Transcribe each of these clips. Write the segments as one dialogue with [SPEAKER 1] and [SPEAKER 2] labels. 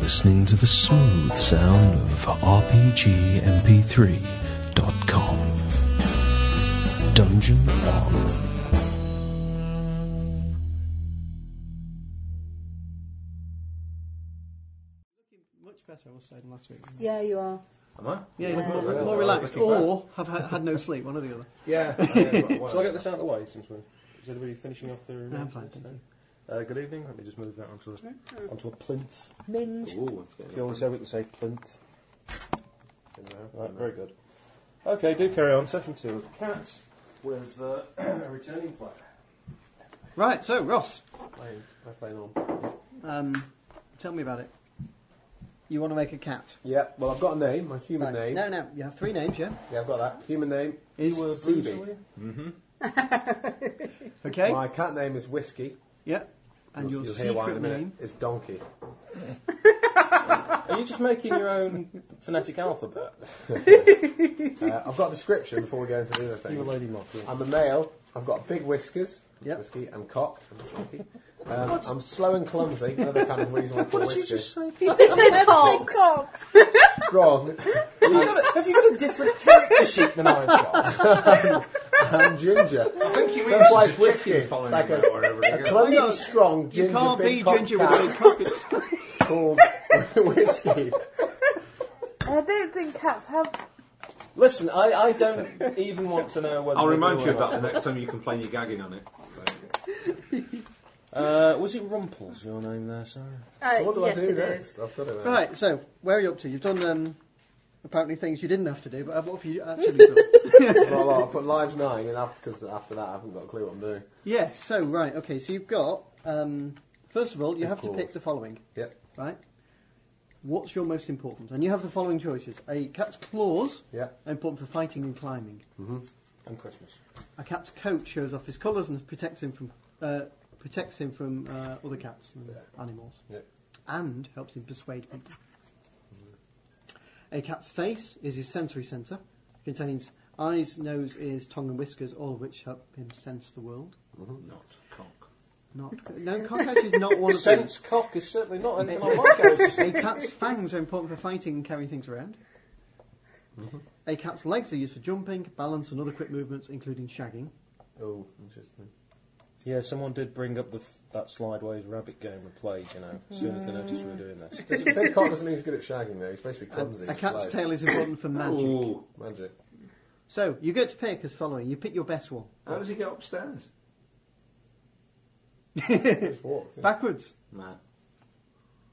[SPEAKER 1] listening to the smooth sound of RPGMP3.com. Dungeon On.
[SPEAKER 2] Much better, I must say, than last week.
[SPEAKER 3] Yeah, you are.
[SPEAKER 4] Am I?
[SPEAKER 2] Yeah, you look more,
[SPEAKER 4] Yeah.
[SPEAKER 2] more
[SPEAKER 4] Yeah.
[SPEAKER 2] relaxed,
[SPEAKER 4] Looking back.
[SPEAKER 2] or have ha- had no sleep, one or the other.
[SPEAKER 4] Yeah. Shall I get this out of the way since we're. Is everybody finishing off their.
[SPEAKER 2] No, I'm
[SPEAKER 4] announcements
[SPEAKER 2] fine, thank
[SPEAKER 4] now? Uh, good evening. Let me just move that onto a, onto a plinth. If you want to say, we can say plinth. You know, Right, very good. Okay, do carry on. Session two of Cats with uh, a returning player.
[SPEAKER 2] Right, so Ross,
[SPEAKER 4] Playing, I play on.
[SPEAKER 2] um, tell me about it. You want to make a cat?
[SPEAKER 5] Yeah, well, I've got a name, my human
[SPEAKER 2] Right.
[SPEAKER 5] name.
[SPEAKER 2] No, no, you have three names, yeah.
[SPEAKER 5] Yeah, I've got that. Human name
[SPEAKER 2] Is
[SPEAKER 5] is
[SPEAKER 4] Bruce, are
[SPEAKER 5] Phoebe.
[SPEAKER 4] you?
[SPEAKER 2] okay?
[SPEAKER 5] My cat name is Whiskey.
[SPEAKER 2] Yeah. And your
[SPEAKER 5] You'll hear why in a
[SPEAKER 2] secret
[SPEAKER 5] minute.
[SPEAKER 2] name?
[SPEAKER 5] Is Donkey.
[SPEAKER 4] Are you just making your own phonetic alphabet?
[SPEAKER 5] Uh, I've got a description before we go into the other
[SPEAKER 4] You a
[SPEAKER 5] thing.
[SPEAKER 4] lady moth. yeah.
[SPEAKER 5] I'm a male. I've got big whiskers.
[SPEAKER 2] Yep.
[SPEAKER 5] Whiskey. I'm cock. I'm smoky. Um, I'm slow and clumsy. Another kind of reason why I call whiskey.
[SPEAKER 4] say?
[SPEAKER 3] He said it's cock.
[SPEAKER 5] Strong.
[SPEAKER 4] Have you got a different character sheet?
[SPEAKER 5] than I've got. I'm ginger.
[SPEAKER 6] I think you
[SPEAKER 5] That's why
[SPEAKER 6] were
[SPEAKER 5] it's whiskey.
[SPEAKER 6] following
[SPEAKER 5] Like
[SPEAKER 6] like
[SPEAKER 5] a-
[SPEAKER 6] wherever
[SPEAKER 5] A
[SPEAKER 6] you go.
[SPEAKER 5] clumsy, strong
[SPEAKER 2] You
[SPEAKER 5] ginger.
[SPEAKER 2] can't
[SPEAKER 5] big
[SPEAKER 2] be
[SPEAKER 5] cock
[SPEAKER 2] ginger
[SPEAKER 5] cat
[SPEAKER 2] with a cock. It's
[SPEAKER 5] called whiskey.
[SPEAKER 3] I don't think cats have.
[SPEAKER 4] Listen, I, I don't even want to know whether.
[SPEAKER 6] I'll
[SPEAKER 4] they
[SPEAKER 6] remind
[SPEAKER 4] do
[SPEAKER 6] you
[SPEAKER 4] or
[SPEAKER 6] of
[SPEAKER 4] not.
[SPEAKER 6] that the next time you complain you're gagging on it. So,
[SPEAKER 4] Uh, was it Rumples, your name there, sir?
[SPEAKER 3] Uh,
[SPEAKER 5] What do
[SPEAKER 3] yes,
[SPEAKER 5] I do
[SPEAKER 3] it
[SPEAKER 5] next?
[SPEAKER 3] is.
[SPEAKER 5] I've got it.
[SPEAKER 2] Right, so where are you up to? You've done um, apparently things you didn't have to do, but what have you actually done?
[SPEAKER 5] Well, well, I put lives nine, and after, cause after that, I haven't got a clue what I'm doing.
[SPEAKER 2] yes, so right, okay, so you've got, um, first of all, you have to pick the following,
[SPEAKER 5] Yep,
[SPEAKER 2] right? What's your most important? And you have the following choices a cat's claws,
[SPEAKER 5] yep.
[SPEAKER 2] are important for fighting and climbing.
[SPEAKER 4] And Christmas.
[SPEAKER 2] A cat's coat shows off his colours and protects him from uh, protects him from uh, other cats and animals,
[SPEAKER 5] Yep.
[SPEAKER 2] and helps him persuade people. A cat's face is his sensory centre, contains eyes, nose, ears, tongue, and whiskers, all of which help him sense the world.
[SPEAKER 5] Mm-hmm.
[SPEAKER 6] not cock.
[SPEAKER 2] Not no, cock actually is not one of them.
[SPEAKER 4] Sense cock is certainly not anything on my character.
[SPEAKER 2] A cat's fangs are important for fighting and carrying things around. A cat's legs are used for jumping, balance, and other quick movements, including shagging.
[SPEAKER 5] Oh, interesting.
[SPEAKER 4] Yeah, someone did bring up the, f- that Slideways rabbit game we played, you know, as soon as they noticed we were doing this.
[SPEAKER 5] Does- Big cock doesn't mean he's good at shagging, though. He's supposed to be clumsy.
[SPEAKER 2] A cat's
[SPEAKER 5] slow.
[SPEAKER 2] tail is important for magic.
[SPEAKER 6] Ooh.
[SPEAKER 5] Magic.
[SPEAKER 2] So you get to pick as following. You pick your best one.
[SPEAKER 6] How does he get upstairs?
[SPEAKER 5] Just walks. yeah.
[SPEAKER 2] Backwards.
[SPEAKER 6] Man.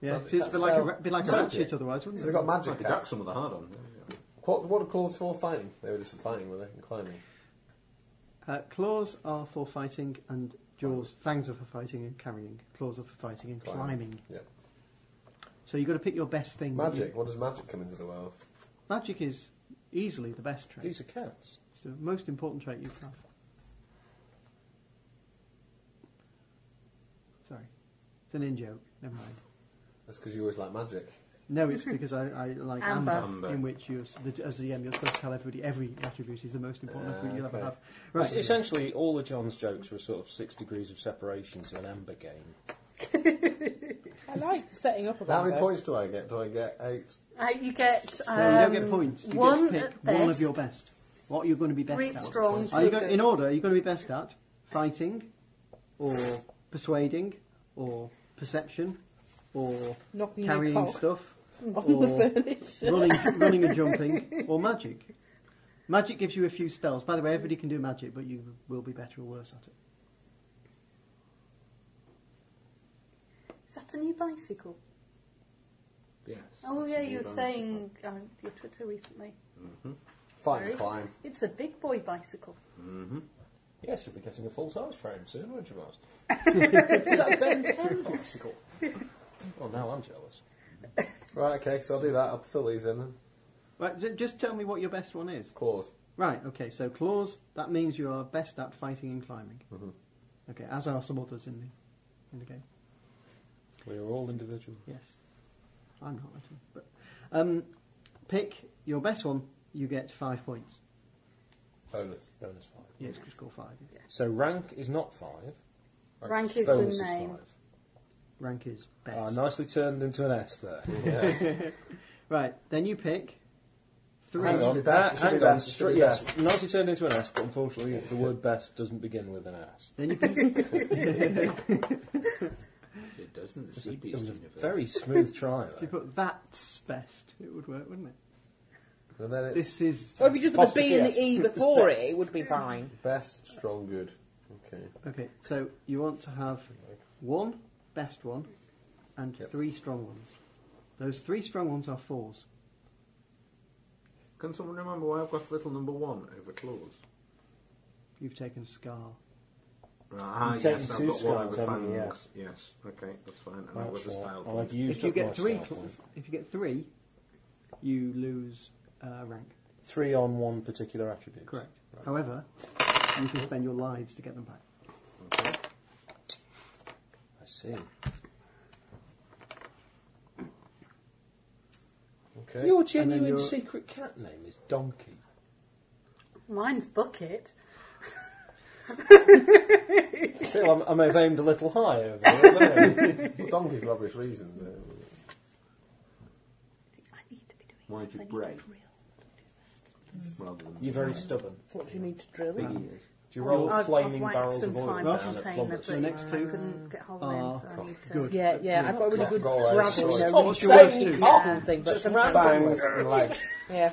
[SPEAKER 2] Yeah,
[SPEAKER 5] Well,
[SPEAKER 2] so it's
[SPEAKER 5] that's
[SPEAKER 2] be like a,
[SPEAKER 5] how-
[SPEAKER 2] ra- be like a
[SPEAKER 5] magic.
[SPEAKER 2] ratchet otherwise, wouldn't
[SPEAKER 5] So
[SPEAKER 2] it?
[SPEAKER 5] they've got
[SPEAKER 6] I
[SPEAKER 5] magic
[SPEAKER 6] could have
[SPEAKER 5] cats.
[SPEAKER 6] some of the hard on.
[SPEAKER 5] What, what are claws for fighting? They were just for fighting, were they? And climbing.
[SPEAKER 2] Uh, claws are for fighting and jaws, fangs are for fighting and carrying. Claws are for fighting and climbing.
[SPEAKER 5] Climbing. Yeah.
[SPEAKER 2] So you've got to pick your best thing. that you-
[SPEAKER 5] Magic. What does magic come into the world?
[SPEAKER 2] magic is easily the best trait.
[SPEAKER 4] These are cats.
[SPEAKER 2] It's the most important trait you have. Sorry, it's an in joke. Never mind.
[SPEAKER 5] That's because you always like magic.
[SPEAKER 2] No, it's because I, I like
[SPEAKER 3] Amber.
[SPEAKER 2] amber,
[SPEAKER 6] Amber.
[SPEAKER 2] in which you're, s- the, as the DM you're supposed to tell everybody every attribute is the most important
[SPEAKER 5] Ah,
[SPEAKER 2] attribute you'll ever
[SPEAKER 5] okay.
[SPEAKER 2] have.
[SPEAKER 4] Right.
[SPEAKER 2] Right.
[SPEAKER 4] Essentially, all of John's jokes were sort of six degrees of separation to an amber game.
[SPEAKER 7] I like setting up a
[SPEAKER 5] How many
[SPEAKER 7] bongo.
[SPEAKER 5] points do I get? Do I get eight?
[SPEAKER 3] Uh, you get. Um,
[SPEAKER 2] so you don't get points. You
[SPEAKER 3] one
[SPEAKER 2] get to
[SPEAKER 3] at
[SPEAKER 2] pick one of
[SPEAKER 3] best.
[SPEAKER 2] your best. What are you going to be best
[SPEAKER 3] Three
[SPEAKER 2] at?
[SPEAKER 3] strong,
[SPEAKER 2] Are you
[SPEAKER 3] two
[SPEAKER 2] going,
[SPEAKER 3] good.
[SPEAKER 2] in order, are you going to be best at fighting, or persuading, or perception, or
[SPEAKER 7] Knocking your
[SPEAKER 2] carrying
[SPEAKER 7] cock
[SPEAKER 2] stuff,
[SPEAKER 7] on the
[SPEAKER 2] or
[SPEAKER 7] furniture.
[SPEAKER 2] running, running and jumping, or magic? Magic gives you a few spells. By the way, everybody can do magic, but you will be better or worse at it.
[SPEAKER 3] Is that a new bicycle?
[SPEAKER 6] Yes.
[SPEAKER 3] Oh yeah, you were saying on your Twitter recently.
[SPEAKER 5] Fight
[SPEAKER 3] Sorry?
[SPEAKER 5] and climb.
[SPEAKER 3] It's a big boy bicycle.
[SPEAKER 4] Yes, you'll be getting a full size frame soon, won't you, Mars? Is that a Ben 10 bicycle? Well, now I'm jealous.
[SPEAKER 5] Right, okay, so I'll do that. I'll fill these in then.
[SPEAKER 2] Right, j- just tell me what your best one is.
[SPEAKER 5] Claws.
[SPEAKER 2] Right, okay, so claws, that means you are best at fighting and climbing. Okay, as are some others in the, in the game.
[SPEAKER 4] We are all individual.
[SPEAKER 2] Yes. I'm not, actually. But, um, pick your best one, you get five points.
[SPEAKER 5] Bonus.
[SPEAKER 4] Bonus five.
[SPEAKER 2] Yes, just score five.
[SPEAKER 4] So rank is not five.
[SPEAKER 3] Rank is the
[SPEAKER 4] bonus is
[SPEAKER 3] name.
[SPEAKER 4] five.
[SPEAKER 2] rank is best.
[SPEAKER 4] Ah, nicely turned into an S there.
[SPEAKER 5] Yeah.
[SPEAKER 2] Right, then you pick three.
[SPEAKER 4] Hang
[SPEAKER 5] Hang It should be
[SPEAKER 4] on,
[SPEAKER 5] best,
[SPEAKER 4] ah,
[SPEAKER 5] it should
[SPEAKER 4] hang
[SPEAKER 5] be
[SPEAKER 4] on.
[SPEAKER 5] best, it should be
[SPEAKER 4] yes, nicely turned into an S, but unfortunately the word best doesn't begin with an S.
[SPEAKER 2] Then you pick.
[SPEAKER 6] It doesn't. The
[SPEAKER 4] It
[SPEAKER 6] CB's
[SPEAKER 4] was a
[SPEAKER 6] universe.
[SPEAKER 4] very smooth try
[SPEAKER 2] if you
[SPEAKER 4] there.
[SPEAKER 2] put that's best, it would work, wouldn't it?
[SPEAKER 5] and then it's
[SPEAKER 2] This is
[SPEAKER 7] Or if you just put the
[SPEAKER 5] Apostrophe
[SPEAKER 7] B and
[SPEAKER 5] S.
[SPEAKER 7] the E before it, it would be fine.
[SPEAKER 5] best, strong, good. Okay.
[SPEAKER 2] okay. So you want to have one best one and
[SPEAKER 5] Yep.
[SPEAKER 2] three strong ones. Those three strong ones are fours.
[SPEAKER 6] Can someone remember why I've got little number one over claws?
[SPEAKER 2] You've taken scar.
[SPEAKER 6] Ah,
[SPEAKER 4] You've taken
[SPEAKER 6] yes, I've
[SPEAKER 4] two
[SPEAKER 6] got one
[SPEAKER 4] scars,
[SPEAKER 6] over
[SPEAKER 4] haven't
[SPEAKER 6] fangs.
[SPEAKER 4] you?
[SPEAKER 6] Yes. okay, that's fine. And I've got the
[SPEAKER 4] That's
[SPEAKER 6] style.
[SPEAKER 4] right. I've
[SPEAKER 6] point.
[SPEAKER 4] used
[SPEAKER 2] if you
[SPEAKER 4] up my
[SPEAKER 2] get three,
[SPEAKER 4] style point.
[SPEAKER 2] if you get three, you lose uh, rank.
[SPEAKER 4] Three on one particular attribute.
[SPEAKER 2] Correct. However, you can spend your lives to get them back.
[SPEAKER 6] Okay.
[SPEAKER 4] I see.
[SPEAKER 5] Okay.
[SPEAKER 4] Your
[SPEAKER 2] genuine
[SPEAKER 4] genuine
[SPEAKER 2] you're-
[SPEAKER 4] secret cat name is Donkey.
[SPEAKER 3] Mine's Bucket.
[SPEAKER 4] Phil, I'm- I may have aimed a little high over there. haven't I?
[SPEAKER 5] Well, donkey for obvious reasons. uh,
[SPEAKER 3] I need to be doing
[SPEAKER 6] Why'd you
[SPEAKER 3] I need
[SPEAKER 6] bray?
[SPEAKER 3] to drill.
[SPEAKER 6] Rather than
[SPEAKER 4] You're very stubborn.
[SPEAKER 7] What do you need to drill?
[SPEAKER 6] big
[SPEAKER 7] it?
[SPEAKER 6] ears.
[SPEAKER 4] Do you roll
[SPEAKER 3] I've- I've
[SPEAKER 4] flaming
[SPEAKER 3] whacked
[SPEAKER 4] barrels
[SPEAKER 3] some
[SPEAKER 4] of oil
[SPEAKER 3] time
[SPEAKER 4] down at
[SPEAKER 3] container, but
[SPEAKER 4] Flumber's?
[SPEAKER 2] The next
[SPEAKER 3] I
[SPEAKER 2] two
[SPEAKER 3] couldn't get hold of
[SPEAKER 2] are
[SPEAKER 3] them, so I need to...
[SPEAKER 2] good.
[SPEAKER 7] Yeah, yeah, I've got a really
[SPEAKER 5] Cock
[SPEAKER 7] good
[SPEAKER 5] goal,
[SPEAKER 7] gravel.
[SPEAKER 5] sorry.
[SPEAKER 7] You know,
[SPEAKER 4] Stop
[SPEAKER 7] really
[SPEAKER 4] saying
[SPEAKER 7] saying
[SPEAKER 4] cock.
[SPEAKER 7] cock thing, but
[SPEAKER 4] Just
[SPEAKER 7] sometimes-
[SPEAKER 5] Fangs and legs.
[SPEAKER 7] Yeah,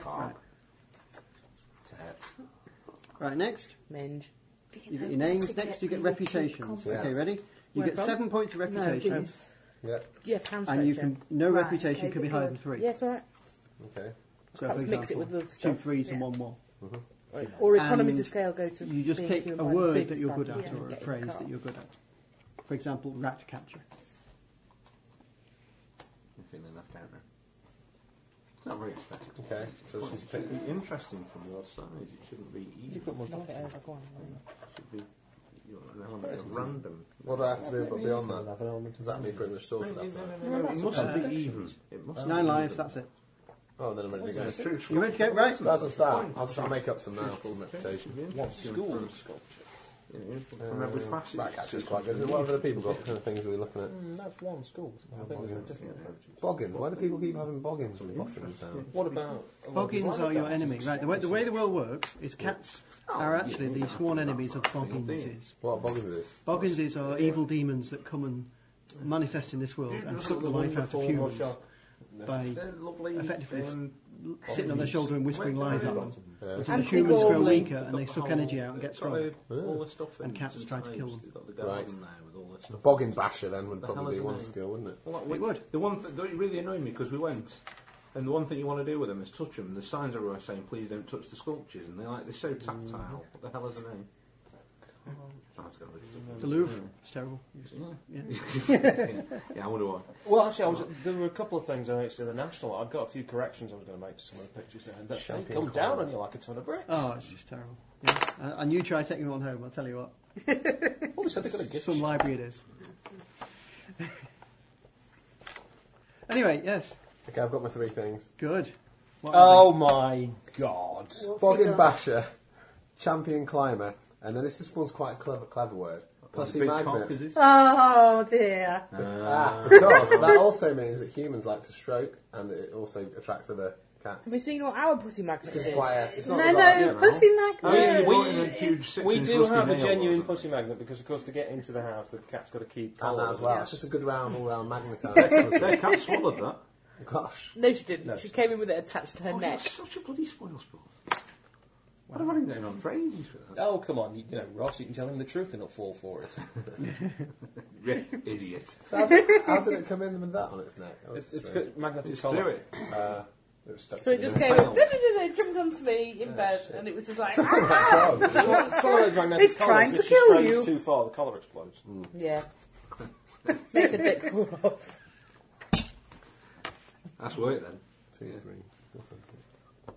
[SPEAKER 2] Right, next.
[SPEAKER 7] minge.
[SPEAKER 3] Do you
[SPEAKER 2] You
[SPEAKER 3] know
[SPEAKER 2] get your
[SPEAKER 3] what
[SPEAKER 2] names.
[SPEAKER 3] to
[SPEAKER 2] Next,
[SPEAKER 3] get
[SPEAKER 2] you get
[SPEAKER 3] really
[SPEAKER 2] reputations.
[SPEAKER 3] cheap
[SPEAKER 5] Yeah.
[SPEAKER 2] Okay, ready? You
[SPEAKER 7] Where
[SPEAKER 2] get
[SPEAKER 7] from?
[SPEAKER 2] seven points of
[SPEAKER 7] No,
[SPEAKER 2] reputations,
[SPEAKER 5] Yeah.
[SPEAKER 7] Yeah, pound
[SPEAKER 2] and you
[SPEAKER 7] stretcher.
[SPEAKER 2] can no
[SPEAKER 3] Right,
[SPEAKER 2] reputation
[SPEAKER 3] okay,
[SPEAKER 2] could be
[SPEAKER 3] good
[SPEAKER 2] higher
[SPEAKER 3] lord.
[SPEAKER 2] than three.
[SPEAKER 7] Yeah, it's all right.
[SPEAKER 5] Okay.
[SPEAKER 2] So,
[SPEAKER 7] Perhaps
[SPEAKER 2] for
[SPEAKER 7] mix it
[SPEAKER 2] example,
[SPEAKER 7] with the
[SPEAKER 2] two
[SPEAKER 7] stuff.
[SPEAKER 2] threes and
[SPEAKER 3] Yeah.
[SPEAKER 2] one more.
[SPEAKER 7] Or
[SPEAKER 2] And
[SPEAKER 7] economies of scale go to.
[SPEAKER 2] You just
[SPEAKER 7] being
[SPEAKER 2] pick
[SPEAKER 7] human
[SPEAKER 2] a
[SPEAKER 7] by the
[SPEAKER 2] word
[SPEAKER 7] big
[SPEAKER 2] that you're
[SPEAKER 7] stuff,
[SPEAKER 2] good
[SPEAKER 7] yeah,
[SPEAKER 2] at
[SPEAKER 7] and
[SPEAKER 2] or a
[SPEAKER 7] get in the
[SPEAKER 2] phrase
[SPEAKER 7] car.
[SPEAKER 2] that you're good at. For example, rat catcher.
[SPEAKER 6] I'm feeling left out now. It's not very aesthetic.
[SPEAKER 5] Okay, so
[SPEAKER 6] Well,
[SPEAKER 5] she's
[SPEAKER 6] it should be interesting from your side. It shouldn't be easy.
[SPEAKER 4] You've got more
[SPEAKER 7] Knock it
[SPEAKER 4] donkey.
[SPEAKER 7] over, go on, right.
[SPEAKER 6] It should be you know, an element of random.
[SPEAKER 5] What do I have to do but beyond
[SPEAKER 4] I'll
[SPEAKER 5] that?
[SPEAKER 4] have an element of
[SPEAKER 5] Does that mean pretty much sorted
[SPEAKER 6] No,
[SPEAKER 5] after
[SPEAKER 6] no,
[SPEAKER 5] that?
[SPEAKER 6] no, no, no, It mustn't be even. It must
[SPEAKER 2] Nine lives, that's it.
[SPEAKER 5] Oh, and then I'm ready to go.
[SPEAKER 6] It's true.
[SPEAKER 2] You ready to go? Right.
[SPEAKER 5] That's a start. I'll try and make up some now from reputation.
[SPEAKER 4] What school?
[SPEAKER 6] You know, from every
[SPEAKER 5] Uh,
[SPEAKER 6] facet.
[SPEAKER 5] That actually is quite good. What have the people got? What kind of things are we looking at?
[SPEAKER 4] Mm, that's one school. I think we're different.
[SPEAKER 5] Boggins. Why do people keep having boggins and boffins now?
[SPEAKER 4] What about
[SPEAKER 2] Boggins are your enemy. Right, the way, the way the world works is cats
[SPEAKER 7] Oh.
[SPEAKER 2] are actually the sworn enemies of Bogginses.
[SPEAKER 5] What are boggins is?
[SPEAKER 2] Bogginses are evil demons that come and manifest in this world and suck the life out of humans by
[SPEAKER 6] They're lovely.
[SPEAKER 2] effectively s-
[SPEAKER 6] um,
[SPEAKER 2] l- sitting on their shoulder and whispering lies at them.
[SPEAKER 5] Yeah.
[SPEAKER 2] Until the
[SPEAKER 7] Anti-Gormley.
[SPEAKER 2] humans grow weaker and they
[SPEAKER 6] got the
[SPEAKER 2] suck
[SPEAKER 6] whole-
[SPEAKER 2] energy out and get
[SPEAKER 6] it's got
[SPEAKER 2] stronger.
[SPEAKER 6] the- all the stuff in
[SPEAKER 2] And
[SPEAKER 6] it
[SPEAKER 2] cats try to
[SPEAKER 6] sometimes.
[SPEAKER 2] kill them.
[SPEAKER 6] They've got the
[SPEAKER 5] Right.
[SPEAKER 6] garden there with all this
[SPEAKER 5] The
[SPEAKER 6] stuff.
[SPEAKER 5] boggin basher then would
[SPEAKER 6] The hell
[SPEAKER 5] probably
[SPEAKER 6] is
[SPEAKER 5] be
[SPEAKER 6] the
[SPEAKER 5] one
[SPEAKER 6] name?
[SPEAKER 5] to go, wouldn't it?
[SPEAKER 6] Well, we,
[SPEAKER 2] It would.
[SPEAKER 6] The one thing that really annoyed me because we went, and the one thing you want to do with them is touch them. The signs everywhere saying, "Please don't touch the sculptures," and they're like they're so
[SPEAKER 4] Mm.
[SPEAKER 6] tactile. What the hell is the name? I have to go look it up.
[SPEAKER 2] The Louvre, it's terrible.
[SPEAKER 6] Yeah.
[SPEAKER 2] Yeah.
[SPEAKER 6] Yeah. I wonder why.
[SPEAKER 4] Well, actually, I was, there were a couple of things I noticed in the national. I've got a few corrections I was going to make to some of the pictures there, and that they
[SPEAKER 5] Champion
[SPEAKER 4] come
[SPEAKER 5] colour.
[SPEAKER 4] down on you like a ton of bricks.
[SPEAKER 2] Oh, it's just terrible. Yeah. And, and you try taking one home, I'll tell you what.
[SPEAKER 4] well, they said they're going to get
[SPEAKER 2] Some library it is. anyway, yes,
[SPEAKER 5] Okay, I've got my three things.
[SPEAKER 2] good. What are
[SPEAKER 4] Oh my god!
[SPEAKER 5] Boggin basher, champion climber, and then this is one's quite a clever, clever word. Pussy
[SPEAKER 6] Big
[SPEAKER 5] magnet.
[SPEAKER 6] cock, is it?
[SPEAKER 3] Oh dear.
[SPEAKER 5] Ah, because that also means that humans like to stroke, and it also attracts other cats.
[SPEAKER 7] Have we seen what our pussy magnet
[SPEAKER 5] It's
[SPEAKER 7] is?
[SPEAKER 5] quite a, it's
[SPEAKER 3] No,
[SPEAKER 5] not
[SPEAKER 3] no,
[SPEAKER 5] about-
[SPEAKER 3] pussy
[SPEAKER 6] Yeah,
[SPEAKER 3] magnet.
[SPEAKER 6] we, bought in a huge six
[SPEAKER 4] We
[SPEAKER 6] inch
[SPEAKER 4] do
[SPEAKER 6] rusty
[SPEAKER 4] have a
[SPEAKER 6] nail,
[SPEAKER 4] genuine
[SPEAKER 6] wasn't it?
[SPEAKER 4] pussy magnet because, of course, to get into the house, the cat's got to keep
[SPEAKER 5] And
[SPEAKER 4] hold
[SPEAKER 5] that as
[SPEAKER 4] of
[SPEAKER 5] well.
[SPEAKER 4] it.
[SPEAKER 5] It's just a good round, all round magnet.
[SPEAKER 6] Their cat swallowed that.
[SPEAKER 5] Gosh.
[SPEAKER 7] No, she didn't. She came in with it attached to her
[SPEAKER 6] Oh,
[SPEAKER 7] neck.
[SPEAKER 6] you're such a bloody spoil sport. What have I been going on for ages with that?
[SPEAKER 4] Oh come on, you, you know Ross, you can tell him the truth and he'll fall for it.
[SPEAKER 6] Yeah, idiot.
[SPEAKER 5] How did, how did it come in with that on its neck? That was
[SPEAKER 4] it it's
[SPEAKER 5] strange.
[SPEAKER 4] got magnetic
[SPEAKER 6] Just
[SPEAKER 4] collar.
[SPEAKER 6] do it.
[SPEAKER 5] Uh, it was stuck
[SPEAKER 7] So it
[SPEAKER 5] to
[SPEAKER 7] just
[SPEAKER 5] the-
[SPEAKER 7] came,
[SPEAKER 6] Failed.
[SPEAKER 7] jumped onto me in bed, and it was just like,
[SPEAKER 5] Oh my God.
[SPEAKER 4] It's one it's one of those magnetic
[SPEAKER 7] It's
[SPEAKER 4] collars.
[SPEAKER 7] trying
[SPEAKER 4] If
[SPEAKER 7] to
[SPEAKER 4] she
[SPEAKER 7] kill
[SPEAKER 4] strains
[SPEAKER 7] you.
[SPEAKER 4] too far, the collar explodes.
[SPEAKER 7] yeah. Makes a dick fall off.
[SPEAKER 6] That's work then.
[SPEAKER 5] Two, three.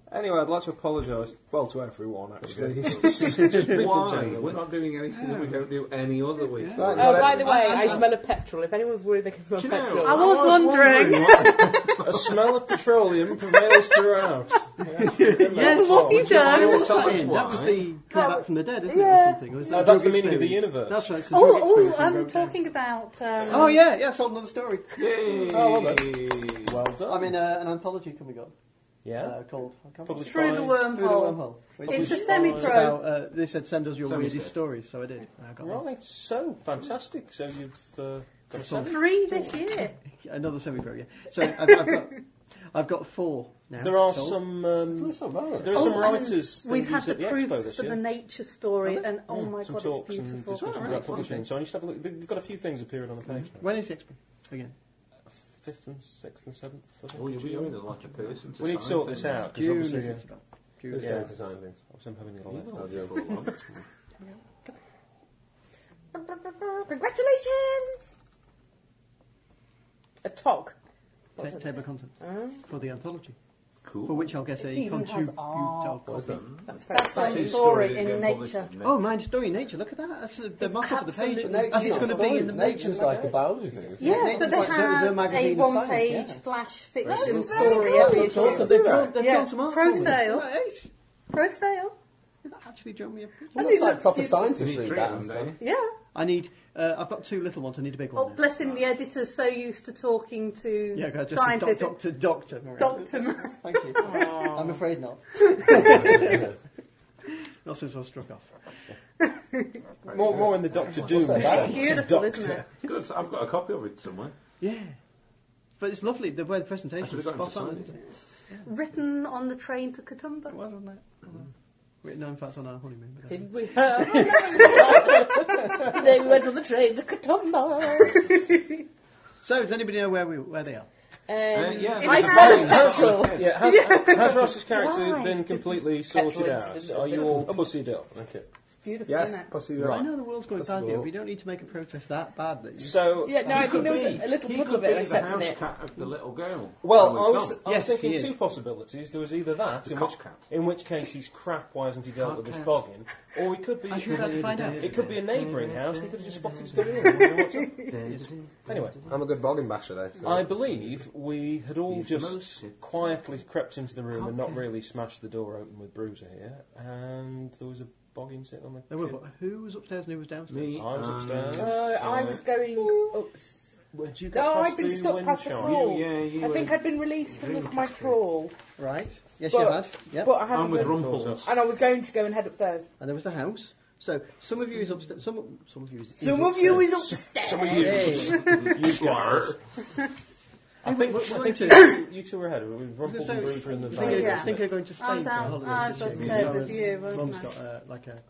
[SPEAKER 4] Anyway, I'd like to apologise, well, to everyone actually.
[SPEAKER 6] Why? We're not doing anything that we don't do any other week.
[SPEAKER 5] Right,
[SPEAKER 7] Oh,
[SPEAKER 5] got
[SPEAKER 7] by
[SPEAKER 5] it.
[SPEAKER 7] the way, I, smell a petrol. If anyone's worried they can smell
[SPEAKER 6] Do you know,
[SPEAKER 7] petrol.
[SPEAKER 3] I was wondering.
[SPEAKER 6] what-
[SPEAKER 4] a smell of petroleum prevails throughout.
[SPEAKER 2] Yes.
[SPEAKER 3] What have you
[SPEAKER 6] Do you
[SPEAKER 3] done?
[SPEAKER 6] know
[SPEAKER 2] What was
[SPEAKER 6] what's up
[SPEAKER 2] that
[SPEAKER 6] with
[SPEAKER 2] in? That was
[SPEAKER 6] why?
[SPEAKER 2] the come back from the dead, isn't it,
[SPEAKER 7] Yeah.
[SPEAKER 2] or something? Or is
[SPEAKER 4] No,
[SPEAKER 2] that
[SPEAKER 4] that's the
[SPEAKER 2] drug
[SPEAKER 4] meaning of the
[SPEAKER 2] experience?
[SPEAKER 4] universe.
[SPEAKER 2] That's right. It's the
[SPEAKER 7] Oh,
[SPEAKER 2] drug
[SPEAKER 7] oh,
[SPEAKER 2] experience in
[SPEAKER 7] I'm
[SPEAKER 2] Rogue Town.
[SPEAKER 7] talking about. Um,
[SPEAKER 2] Oh yeah, yeah. Sold another story.
[SPEAKER 6] Yay!
[SPEAKER 4] Oh, well Well done.
[SPEAKER 2] I'm in uh, an anthology coming up
[SPEAKER 4] yeah.
[SPEAKER 2] uh, called I can't
[SPEAKER 4] Published
[SPEAKER 2] remember.
[SPEAKER 7] Through the Wormhole.
[SPEAKER 2] Through the wormhole. which
[SPEAKER 7] It's a
[SPEAKER 2] is
[SPEAKER 7] semi-pro.
[SPEAKER 2] about, uh, they said send us your
[SPEAKER 6] Semi-pro.
[SPEAKER 2] weirdest stories, so I did. and I got one.
[SPEAKER 4] right. So fantastic. So you've uh, got seven.
[SPEAKER 7] three this year.
[SPEAKER 2] another semi-pro. Yeah. So I've, I've got I've got four now.
[SPEAKER 4] There are
[SPEAKER 2] sold.
[SPEAKER 4] some. Um,
[SPEAKER 5] That's not bad.
[SPEAKER 4] there are some
[SPEAKER 7] Oh, and
[SPEAKER 4] writers.
[SPEAKER 7] We've had
[SPEAKER 4] things
[SPEAKER 7] the
[SPEAKER 4] at the expo
[SPEAKER 7] proofs
[SPEAKER 4] this
[SPEAKER 7] for
[SPEAKER 4] year. Hmm.
[SPEAKER 7] the nature story,
[SPEAKER 2] Have they?
[SPEAKER 7] and oh my
[SPEAKER 4] some
[SPEAKER 7] god, it's
[SPEAKER 4] talks and
[SPEAKER 7] beautiful.
[SPEAKER 4] discussions
[SPEAKER 2] Oh,
[SPEAKER 4] about
[SPEAKER 2] right,
[SPEAKER 4] publishing.
[SPEAKER 2] okay.
[SPEAKER 4] So you should have a look. They've got a few things appearing on the page. now.
[SPEAKER 2] When is the expo again?
[SPEAKER 4] Fifth and sixth and seventh. of
[SPEAKER 6] Oh, you'll be
[SPEAKER 4] June.
[SPEAKER 6] doing as like a person.
[SPEAKER 4] We need to
[SPEAKER 6] sign
[SPEAKER 4] sort this
[SPEAKER 6] things.
[SPEAKER 4] out because
[SPEAKER 2] June. Is
[SPEAKER 4] obviously,
[SPEAKER 2] it
[SPEAKER 4] uh,
[SPEAKER 2] about?
[SPEAKER 5] Who's
[SPEAKER 2] June.
[SPEAKER 5] going to sign things?
[SPEAKER 4] obviously I'm having a
[SPEAKER 6] You
[SPEAKER 4] lot.
[SPEAKER 6] will
[SPEAKER 4] of-
[SPEAKER 6] be for a while.
[SPEAKER 7] Congratulations! A talk.
[SPEAKER 2] Ta- table of contents
[SPEAKER 7] Uh-huh.
[SPEAKER 2] for the anthology, for
[SPEAKER 6] Cool.
[SPEAKER 2] which I'll get
[SPEAKER 3] It
[SPEAKER 2] a
[SPEAKER 3] even has
[SPEAKER 2] contributed
[SPEAKER 3] art.
[SPEAKER 2] copy.
[SPEAKER 7] That's my
[SPEAKER 6] Two
[SPEAKER 7] story
[SPEAKER 6] stories
[SPEAKER 7] in
[SPEAKER 6] getting published
[SPEAKER 7] nature.
[SPEAKER 6] in May.
[SPEAKER 2] Oh, my story in nature. Look at that. That's uh, the mock-up of the page.
[SPEAKER 7] absolute
[SPEAKER 2] As it's going to be in the
[SPEAKER 5] Nature's like a biology thing. isn't it?
[SPEAKER 7] Yeah,
[SPEAKER 2] Nature's
[SPEAKER 7] but they
[SPEAKER 2] like the-
[SPEAKER 7] had
[SPEAKER 2] the magazine
[SPEAKER 7] a
[SPEAKER 2] of
[SPEAKER 7] one
[SPEAKER 2] science,
[SPEAKER 7] page
[SPEAKER 2] yeah.
[SPEAKER 7] flash fiction
[SPEAKER 5] That's
[SPEAKER 7] story
[SPEAKER 5] very
[SPEAKER 7] every
[SPEAKER 5] cool.
[SPEAKER 7] issue.
[SPEAKER 5] Awesome.
[SPEAKER 2] They've
[SPEAKER 5] Do
[SPEAKER 2] drawn,
[SPEAKER 5] that.
[SPEAKER 2] they've
[SPEAKER 7] Yeah.
[SPEAKER 2] drawn some art.
[SPEAKER 7] Pro
[SPEAKER 2] for me.
[SPEAKER 7] sale.
[SPEAKER 2] Nice.
[SPEAKER 7] Pro sale.
[SPEAKER 2] That actually drew me a picture.
[SPEAKER 5] Well,
[SPEAKER 7] I
[SPEAKER 5] that's
[SPEAKER 7] think
[SPEAKER 5] like
[SPEAKER 7] that's
[SPEAKER 5] proper
[SPEAKER 7] good.
[SPEAKER 6] You
[SPEAKER 5] scientists
[SPEAKER 6] need
[SPEAKER 5] read
[SPEAKER 6] three
[SPEAKER 5] that
[SPEAKER 6] of
[SPEAKER 5] and
[SPEAKER 6] them,
[SPEAKER 5] stuff.
[SPEAKER 6] don't you?
[SPEAKER 7] Yeah.
[SPEAKER 2] I need. Uh, I've got two little ones. I need a big one.
[SPEAKER 7] Oh,
[SPEAKER 2] now.
[SPEAKER 7] bless him, the editor's so used to talking to
[SPEAKER 2] Yeah, go just a doc,
[SPEAKER 7] scientists.
[SPEAKER 2] doctor, doctor, Maria.
[SPEAKER 7] Doctor Murray.
[SPEAKER 2] Thank you. I'm afraid not. not since I was struck off.
[SPEAKER 4] More, more in the Doctor Doom. sense.
[SPEAKER 7] Beautiful, isn't
[SPEAKER 4] Doctor.
[SPEAKER 7] it?
[SPEAKER 6] Good. so I've got a copy of it somewhere.
[SPEAKER 2] Yeah, but it's lovely. The way the
[SPEAKER 6] I
[SPEAKER 2] presentation
[SPEAKER 6] should
[SPEAKER 2] is
[SPEAKER 6] have got him to
[SPEAKER 2] spot on.
[SPEAKER 6] sign
[SPEAKER 2] Isn't
[SPEAKER 6] it.
[SPEAKER 2] it?
[SPEAKER 7] Written on the train to
[SPEAKER 2] It
[SPEAKER 7] Katoomba.
[SPEAKER 2] was, wasn't it? Written, no, in fact, on our honeymoon. but I
[SPEAKER 7] Did we? then we went on the train to Katoomba.
[SPEAKER 2] don't- So, does anybody know where we where they are?
[SPEAKER 6] Uh, yeah,
[SPEAKER 7] I
[SPEAKER 6] that's
[SPEAKER 7] smell a
[SPEAKER 6] fine.
[SPEAKER 7] special.
[SPEAKER 4] Yeah, has, has Ross's character
[SPEAKER 7] Why?
[SPEAKER 4] been completely sorted
[SPEAKER 7] Petulant,
[SPEAKER 4] out?
[SPEAKER 7] isn't it?
[SPEAKER 4] Are you all pussied up?
[SPEAKER 5] Okay.
[SPEAKER 7] Beautiful,
[SPEAKER 5] Yes,
[SPEAKER 7] isn't it?
[SPEAKER 5] possibly
[SPEAKER 2] I
[SPEAKER 5] right.
[SPEAKER 2] know the world's going
[SPEAKER 5] That's
[SPEAKER 2] bad now,
[SPEAKER 5] all.
[SPEAKER 2] but you don't need to make a protest that badly.
[SPEAKER 4] So,
[SPEAKER 7] Yeah, no, I think there was a, a little
[SPEAKER 6] He
[SPEAKER 7] puddle
[SPEAKER 6] could
[SPEAKER 7] of
[SPEAKER 6] be
[SPEAKER 7] it
[SPEAKER 6] the
[SPEAKER 7] I kept in it.
[SPEAKER 6] housecat of the little girl.
[SPEAKER 4] well,
[SPEAKER 6] who
[SPEAKER 4] I was,
[SPEAKER 6] Oh, we've
[SPEAKER 4] th-
[SPEAKER 6] gone.
[SPEAKER 4] I
[SPEAKER 2] Yes,
[SPEAKER 4] was
[SPEAKER 2] he
[SPEAKER 4] thinking
[SPEAKER 2] is.
[SPEAKER 4] two possibilities. There was either that,
[SPEAKER 6] The
[SPEAKER 4] in, which,
[SPEAKER 6] cockcat.
[SPEAKER 4] in which case he's crap, why hasn't he dealt with his
[SPEAKER 2] Cockcat.
[SPEAKER 4] bogging? Or he could be.
[SPEAKER 2] I should have had to find out.
[SPEAKER 4] It could be a neighbouring house, he could have just spotted his going in. and wondered what's up. Anyway,
[SPEAKER 5] I'm a good bogging basher, though. So.
[SPEAKER 4] I believe we had all
[SPEAKER 6] He's
[SPEAKER 4] just
[SPEAKER 6] mousy.
[SPEAKER 4] quietly crept into the room and not really smashed the door open with Bruiser here, and there was a bogging sitting on the.
[SPEAKER 2] There were,
[SPEAKER 4] kid.
[SPEAKER 2] but who was upstairs and who was downstairs?
[SPEAKER 6] Me.
[SPEAKER 4] I was
[SPEAKER 6] Um,
[SPEAKER 4] upstairs.
[SPEAKER 7] Oh, I was going oops.
[SPEAKER 4] Would you
[SPEAKER 7] No,
[SPEAKER 4] go past
[SPEAKER 7] I'd been
[SPEAKER 4] the
[SPEAKER 7] stuck past the
[SPEAKER 4] windshield?
[SPEAKER 7] crawl.
[SPEAKER 6] yeah, you
[SPEAKER 7] I think
[SPEAKER 6] were
[SPEAKER 7] I'd been released from the,
[SPEAKER 6] dream
[SPEAKER 7] my
[SPEAKER 6] catcher.
[SPEAKER 7] crawl,
[SPEAKER 2] Right. Yes, you had.
[SPEAKER 7] but,
[SPEAKER 2] Yep.
[SPEAKER 7] but I haven't
[SPEAKER 6] I'm with
[SPEAKER 7] been-
[SPEAKER 6] Rumpels.
[SPEAKER 7] and I was going to go and head upstairs.
[SPEAKER 2] and there was the house. So some of you is upstairs. Some some of you is.
[SPEAKER 7] Some
[SPEAKER 2] is
[SPEAKER 7] of you
[SPEAKER 2] upstairs.
[SPEAKER 7] is upstairs.
[SPEAKER 2] Hey.
[SPEAKER 4] You guys. I think,
[SPEAKER 2] We're- we're
[SPEAKER 4] I think
[SPEAKER 2] going
[SPEAKER 4] you, you two were ahead. We rumpled
[SPEAKER 2] say,
[SPEAKER 4] and Bruiser in the
[SPEAKER 2] I think,
[SPEAKER 4] van.
[SPEAKER 2] I
[SPEAKER 7] Yeah.
[SPEAKER 2] think you're going to Spain
[SPEAKER 7] I was
[SPEAKER 2] for
[SPEAKER 7] out- I was
[SPEAKER 2] holidays this year.
[SPEAKER 7] upstairs
[SPEAKER 2] Sarah's
[SPEAKER 7] with you, wasn't
[SPEAKER 2] Mum's
[SPEAKER 7] I?
[SPEAKER 2] got uh, like a,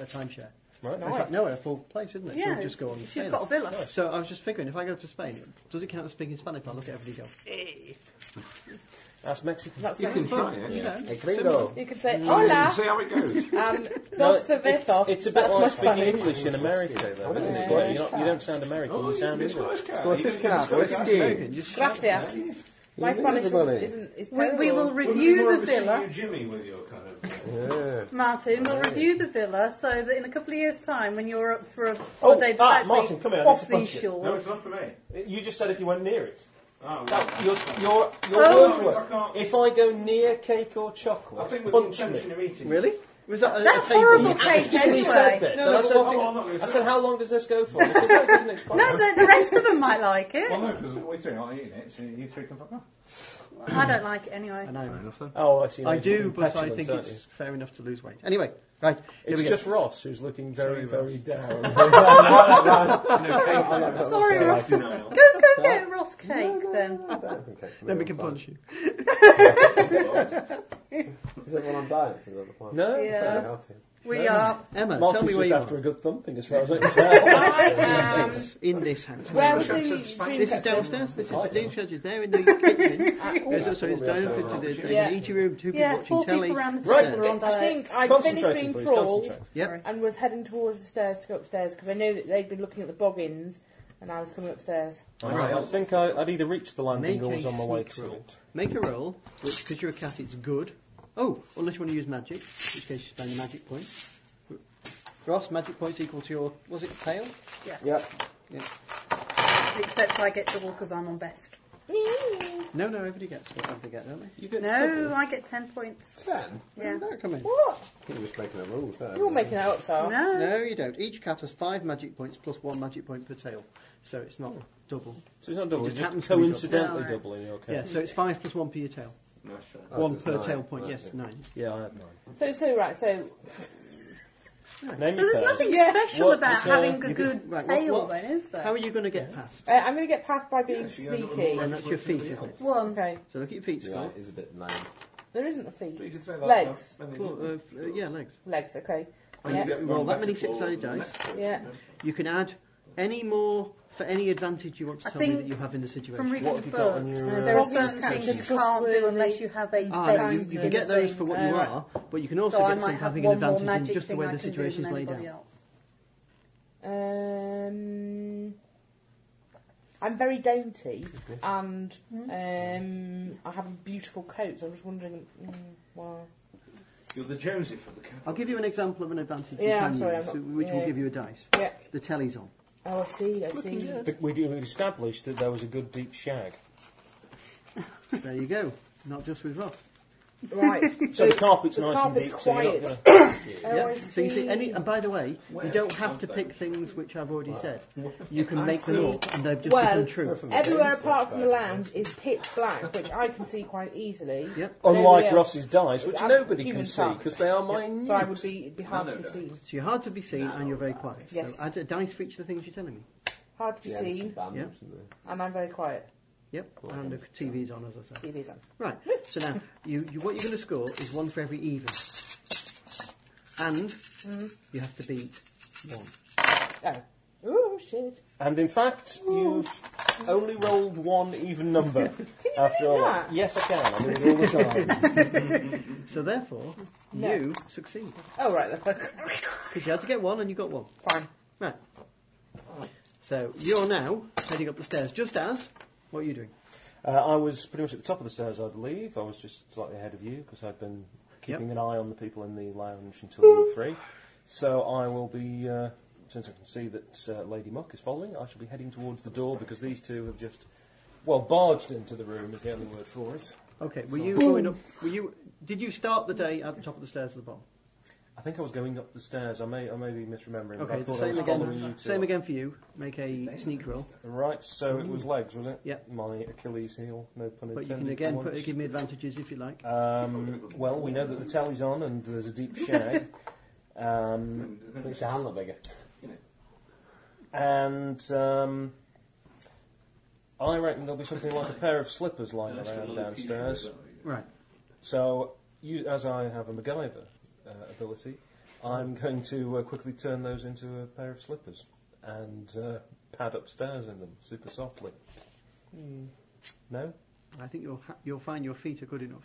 [SPEAKER 2] a timeshare.
[SPEAKER 4] Right?
[SPEAKER 2] In fact, no, a full place, isn't it? So
[SPEAKER 7] Yeah,
[SPEAKER 2] we'll just go on and
[SPEAKER 7] she's
[SPEAKER 2] stay
[SPEAKER 7] got a
[SPEAKER 2] there.
[SPEAKER 7] villa.
[SPEAKER 2] So I was just figuring, if I go to Spain, does it count as speaking Spanish? I look at everybody and go, eh.
[SPEAKER 4] That's Mexican.
[SPEAKER 7] That's
[SPEAKER 6] You
[SPEAKER 7] nice.
[SPEAKER 6] can try it.
[SPEAKER 2] You know, similar.
[SPEAKER 5] Hey, gringo.
[SPEAKER 7] You could say
[SPEAKER 6] And
[SPEAKER 7] hola,
[SPEAKER 6] See how it goes.
[SPEAKER 7] um,
[SPEAKER 4] No,
[SPEAKER 7] dos cervezas.
[SPEAKER 4] it's a bit
[SPEAKER 7] That's
[SPEAKER 4] like
[SPEAKER 7] much
[SPEAKER 4] speaking
[SPEAKER 7] funnier.
[SPEAKER 4] English in America, though. Isn't it?
[SPEAKER 7] Yeah.
[SPEAKER 4] You, don't, you don't sound American,
[SPEAKER 6] Oh,
[SPEAKER 4] you sound English.
[SPEAKER 5] Scottish cat.
[SPEAKER 2] American, you just-
[SPEAKER 7] Gracias. My
[SPEAKER 5] Yeah,
[SPEAKER 7] Spanish
[SPEAKER 5] everybody.
[SPEAKER 7] isn't. Is
[SPEAKER 3] We, we will
[SPEAKER 7] terrible.
[SPEAKER 3] review the villa,
[SPEAKER 8] Jimmy with your kind of.
[SPEAKER 5] Yeah.
[SPEAKER 7] Martin, we'll review the villa so that in a couple of years' time, when you're up for a
[SPEAKER 4] Oh,
[SPEAKER 7] holiday
[SPEAKER 4] ah,
[SPEAKER 7] that's
[SPEAKER 4] Martin, come here, I need
[SPEAKER 7] off
[SPEAKER 4] to
[SPEAKER 7] these
[SPEAKER 4] punch you.
[SPEAKER 8] No,
[SPEAKER 7] shores,
[SPEAKER 8] it's not for me.
[SPEAKER 6] Oh,
[SPEAKER 4] You just said if you went near it.
[SPEAKER 8] Oh,
[SPEAKER 4] That,
[SPEAKER 8] right.
[SPEAKER 4] your your, your
[SPEAKER 7] Oh.
[SPEAKER 4] words were, if I go near cake or chocolate,
[SPEAKER 8] I think we've been
[SPEAKER 4] punch me.
[SPEAKER 8] tempting a meeting.
[SPEAKER 2] Really? Was that a,
[SPEAKER 7] that's
[SPEAKER 2] a table?
[SPEAKER 7] horrible cake
[SPEAKER 4] Actually said
[SPEAKER 7] anyway.
[SPEAKER 4] this.
[SPEAKER 8] No,
[SPEAKER 4] and
[SPEAKER 6] Oh,
[SPEAKER 8] no,
[SPEAKER 4] I,
[SPEAKER 8] but
[SPEAKER 4] said,
[SPEAKER 8] what- I'm not gonna
[SPEAKER 4] I
[SPEAKER 8] say
[SPEAKER 4] said,
[SPEAKER 8] it.
[SPEAKER 4] how long does this go for? He said, that doesn't expire.
[SPEAKER 7] No, the, the rest of them might like
[SPEAKER 8] Well,
[SPEAKER 7] it.
[SPEAKER 8] no, because we three
[SPEAKER 6] "Oh,
[SPEAKER 8] aren't eating it, so you three can fuck off.
[SPEAKER 7] I don't like it anyway.
[SPEAKER 2] I know.
[SPEAKER 6] Enough then.
[SPEAKER 4] Oh, I see.
[SPEAKER 2] I
[SPEAKER 4] He's
[SPEAKER 2] do,
[SPEAKER 4] looking
[SPEAKER 2] but I
[SPEAKER 4] petulant,
[SPEAKER 2] think
[SPEAKER 4] aren't you?
[SPEAKER 2] it's fair enough to lose weight. Anyway, right, here
[SPEAKER 4] It's
[SPEAKER 2] we go.
[SPEAKER 4] just Ross who's looking very,
[SPEAKER 2] Sorry,
[SPEAKER 4] very down.
[SPEAKER 7] Sorry, Ross. Go,
[SPEAKER 8] Denial.
[SPEAKER 7] go get Ross cake then.
[SPEAKER 2] then we can punch you.
[SPEAKER 5] Is everyone on diet? Is that the plan?
[SPEAKER 4] no,
[SPEAKER 7] Yeah.
[SPEAKER 5] Very healthy.
[SPEAKER 7] We are.
[SPEAKER 2] Emma,
[SPEAKER 4] Martin's
[SPEAKER 2] tell me
[SPEAKER 4] just
[SPEAKER 2] where you
[SPEAKER 4] after
[SPEAKER 2] are.
[SPEAKER 4] a good thumping, as far as I can tell.
[SPEAKER 7] I am.
[SPEAKER 2] In this house.
[SPEAKER 7] Where was the
[SPEAKER 6] This is
[SPEAKER 7] dream
[SPEAKER 2] This is
[SPEAKER 7] catcher?
[SPEAKER 2] downstairs. This is the Dean's Church. It's there in the kitchen. There's also it's down to the, the
[SPEAKER 7] Yeah.
[SPEAKER 2] eating room. Two people
[SPEAKER 7] Yeah,
[SPEAKER 2] watching
[SPEAKER 7] four
[SPEAKER 2] telly.
[SPEAKER 7] people around the
[SPEAKER 4] Right.
[SPEAKER 7] table were on
[SPEAKER 3] I
[SPEAKER 7] I think I'd finished
[SPEAKER 4] Concentrating,
[SPEAKER 7] being
[SPEAKER 4] please.
[SPEAKER 7] thralled
[SPEAKER 4] Concentrate.
[SPEAKER 2] Yep.
[SPEAKER 7] and was heading towards the stairs to go upstairs because I know that they'd been looking at the boggins and I was coming upstairs.
[SPEAKER 4] Right, I think I, I'd either reached the landing
[SPEAKER 2] Make
[SPEAKER 4] or was
[SPEAKER 2] a
[SPEAKER 4] on my way
[SPEAKER 2] sneak
[SPEAKER 4] to
[SPEAKER 2] roll.
[SPEAKER 4] it.
[SPEAKER 2] Make a roll, which, because you're a cat, it's good. Oh, unless you want to use magic, in which case you spend the magic point. Ross, magic points equal to your, was it tail?
[SPEAKER 5] Yep.
[SPEAKER 2] Yeah.
[SPEAKER 3] except I get double because I'm on best.
[SPEAKER 2] No, no, everybody gets what they get, don't they?
[SPEAKER 6] You get
[SPEAKER 9] No, I get 10 points.
[SPEAKER 5] Ten?
[SPEAKER 9] Yeah.
[SPEAKER 2] No, come in.
[SPEAKER 7] What?
[SPEAKER 5] You're just making the rules there.
[SPEAKER 7] You're making that up, Sal.
[SPEAKER 9] No.
[SPEAKER 2] No, you don't. Each cat has five magic points plus one magic point per tail, so it's not double.
[SPEAKER 4] So it's not double,
[SPEAKER 2] It
[SPEAKER 4] it's
[SPEAKER 2] just
[SPEAKER 4] just,
[SPEAKER 2] happens to be
[SPEAKER 4] coincidentally
[SPEAKER 9] double.
[SPEAKER 4] double in your
[SPEAKER 2] Yeah,
[SPEAKER 4] case.
[SPEAKER 2] so it's five plus one per your tail.
[SPEAKER 6] No, sure.
[SPEAKER 5] Oh, so
[SPEAKER 2] one
[SPEAKER 5] it's
[SPEAKER 2] per
[SPEAKER 5] nine.
[SPEAKER 2] tail point,
[SPEAKER 5] Right,
[SPEAKER 2] yes,
[SPEAKER 5] yeah.
[SPEAKER 2] nine.
[SPEAKER 4] Yeah, I have nine.
[SPEAKER 7] So, so right, so
[SPEAKER 4] Name
[SPEAKER 9] So
[SPEAKER 4] your
[SPEAKER 9] there's
[SPEAKER 4] pairs.
[SPEAKER 9] nothing
[SPEAKER 7] Yeah.
[SPEAKER 9] special
[SPEAKER 4] What,
[SPEAKER 9] about
[SPEAKER 4] so
[SPEAKER 9] having a
[SPEAKER 2] You get-
[SPEAKER 9] good
[SPEAKER 2] right, what-
[SPEAKER 9] tail,
[SPEAKER 2] what-
[SPEAKER 9] then, is there?
[SPEAKER 2] How are you going to get past?
[SPEAKER 7] uh, I'm going to get passed by being
[SPEAKER 8] you end up with
[SPEAKER 7] sneaky.
[SPEAKER 8] all
[SPEAKER 2] And that's your feet, isn't it?
[SPEAKER 9] One.
[SPEAKER 7] Okay,
[SPEAKER 2] So look at your feet,
[SPEAKER 5] Yeah,
[SPEAKER 2] Scott.
[SPEAKER 5] it is a bit lame.
[SPEAKER 7] there isn't a
[SPEAKER 8] But you
[SPEAKER 7] feet.
[SPEAKER 8] could say that.
[SPEAKER 7] Legs.
[SPEAKER 8] now, and then
[SPEAKER 2] Well,
[SPEAKER 8] you-
[SPEAKER 2] uh, f- uh, yeah, legs.
[SPEAKER 7] Legs, okay.
[SPEAKER 8] and you
[SPEAKER 7] Yeah.
[SPEAKER 8] get
[SPEAKER 2] Roll
[SPEAKER 8] one
[SPEAKER 2] that many
[SPEAKER 8] basketball
[SPEAKER 2] six-sided
[SPEAKER 8] and the
[SPEAKER 2] dice.
[SPEAKER 8] next person,
[SPEAKER 7] Yeah.
[SPEAKER 8] don't you?
[SPEAKER 2] You can add any more for any advantage you want to
[SPEAKER 9] I
[SPEAKER 2] tell me that
[SPEAKER 9] think
[SPEAKER 2] you have in the situation.
[SPEAKER 9] From reading the
[SPEAKER 4] What have you got
[SPEAKER 9] book,
[SPEAKER 4] on your, uh,
[SPEAKER 9] there are
[SPEAKER 7] Robin's
[SPEAKER 9] certain
[SPEAKER 7] cat
[SPEAKER 9] things
[SPEAKER 7] is
[SPEAKER 9] you can't do
[SPEAKER 7] trustworthy.
[SPEAKER 9] unless you have a
[SPEAKER 2] Ah, no,
[SPEAKER 9] base
[SPEAKER 2] you, you can get those for what
[SPEAKER 7] Uh,
[SPEAKER 2] you
[SPEAKER 7] right.
[SPEAKER 2] are, but you can also
[SPEAKER 9] So I
[SPEAKER 2] get some
[SPEAKER 9] might have
[SPEAKER 2] having an
[SPEAKER 9] one more
[SPEAKER 2] advantage in
[SPEAKER 9] magic
[SPEAKER 2] just the
[SPEAKER 9] thing
[SPEAKER 2] way
[SPEAKER 9] I
[SPEAKER 2] the
[SPEAKER 9] can do
[SPEAKER 2] situation
[SPEAKER 9] than
[SPEAKER 2] is laid out.
[SPEAKER 9] anybody else.
[SPEAKER 7] Um, I'm very dainty and
[SPEAKER 9] Hmm?
[SPEAKER 7] um, I have a beautiful coat, so I'm just wondering mm, why.
[SPEAKER 8] You're the Jonesy for the cat.
[SPEAKER 2] I'll give you an example of an advantage
[SPEAKER 7] Yeah,
[SPEAKER 2] you
[SPEAKER 7] I'm
[SPEAKER 2] can
[SPEAKER 7] sorry,
[SPEAKER 2] use,
[SPEAKER 7] I'm not-
[SPEAKER 2] which will
[SPEAKER 7] yeah.
[SPEAKER 2] give you a dice.
[SPEAKER 7] Yeah.
[SPEAKER 2] The telly's on.
[SPEAKER 7] Oh, I see, I see.
[SPEAKER 4] But we, we established that there was a good deep shag.
[SPEAKER 2] There you go. Not just with Ross.
[SPEAKER 7] Right.
[SPEAKER 4] So the carpet's
[SPEAKER 7] the
[SPEAKER 4] nice
[SPEAKER 7] carpet's
[SPEAKER 4] and deep,
[SPEAKER 7] quiet.
[SPEAKER 4] so you're not gonna-
[SPEAKER 7] Oh, I
[SPEAKER 2] Yeah. So you see, any,
[SPEAKER 7] see.
[SPEAKER 2] and by the way, you
[SPEAKER 8] Where?
[SPEAKER 2] don't have to
[SPEAKER 8] Something.
[SPEAKER 2] pick things which I've already said. You can make them
[SPEAKER 8] see.
[SPEAKER 2] up, and they've just
[SPEAKER 7] Well,
[SPEAKER 2] become true.
[SPEAKER 7] everywhere apart from the lounge is pitch black, which I can see quite easily.
[SPEAKER 2] Yep.
[SPEAKER 4] Unlike
[SPEAKER 7] Nobody else.
[SPEAKER 4] Ross's dice, which
[SPEAKER 7] I'm
[SPEAKER 4] nobody
[SPEAKER 7] human
[SPEAKER 4] can see
[SPEAKER 7] size.
[SPEAKER 4] because they are mine.
[SPEAKER 7] So I would be, it'd be hard
[SPEAKER 8] No,
[SPEAKER 7] to be
[SPEAKER 8] no, no.
[SPEAKER 7] seen.
[SPEAKER 2] So you're hard to be seen, and you're very quiet.
[SPEAKER 7] Yes.
[SPEAKER 2] So add a dice for each of the things you're telling me.
[SPEAKER 7] Hard to be
[SPEAKER 5] Yeah,
[SPEAKER 7] seen,
[SPEAKER 2] Yeah.
[SPEAKER 7] and I'm very quiet.
[SPEAKER 2] Yep. And if TV's on, as I said.
[SPEAKER 7] TV's on.
[SPEAKER 2] Right. So now, you, you what you're going to score is one for every even, and
[SPEAKER 7] Mm-hmm.
[SPEAKER 2] you have to beat one.
[SPEAKER 7] Oh. Oh, shit.
[SPEAKER 4] And in fact, you've
[SPEAKER 7] Oh.
[SPEAKER 4] only rolled one even number. after
[SPEAKER 7] do
[SPEAKER 4] all,
[SPEAKER 7] that?
[SPEAKER 4] yes, I can. I do it all the time.
[SPEAKER 2] So therefore,
[SPEAKER 7] No.
[SPEAKER 2] you succeed
[SPEAKER 7] Oh, right, look.
[SPEAKER 2] because you had to get one, and you got one.
[SPEAKER 7] Fine.
[SPEAKER 2] Right. So you're now heading up the stairs, just as what are you doing?
[SPEAKER 4] uh, I was pretty much at the top of the stairs, I believe. I was just slightly ahead of you because I'd been keeping an eye on the people in the lounge until you were free. So I will be, uh, since I can see that uh, Lady Muck is following, I shall be heading towards the door because these two have just, well, barged into the room is the only word for it.
[SPEAKER 2] Okay. Were you going up? Were you? Did you start the day at the top of the stairs or the bottom?
[SPEAKER 4] I think I was going up the stairs. I may, I may be misremembering. but
[SPEAKER 2] Okay.
[SPEAKER 4] I
[SPEAKER 2] The
[SPEAKER 4] thought I
[SPEAKER 2] same
[SPEAKER 4] was following you
[SPEAKER 2] again.
[SPEAKER 4] two
[SPEAKER 2] Same
[SPEAKER 4] up.
[SPEAKER 2] again for you. Make a sneak roll,
[SPEAKER 4] Right, so it was legs, was it?
[SPEAKER 2] Yep.
[SPEAKER 4] My Achilles heel, no pun intended.
[SPEAKER 2] but you can
[SPEAKER 4] for
[SPEAKER 2] again
[SPEAKER 4] once.
[SPEAKER 2] put, give me advantages if you like.
[SPEAKER 4] Um, well, we know that the tally's on and there's a deep shag. um,
[SPEAKER 5] Makes your hand look bigger.
[SPEAKER 4] and um, I reckon there'll be something like a pair of slippers lying
[SPEAKER 8] That's for
[SPEAKER 4] around
[SPEAKER 8] little
[SPEAKER 4] downstairs.
[SPEAKER 8] people, isn't it?
[SPEAKER 2] Right.
[SPEAKER 4] So, you, as I have a MacGyver uh, ability, I'm going to uh, quickly turn those into a pair of slippers and uh, pad upstairs in them super softly.
[SPEAKER 2] Hmm.
[SPEAKER 4] No?
[SPEAKER 2] I think you'll ha- you'll find your feet are good enough.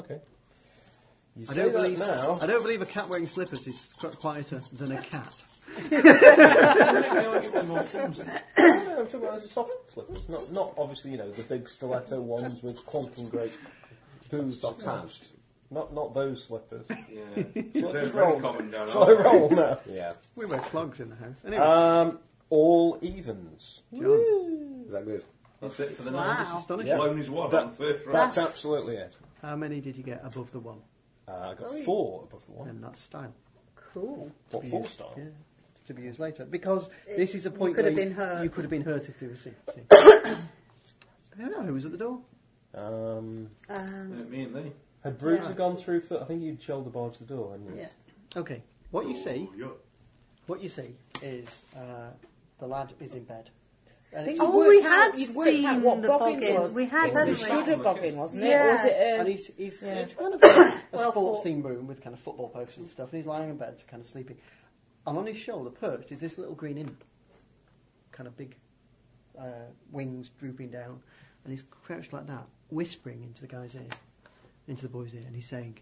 [SPEAKER 4] Okay. You
[SPEAKER 2] I
[SPEAKER 4] say
[SPEAKER 2] don't
[SPEAKER 4] that
[SPEAKER 2] believe
[SPEAKER 4] now.
[SPEAKER 2] I don't believe a cat wearing slippers is qu- quieter than a cat.
[SPEAKER 4] No, I'm talking about soft slippers, not, not obviously you know the big stiletto ones with clunking great hooves attached. Not not those slippers.
[SPEAKER 8] Yeah. So
[SPEAKER 4] Just
[SPEAKER 8] it's very
[SPEAKER 4] roll.
[SPEAKER 8] common down
[SPEAKER 4] Shall I
[SPEAKER 8] our-
[SPEAKER 4] roll now?
[SPEAKER 5] Yeah.
[SPEAKER 2] We wear clogs in the house. Anyway,
[SPEAKER 4] Um, all evens.
[SPEAKER 2] John,
[SPEAKER 5] Is that good?
[SPEAKER 8] That's it for the
[SPEAKER 9] Wow.
[SPEAKER 8] night.
[SPEAKER 2] astonishing.
[SPEAKER 4] Yeah.
[SPEAKER 8] Blown his wad
[SPEAKER 4] That-
[SPEAKER 8] on first round.
[SPEAKER 4] That's absolutely it.
[SPEAKER 2] How many did you get above the one?
[SPEAKER 4] Uh, I got four above the one.
[SPEAKER 2] Then that's style.
[SPEAKER 9] Cool.
[SPEAKER 4] What four style?
[SPEAKER 2] Yeah, to be used later. Because this is a point
[SPEAKER 9] could
[SPEAKER 2] where
[SPEAKER 9] have
[SPEAKER 2] you-
[SPEAKER 9] been hurt.
[SPEAKER 2] you could have been hurt if they were seen. seen. I don't know who was at the door.
[SPEAKER 4] Um,
[SPEAKER 9] Um,
[SPEAKER 8] Uh, Me and thee.
[SPEAKER 4] had Bruiser gone through? For, I think you'd shoulder barged the door, hadn't you?
[SPEAKER 9] yeah.
[SPEAKER 2] Okay, what you see,
[SPEAKER 8] Oh, you're-
[SPEAKER 2] what you see is uh, the lad is in bed. And,
[SPEAKER 7] think
[SPEAKER 2] it's,
[SPEAKER 7] you
[SPEAKER 9] Oh,
[SPEAKER 7] worked
[SPEAKER 9] we
[SPEAKER 7] out-
[SPEAKER 9] had
[SPEAKER 7] you'd worked out
[SPEAKER 9] seen
[SPEAKER 7] what
[SPEAKER 9] the
[SPEAKER 7] boggin
[SPEAKER 9] boggin.
[SPEAKER 7] was.
[SPEAKER 9] We had,
[SPEAKER 7] It was a
[SPEAKER 9] hadn't we?
[SPEAKER 7] shudder boggin, wasn't it?
[SPEAKER 9] Yeah.
[SPEAKER 7] Or was it um,
[SPEAKER 2] and
[SPEAKER 7] a,
[SPEAKER 2] he's, he's
[SPEAKER 7] Yeah.
[SPEAKER 2] it's kind of a,
[SPEAKER 9] Well
[SPEAKER 2] sports
[SPEAKER 9] thought.
[SPEAKER 2] themed room with kind of football posters and stuff, and he's lying in bed, so kind of sleeping. And on his shoulder, perched, is this little green imp, kind of big uh, wings drooping down, and he's crouched like that, whispering into the guy's ear, into the boy's ear, and he's saying,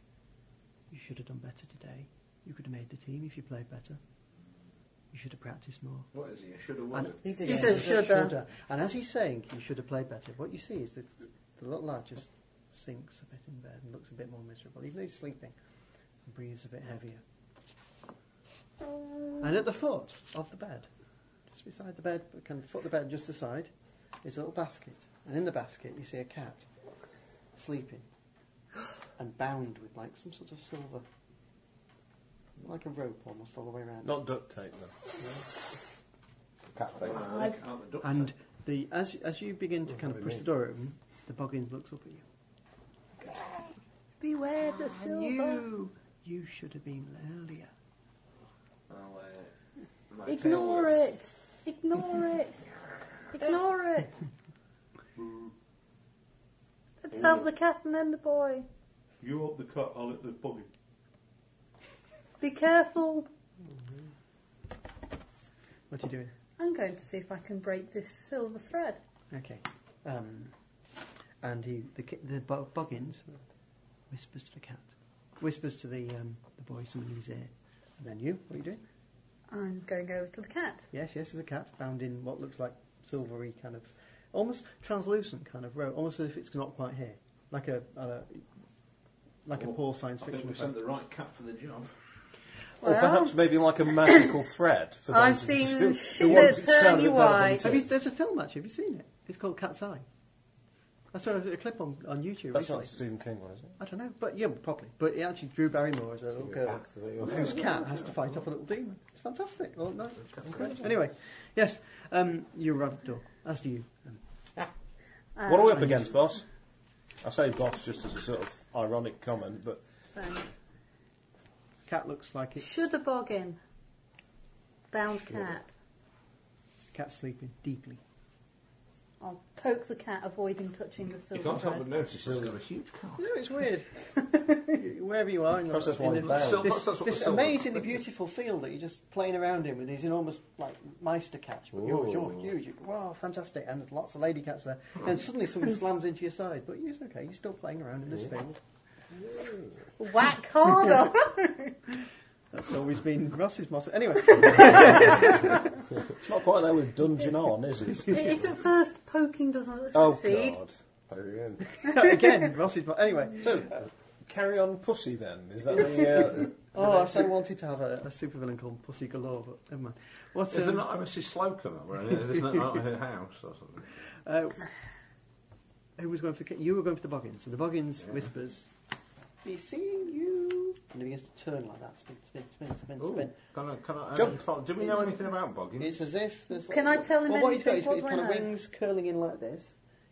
[SPEAKER 2] "You should have done better today. You could have made the team if you played better. You should have practiced more."
[SPEAKER 8] What is he? I should have
[SPEAKER 2] And
[SPEAKER 8] wondered.
[SPEAKER 7] he's a
[SPEAKER 9] He's
[SPEAKER 7] yeah.
[SPEAKER 9] a shudder.
[SPEAKER 2] And as he's saying, you should have played better, what you see is that the little lad just sinks a bit in bed and looks a bit more miserable, even though he's sleeping, and breathes a bit heavier. And at the foot of the bed, just beside the bed, but kind of foot of the bed just aside, is a little basket And in the basket, you see a cat sleeping and bound with like some sort of silver, like a rope almost all the way around.
[SPEAKER 4] Not duct tape, though.
[SPEAKER 5] Cat thing.
[SPEAKER 2] And the as as you begin to kind of
[SPEAKER 5] what do you
[SPEAKER 2] push the
[SPEAKER 5] mean?
[SPEAKER 2] door open, the Boggins looks up at you.
[SPEAKER 9] Beware the
[SPEAKER 2] And
[SPEAKER 9] silver.
[SPEAKER 2] you, you should have been earlier.
[SPEAKER 8] uh,
[SPEAKER 9] Ignore it. Ignore it. Ignore it. Let's help the cat and then the boy.
[SPEAKER 8] You up the cut, I'll let the buggy.
[SPEAKER 9] Be careful.
[SPEAKER 2] What are you doing?
[SPEAKER 9] I'm going to see if I can break this silver thread.
[SPEAKER 2] Okay. Um, and he, the ki- the Bo- Boggins whispers to the cat, whispers to the um, the boy something in his ear, and then you. What are you doing?
[SPEAKER 9] I'm going over to the cat.
[SPEAKER 2] Yes, yes, there's a cat bound in what looks like silvery kind of, almost translucent kind of rope, almost as if it's not quite here, like a uh, like a
[SPEAKER 8] Oh,
[SPEAKER 2] poor science
[SPEAKER 8] I think
[SPEAKER 2] fiction.
[SPEAKER 8] we
[SPEAKER 2] film.
[SPEAKER 8] sent the right cat for the job.
[SPEAKER 4] Or perhaps maybe like a magical thread for those
[SPEAKER 9] I've
[SPEAKER 4] of us
[SPEAKER 9] seen
[SPEAKER 4] who-
[SPEAKER 9] shit
[SPEAKER 4] who wants
[SPEAKER 9] that
[SPEAKER 4] it sounded
[SPEAKER 9] turn you
[SPEAKER 4] relevant.
[SPEAKER 2] Have you, there's a film actually. Have you seen it? It's called Cat's Eye. I saw a clip on, on YouTube
[SPEAKER 4] That's
[SPEAKER 2] recently.
[SPEAKER 4] not Stephen King, one, is it?
[SPEAKER 2] I don't know, but yeah, probably. But it actually drew Barrymore as a little girl
[SPEAKER 5] Cats, is it?
[SPEAKER 2] whose cat has to fight off a little demon. It's fantastic. Well, no, it's great. Anyway, yes, um, you arrive at the door. As do you. Um,
[SPEAKER 9] Um,
[SPEAKER 4] What are we up against, boss? I say boss just as a sort of ironic comment, but
[SPEAKER 9] um,
[SPEAKER 2] cat looks like it's
[SPEAKER 9] Should a boggin. Bound cat.
[SPEAKER 2] cat's sleeping deeply.
[SPEAKER 9] I'll poke the cat, avoiding touching the
[SPEAKER 8] You
[SPEAKER 9] silver
[SPEAKER 8] can't help
[SPEAKER 9] thread.
[SPEAKER 8] but notice it's got a huge cut.
[SPEAKER 2] You know, it's weird. Wherever you are in, the,
[SPEAKER 4] Perhaps that's why
[SPEAKER 2] in
[SPEAKER 4] I'm
[SPEAKER 2] the,
[SPEAKER 4] bound.
[SPEAKER 2] this,
[SPEAKER 6] Perhaps that's what
[SPEAKER 2] this
[SPEAKER 6] the silver-
[SPEAKER 2] amazingly beautiful field that you're just playing around in with these enormous like meister cats. But you're, you're
[SPEAKER 5] Ooh.
[SPEAKER 2] huge. You- Wow, fantastic! And there's lots of lady cats there. And suddenly something slams into your side. But it's okay. You're still playing around in this field.
[SPEAKER 9] Whack harder.
[SPEAKER 2] That's always been Ross's motto. Anyway.
[SPEAKER 4] it's not quite there with Dungeon On, is it?
[SPEAKER 9] if at first poking doesn't
[SPEAKER 4] oh,
[SPEAKER 9] succeed,
[SPEAKER 4] God.
[SPEAKER 5] Put it in.
[SPEAKER 2] Again, Ross's. But anyway,
[SPEAKER 4] So, uh, carry on pussy then? Is that the. Uh,
[SPEAKER 2] oh, I so wanted to have a, a supervillain called Pussy Galore, but never mind. What's
[SPEAKER 6] Is there
[SPEAKER 2] um,
[SPEAKER 6] not a Mrs. Slocum over there? Is this not out of her house or something?
[SPEAKER 2] uh, who was going for the? ki- You were going for the Boggins. So the Boggins whispers, "Be seeing you," and he begins to turn like that, spin, spin, spin, spin,
[SPEAKER 6] Ooh, Mm-hmm.
[SPEAKER 2] spin.
[SPEAKER 6] can I, can I,
[SPEAKER 2] Jump.
[SPEAKER 6] um, do we know anything about Boggins?
[SPEAKER 2] It's as if there's.
[SPEAKER 9] Can I tell him
[SPEAKER 2] Well, what he's got,
[SPEAKER 9] anything?
[SPEAKER 2] he's got his
[SPEAKER 9] What
[SPEAKER 2] kind
[SPEAKER 9] do
[SPEAKER 2] of
[SPEAKER 9] I know?
[SPEAKER 2] wings curling in like this.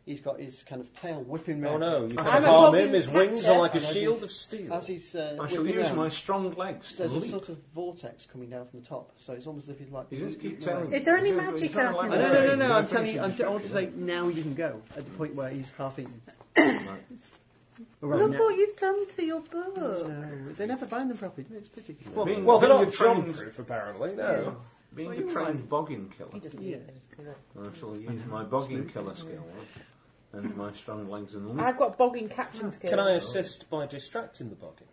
[SPEAKER 2] He's got his kind of tail whipping
[SPEAKER 4] oh
[SPEAKER 2] round.
[SPEAKER 4] no, you
[SPEAKER 7] I'm
[SPEAKER 4] can't
[SPEAKER 7] a
[SPEAKER 4] harm
[SPEAKER 7] Boggins
[SPEAKER 4] him. His wings
[SPEAKER 7] catcher.
[SPEAKER 4] are like a
[SPEAKER 2] And I
[SPEAKER 4] shield
[SPEAKER 2] just-
[SPEAKER 4] of steel.
[SPEAKER 2] As he's uh,
[SPEAKER 6] I shall
[SPEAKER 2] whipping
[SPEAKER 6] use
[SPEAKER 2] round,
[SPEAKER 6] my strong legs to
[SPEAKER 2] There's a
[SPEAKER 6] leap.
[SPEAKER 2] sort of vortex coming down from the top, so it's almost as if he's like.
[SPEAKER 6] You just keep
[SPEAKER 2] eating away.
[SPEAKER 6] telling
[SPEAKER 9] Is there
[SPEAKER 6] me.
[SPEAKER 9] any
[SPEAKER 6] You're
[SPEAKER 9] magic
[SPEAKER 6] trying to
[SPEAKER 9] out
[SPEAKER 6] like
[SPEAKER 9] in
[SPEAKER 2] Oh,
[SPEAKER 9] it?
[SPEAKER 2] no,
[SPEAKER 6] me.
[SPEAKER 2] no, no, no!
[SPEAKER 6] You're
[SPEAKER 2] I'm telling
[SPEAKER 6] finishing
[SPEAKER 2] you, I'm t- I want to
[SPEAKER 6] description.
[SPEAKER 2] say now you can go at the point where he's half eaten. All right,
[SPEAKER 9] look
[SPEAKER 2] now-
[SPEAKER 9] what you've done to your book.
[SPEAKER 2] No, they never bind them properly, do they? It's pity.
[SPEAKER 4] Well,
[SPEAKER 6] Being-
[SPEAKER 4] well, they're
[SPEAKER 6] being
[SPEAKER 4] not
[SPEAKER 6] a trained-
[SPEAKER 4] Trump-proof, apparently, no.
[SPEAKER 6] Being
[SPEAKER 2] Well,
[SPEAKER 6] a
[SPEAKER 2] you're
[SPEAKER 6] trained
[SPEAKER 2] right.
[SPEAKER 6] bogging
[SPEAKER 7] He
[SPEAKER 6] killer,
[SPEAKER 7] doesn't
[SPEAKER 2] Yeah.
[SPEAKER 7] need this.
[SPEAKER 6] I shall use my bogging killer skills and my strong legs and leap.
[SPEAKER 7] I've got bogging catching skills.
[SPEAKER 4] Can I assist by distracting the boggin?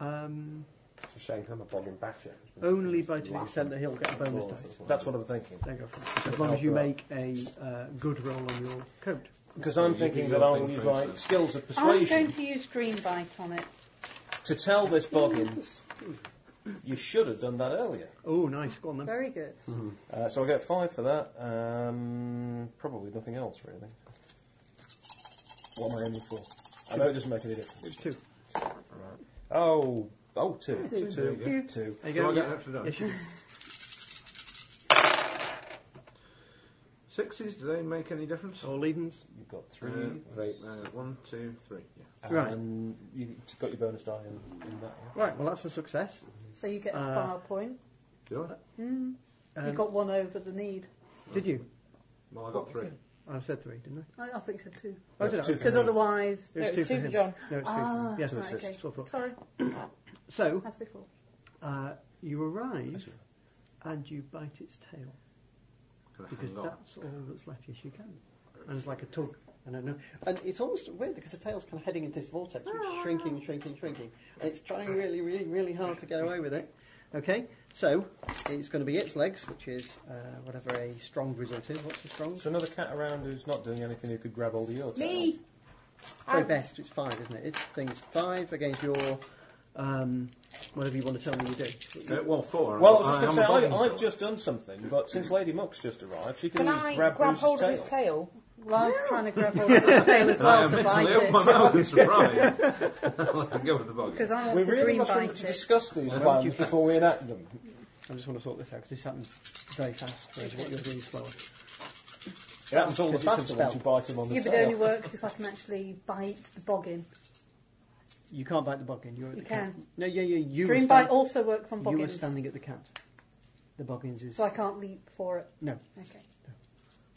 [SPEAKER 2] Um,
[SPEAKER 5] It's a shame I'm a bogging basher.
[SPEAKER 2] only by to the extent that he'll get a bonus dice.
[SPEAKER 4] That's what I'm thinking.
[SPEAKER 2] There you go. As long as you make a uh, good roll on your code.
[SPEAKER 4] Because I'm
[SPEAKER 6] you
[SPEAKER 4] thinking
[SPEAKER 6] do
[SPEAKER 4] that
[SPEAKER 6] your
[SPEAKER 4] I
[SPEAKER 6] thing
[SPEAKER 4] will use
[SPEAKER 6] first,
[SPEAKER 4] my
[SPEAKER 6] then.
[SPEAKER 4] skills of
[SPEAKER 9] I'm
[SPEAKER 4] persuasion
[SPEAKER 9] going to use dream bite on it.
[SPEAKER 4] to tell this boggin, you should have done that earlier.
[SPEAKER 2] Oh, nice. Go on then.
[SPEAKER 9] Very good.
[SPEAKER 4] Uh, so I get five for that. Um, probably nothing else, really. What am I aiming for? I know it doesn't make any difference.
[SPEAKER 2] It's two.
[SPEAKER 4] Oh, oh, two, two, two,
[SPEAKER 6] There you
[SPEAKER 4] two. two.
[SPEAKER 2] There you
[SPEAKER 6] Do
[SPEAKER 2] go.
[SPEAKER 6] I get an extra
[SPEAKER 2] Yes,
[SPEAKER 6] dice?
[SPEAKER 2] you do.
[SPEAKER 6] Sixes, do they make any difference?
[SPEAKER 2] All evens.
[SPEAKER 4] You've got three.
[SPEAKER 6] Three, three, uh, one, two, three. Yeah.
[SPEAKER 2] Right.
[SPEAKER 4] And you have got your bonus die in, in that. Yeah?
[SPEAKER 2] Right, well, that's a success.
[SPEAKER 9] So you get a
[SPEAKER 2] Uh,
[SPEAKER 9] style point.
[SPEAKER 6] Do I?
[SPEAKER 9] you
[SPEAKER 2] Um,
[SPEAKER 9] got one over the need.
[SPEAKER 2] Did you?
[SPEAKER 6] Well, I got three.
[SPEAKER 2] I said three, didn't I?
[SPEAKER 9] I, I think so too.
[SPEAKER 2] Oh,
[SPEAKER 4] That's
[SPEAKER 2] did I?
[SPEAKER 4] two for
[SPEAKER 9] Because
[SPEAKER 4] me.
[SPEAKER 9] otherwise,
[SPEAKER 7] No,
[SPEAKER 2] It was two for him.
[SPEAKER 7] John.
[SPEAKER 2] No, it's two
[SPEAKER 9] Ah,
[SPEAKER 2] for him. Yeah.
[SPEAKER 9] right, okay.
[SPEAKER 2] That's what I thought.
[SPEAKER 9] Sorry,
[SPEAKER 2] So,
[SPEAKER 9] as before.
[SPEAKER 2] uh, you arrive and you bite its tail.
[SPEAKER 6] Can I
[SPEAKER 2] because
[SPEAKER 6] hang on?
[SPEAKER 2] that's all that's left. Yes, you can. And it's like a tug. And, I know. and it's almost weird because the tail's kind of heading into this vortex, which is shrinking, shrinking, shrinking. And it's trying really, really, really hard to get away with it. Okay, so it's going to be its legs, which is uh, whatever a strong result is. What's the strong?
[SPEAKER 4] There's another cat around who's not doing anything who could grab all the your tail.
[SPEAKER 7] Me.
[SPEAKER 2] Very
[SPEAKER 7] I'm-
[SPEAKER 2] best, it's five, isn't it? It's things five against your um, whatever you want to tell me you do.
[SPEAKER 6] Uh, well, four.
[SPEAKER 4] Well, I
[SPEAKER 6] I'm-
[SPEAKER 4] was
[SPEAKER 6] I'm
[SPEAKER 4] just going
[SPEAKER 6] a
[SPEAKER 4] to say,
[SPEAKER 6] bogging
[SPEAKER 4] I, I've
[SPEAKER 6] killer.
[SPEAKER 4] just done something, but since Lady Muck's just arrived, she can,
[SPEAKER 7] Can
[SPEAKER 4] always
[SPEAKER 7] I
[SPEAKER 4] grab,
[SPEAKER 7] grab
[SPEAKER 4] Bruce's
[SPEAKER 7] hold of
[SPEAKER 4] tail.
[SPEAKER 7] his tail?
[SPEAKER 9] Lars trying to grab hold of the tail as well to bite
[SPEAKER 6] admittedly opened my
[SPEAKER 9] it.
[SPEAKER 6] mouth in surprise. Let's go with the buggy.
[SPEAKER 9] Because I want
[SPEAKER 4] We
[SPEAKER 9] to
[SPEAKER 4] really
[SPEAKER 9] green
[SPEAKER 4] must
[SPEAKER 9] bite
[SPEAKER 4] remember
[SPEAKER 9] it.
[SPEAKER 4] to discuss these plans before we enact them.
[SPEAKER 2] I just want to sort this out because this happens very fast, whereas what you're doing is slower.
[SPEAKER 4] It happens all the
[SPEAKER 2] Because it's a
[SPEAKER 4] faster once
[SPEAKER 2] spell.
[SPEAKER 4] you bite him on the
[SPEAKER 9] Yeah, but it
[SPEAKER 2] Oh.
[SPEAKER 9] only
[SPEAKER 4] tail.
[SPEAKER 9] works if I can actually bite the boggin.
[SPEAKER 2] You can't bite the boggin. You're at
[SPEAKER 9] You
[SPEAKER 2] the cat.
[SPEAKER 9] can.
[SPEAKER 2] No, yeah, yeah. You were
[SPEAKER 9] Green
[SPEAKER 2] stand-
[SPEAKER 9] bite also works on
[SPEAKER 2] You were
[SPEAKER 9] boggins,
[SPEAKER 2] standing at the cat. The boggins is
[SPEAKER 9] so I can't leap for it.
[SPEAKER 2] no,
[SPEAKER 9] Okay.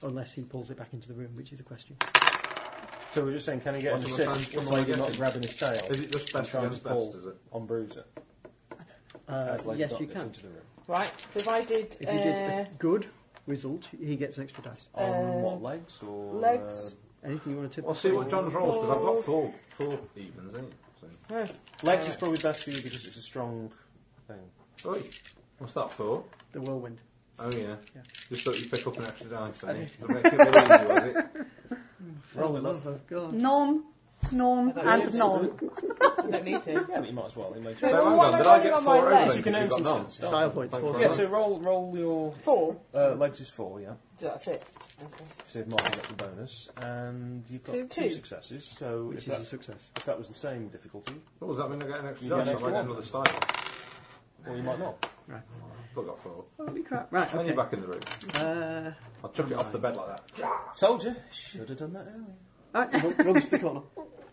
[SPEAKER 2] unless he pulls it back into the room, which is a question.
[SPEAKER 4] So we're just saying, can he get an
[SPEAKER 6] What's the
[SPEAKER 4] assist
[SPEAKER 6] time-
[SPEAKER 4] from
[SPEAKER 6] what's the
[SPEAKER 4] Lady not
[SPEAKER 6] time-
[SPEAKER 4] grabbing his tail?
[SPEAKER 6] Is it just
[SPEAKER 4] and
[SPEAKER 6] best
[SPEAKER 4] trying to
[SPEAKER 6] against
[SPEAKER 4] pull
[SPEAKER 6] best, is it?
[SPEAKER 4] on Bruiser?
[SPEAKER 2] Uh,
[SPEAKER 4] as Lady
[SPEAKER 2] yes,
[SPEAKER 4] Dot
[SPEAKER 2] you
[SPEAKER 4] gets
[SPEAKER 2] can.
[SPEAKER 4] into the room.
[SPEAKER 7] Right, so if I did,
[SPEAKER 2] If
[SPEAKER 7] uh,
[SPEAKER 2] you did a good result, he gets an extra dice.
[SPEAKER 4] On
[SPEAKER 7] Uh,
[SPEAKER 4] what, legs or...?
[SPEAKER 7] legs.
[SPEAKER 4] Uh,
[SPEAKER 2] Anything you want to tip?
[SPEAKER 6] Well, see what John's rolls because I've got four, four evens, ain't it?
[SPEAKER 7] no,
[SPEAKER 4] uh, legs is probably best for you because it's a strong thing.
[SPEAKER 6] So. Oi, what's that for?
[SPEAKER 2] The whirlwind.
[SPEAKER 6] Oh yeah.
[SPEAKER 2] Yeah.
[SPEAKER 6] Just thought you pick up an extra dice, eh?
[SPEAKER 2] did.
[SPEAKER 6] To make it a little easier, was it?
[SPEAKER 4] Roll it,
[SPEAKER 2] love of God.
[SPEAKER 9] Non, non, and non.
[SPEAKER 7] I don't need to.
[SPEAKER 4] Yeah, but you might as well. It makes
[SPEAKER 7] So
[SPEAKER 6] So hang
[SPEAKER 7] what
[SPEAKER 6] on,
[SPEAKER 7] am I
[SPEAKER 6] did I
[SPEAKER 7] rolling
[SPEAKER 6] get
[SPEAKER 7] on
[SPEAKER 6] four
[SPEAKER 7] my
[SPEAKER 6] over?
[SPEAKER 7] legs?
[SPEAKER 4] You can
[SPEAKER 6] You've
[SPEAKER 4] earn
[SPEAKER 6] got
[SPEAKER 4] some
[SPEAKER 6] none.
[SPEAKER 4] style.
[SPEAKER 2] Style points.
[SPEAKER 6] Thanks
[SPEAKER 2] four
[SPEAKER 6] very
[SPEAKER 4] Yeah,
[SPEAKER 2] stars.
[SPEAKER 4] so roll, roll your
[SPEAKER 7] Four.
[SPEAKER 4] uh, legs is four, yeah.
[SPEAKER 7] That's it. Okay.
[SPEAKER 4] See if Martin gets a bonus, and you've got two,
[SPEAKER 7] Two. Two.
[SPEAKER 4] successes. So if
[SPEAKER 2] Which is
[SPEAKER 4] that,
[SPEAKER 2] a success.
[SPEAKER 4] if that was the same difficulty,
[SPEAKER 6] Well, does that mean I get an extra
[SPEAKER 4] You get
[SPEAKER 6] dice?
[SPEAKER 4] an
[SPEAKER 6] I've
[SPEAKER 4] extra
[SPEAKER 6] got
[SPEAKER 4] one.
[SPEAKER 6] another style. I've
[SPEAKER 4] or you might not.
[SPEAKER 2] Right.
[SPEAKER 6] still got four.
[SPEAKER 2] Holy crap. Right,
[SPEAKER 6] When you're
[SPEAKER 2] okay.
[SPEAKER 6] back in the room,
[SPEAKER 2] Uh,
[SPEAKER 6] I'll chuck it off the bed like that.
[SPEAKER 4] Told you. Should have done that earlier.
[SPEAKER 2] right, run- run to the corner.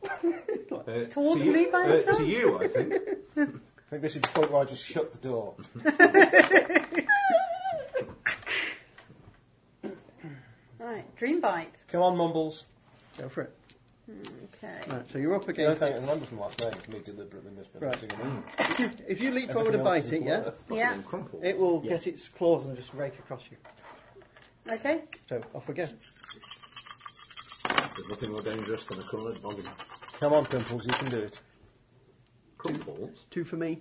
[SPEAKER 6] Uh,
[SPEAKER 9] Towards
[SPEAKER 6] to you,
[SPEAKER 9] me by
[SPEAKER 6] uh, To you, I think.
[SPEAKER 4] I think this is the point where I just shut the door.
[SPEAKER 9] Right, dream bite.
[SPEAKER 4] Come on, Mumbles.
[SPEAKER 2] Go for it.
[SPEAKER 9] Okay.
[SPEAKER 2] Right, so you're up
[SPEAKER 4] The only
[SPEAKER 2] against
[SPEAKER 4] thing I remember from last night is me deliberately mispronouncing
[SPEAKER 2] Right.
[SPEAKER 4] a
[SPEAKER 6] Mm.
[SPEAKER 4] name.
[SPEAKER 2] If you leap
[SPEAKER 4] Everything
[SPEAKER 2] forward and
[SPEAKER 4] else
[SPEAKER 2] bite
[SPEAKER 4] is
[SPEAKER 2] it, yeah,
[SPEAKER 4] blur.
[SPEAKER 9] Yeah.
[SPEAKER 6] And crumple.
[SPEAKER 2] it will get its claws and just rake across you.
[SPEAKER 9] Okay.
[SPEAKER 2] So off we go.
[SPEAKER 6] There's nothing more dangerous than a coloured boggin.
[SPEAKER 4] Come on, Pimples, you can do it.
[SPEAKER 6] Crumples?
[SPEAKER 2] Two for me.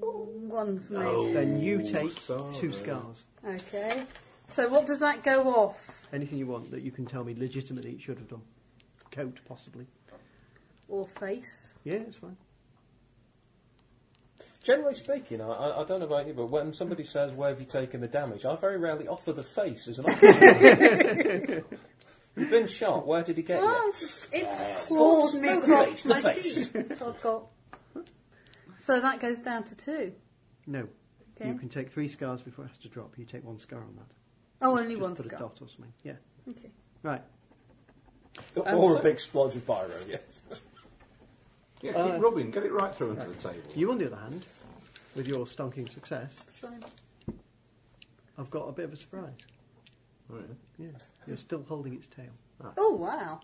[SPEAKER 9] One for me.
[SPEAKER 4] Oh.
[SPEAKER 2] Then you take
[SPEAKER 6] sorry.
[SPEAKER 2] two scars.
[SPEAKER 9] Okay. So what does that go off?
[SPEAKER 2] Anything you want that you can tell me legitimately it should have done. Coat, possibly.
[SPEAKER 9] Or face?
[SPEAKER 2] Yeah, it's fine.
[SPEAKER 4] Generally speaking, I, I, I don't know about you, but when somebody says, Where have you taken the damage? I very rarely offer the face as an option. You've been shot, where did he get
[SPEAKER 9] Oh,
[SPEAKER 4] you?
[SPEAKER 9] it's clawed me
[SPEAKER 4] No, the
[SPEAKER 9] across
[SPEAKER 4] face, the
[SPEAKER 9] my
[SPEAKER 4] face.
[SPEAKER 9] cheek. So I've got. So that goes down to two.
[SPEAKER 2] No.
[SPEAKER 9] Okay.
[SPEAKER 2] You can take three scars before it has to drop. You take one scar on that.
[SPEAKER 9] Oh, only
[SPEAKER 2] Just
[SPEAKER 9] one
[SPEAKER 2] put a
[SPEAKER 9] scar.
[SPEAKER 2] dot or something. Yeah.
[SPEAKER 9] Okay.
[SPEAKER 2] Right. And
[SPEAKER 4] Or
[SPEAKER 2] so-
[SPEAKER 4] a big splodge of pyro, yes.
[SPEAKER 6] Yeah, keep rubbing. Get it right through onto the table.
[SPEAKER 2] You, on the other hand, with your stonking success,
[SPEAKER 9] Fine.
[SPEAKER 2] I've got a bit of a surprise.
[SPEAKER 6] Oh, yeah.
[SPEAKER 2] Yeah. You're still holding its tail.
[SPEAKER 9] Oh wow.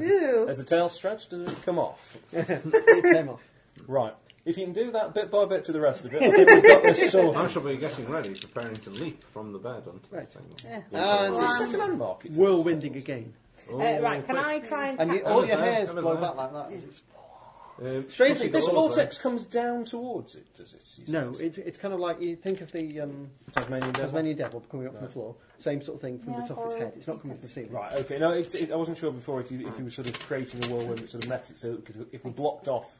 [SPEAKER 9] Ew.
[SPEAKER 4] As the tail stretched, does it come off?
[SPEAKER 2] It came off.
[SPEAKER 4] Right. If you can do that bit by bit to the rest of it, I think we've got this
[SPEAKER 6] I
[SPEAKER 4] sorted.
[SPEAKER 6] shall be getting ready, preparing to leap from the bed onto
[SPEAKER 2] Right.
[SPEAKER 6] the table.
[SPEAKER 9] Yeah.
[SPEAKER 2] And
[SPEAKER 4] It's
[SPEAKER 2] it's
[SPEAKER 4] such an unmarked thing.
[SPEAKER 2] whirlwinding again.
[SPEAKER 7] Uh, right, can I try and,
[SPEAKER 2] And you,
[SPEAKER 7] catch
[SPEAKER 2] all
[SPEAKER 6] was
[SPEAKER 2] your
[SPEAKER 6] there,
[SPEAKER 2] hairs
[SPEAKER 6] that was
[SPEAKER 2] blow
[SPEAKER 6] there.
[SPEAKER 2] back like that. as it's-
[SPEAKER 6] Um,
[SPEAKER 4] Strangely, this
[SPEAKER 6] Also-
[SPEAKER 4] vortex comes down towards it, does it? You
[SPEAKER 2] No,
[SPEAKER 4] said?
[SPEAKER 2] it's, it's kind of like you think of the um,
[SPEAKER 4] Tasmanian devil.
[SPEAKER 2] Tasmanian devil coming up from the floor. Same sort of thing from the top of its head. It's not coming from the ceiling.
[SPEAKER 4] Right. Okay. No, it, it, I wasn't sure before if you if you were sort of creating a whirlwind that sort of met it, so it could, if we blocked off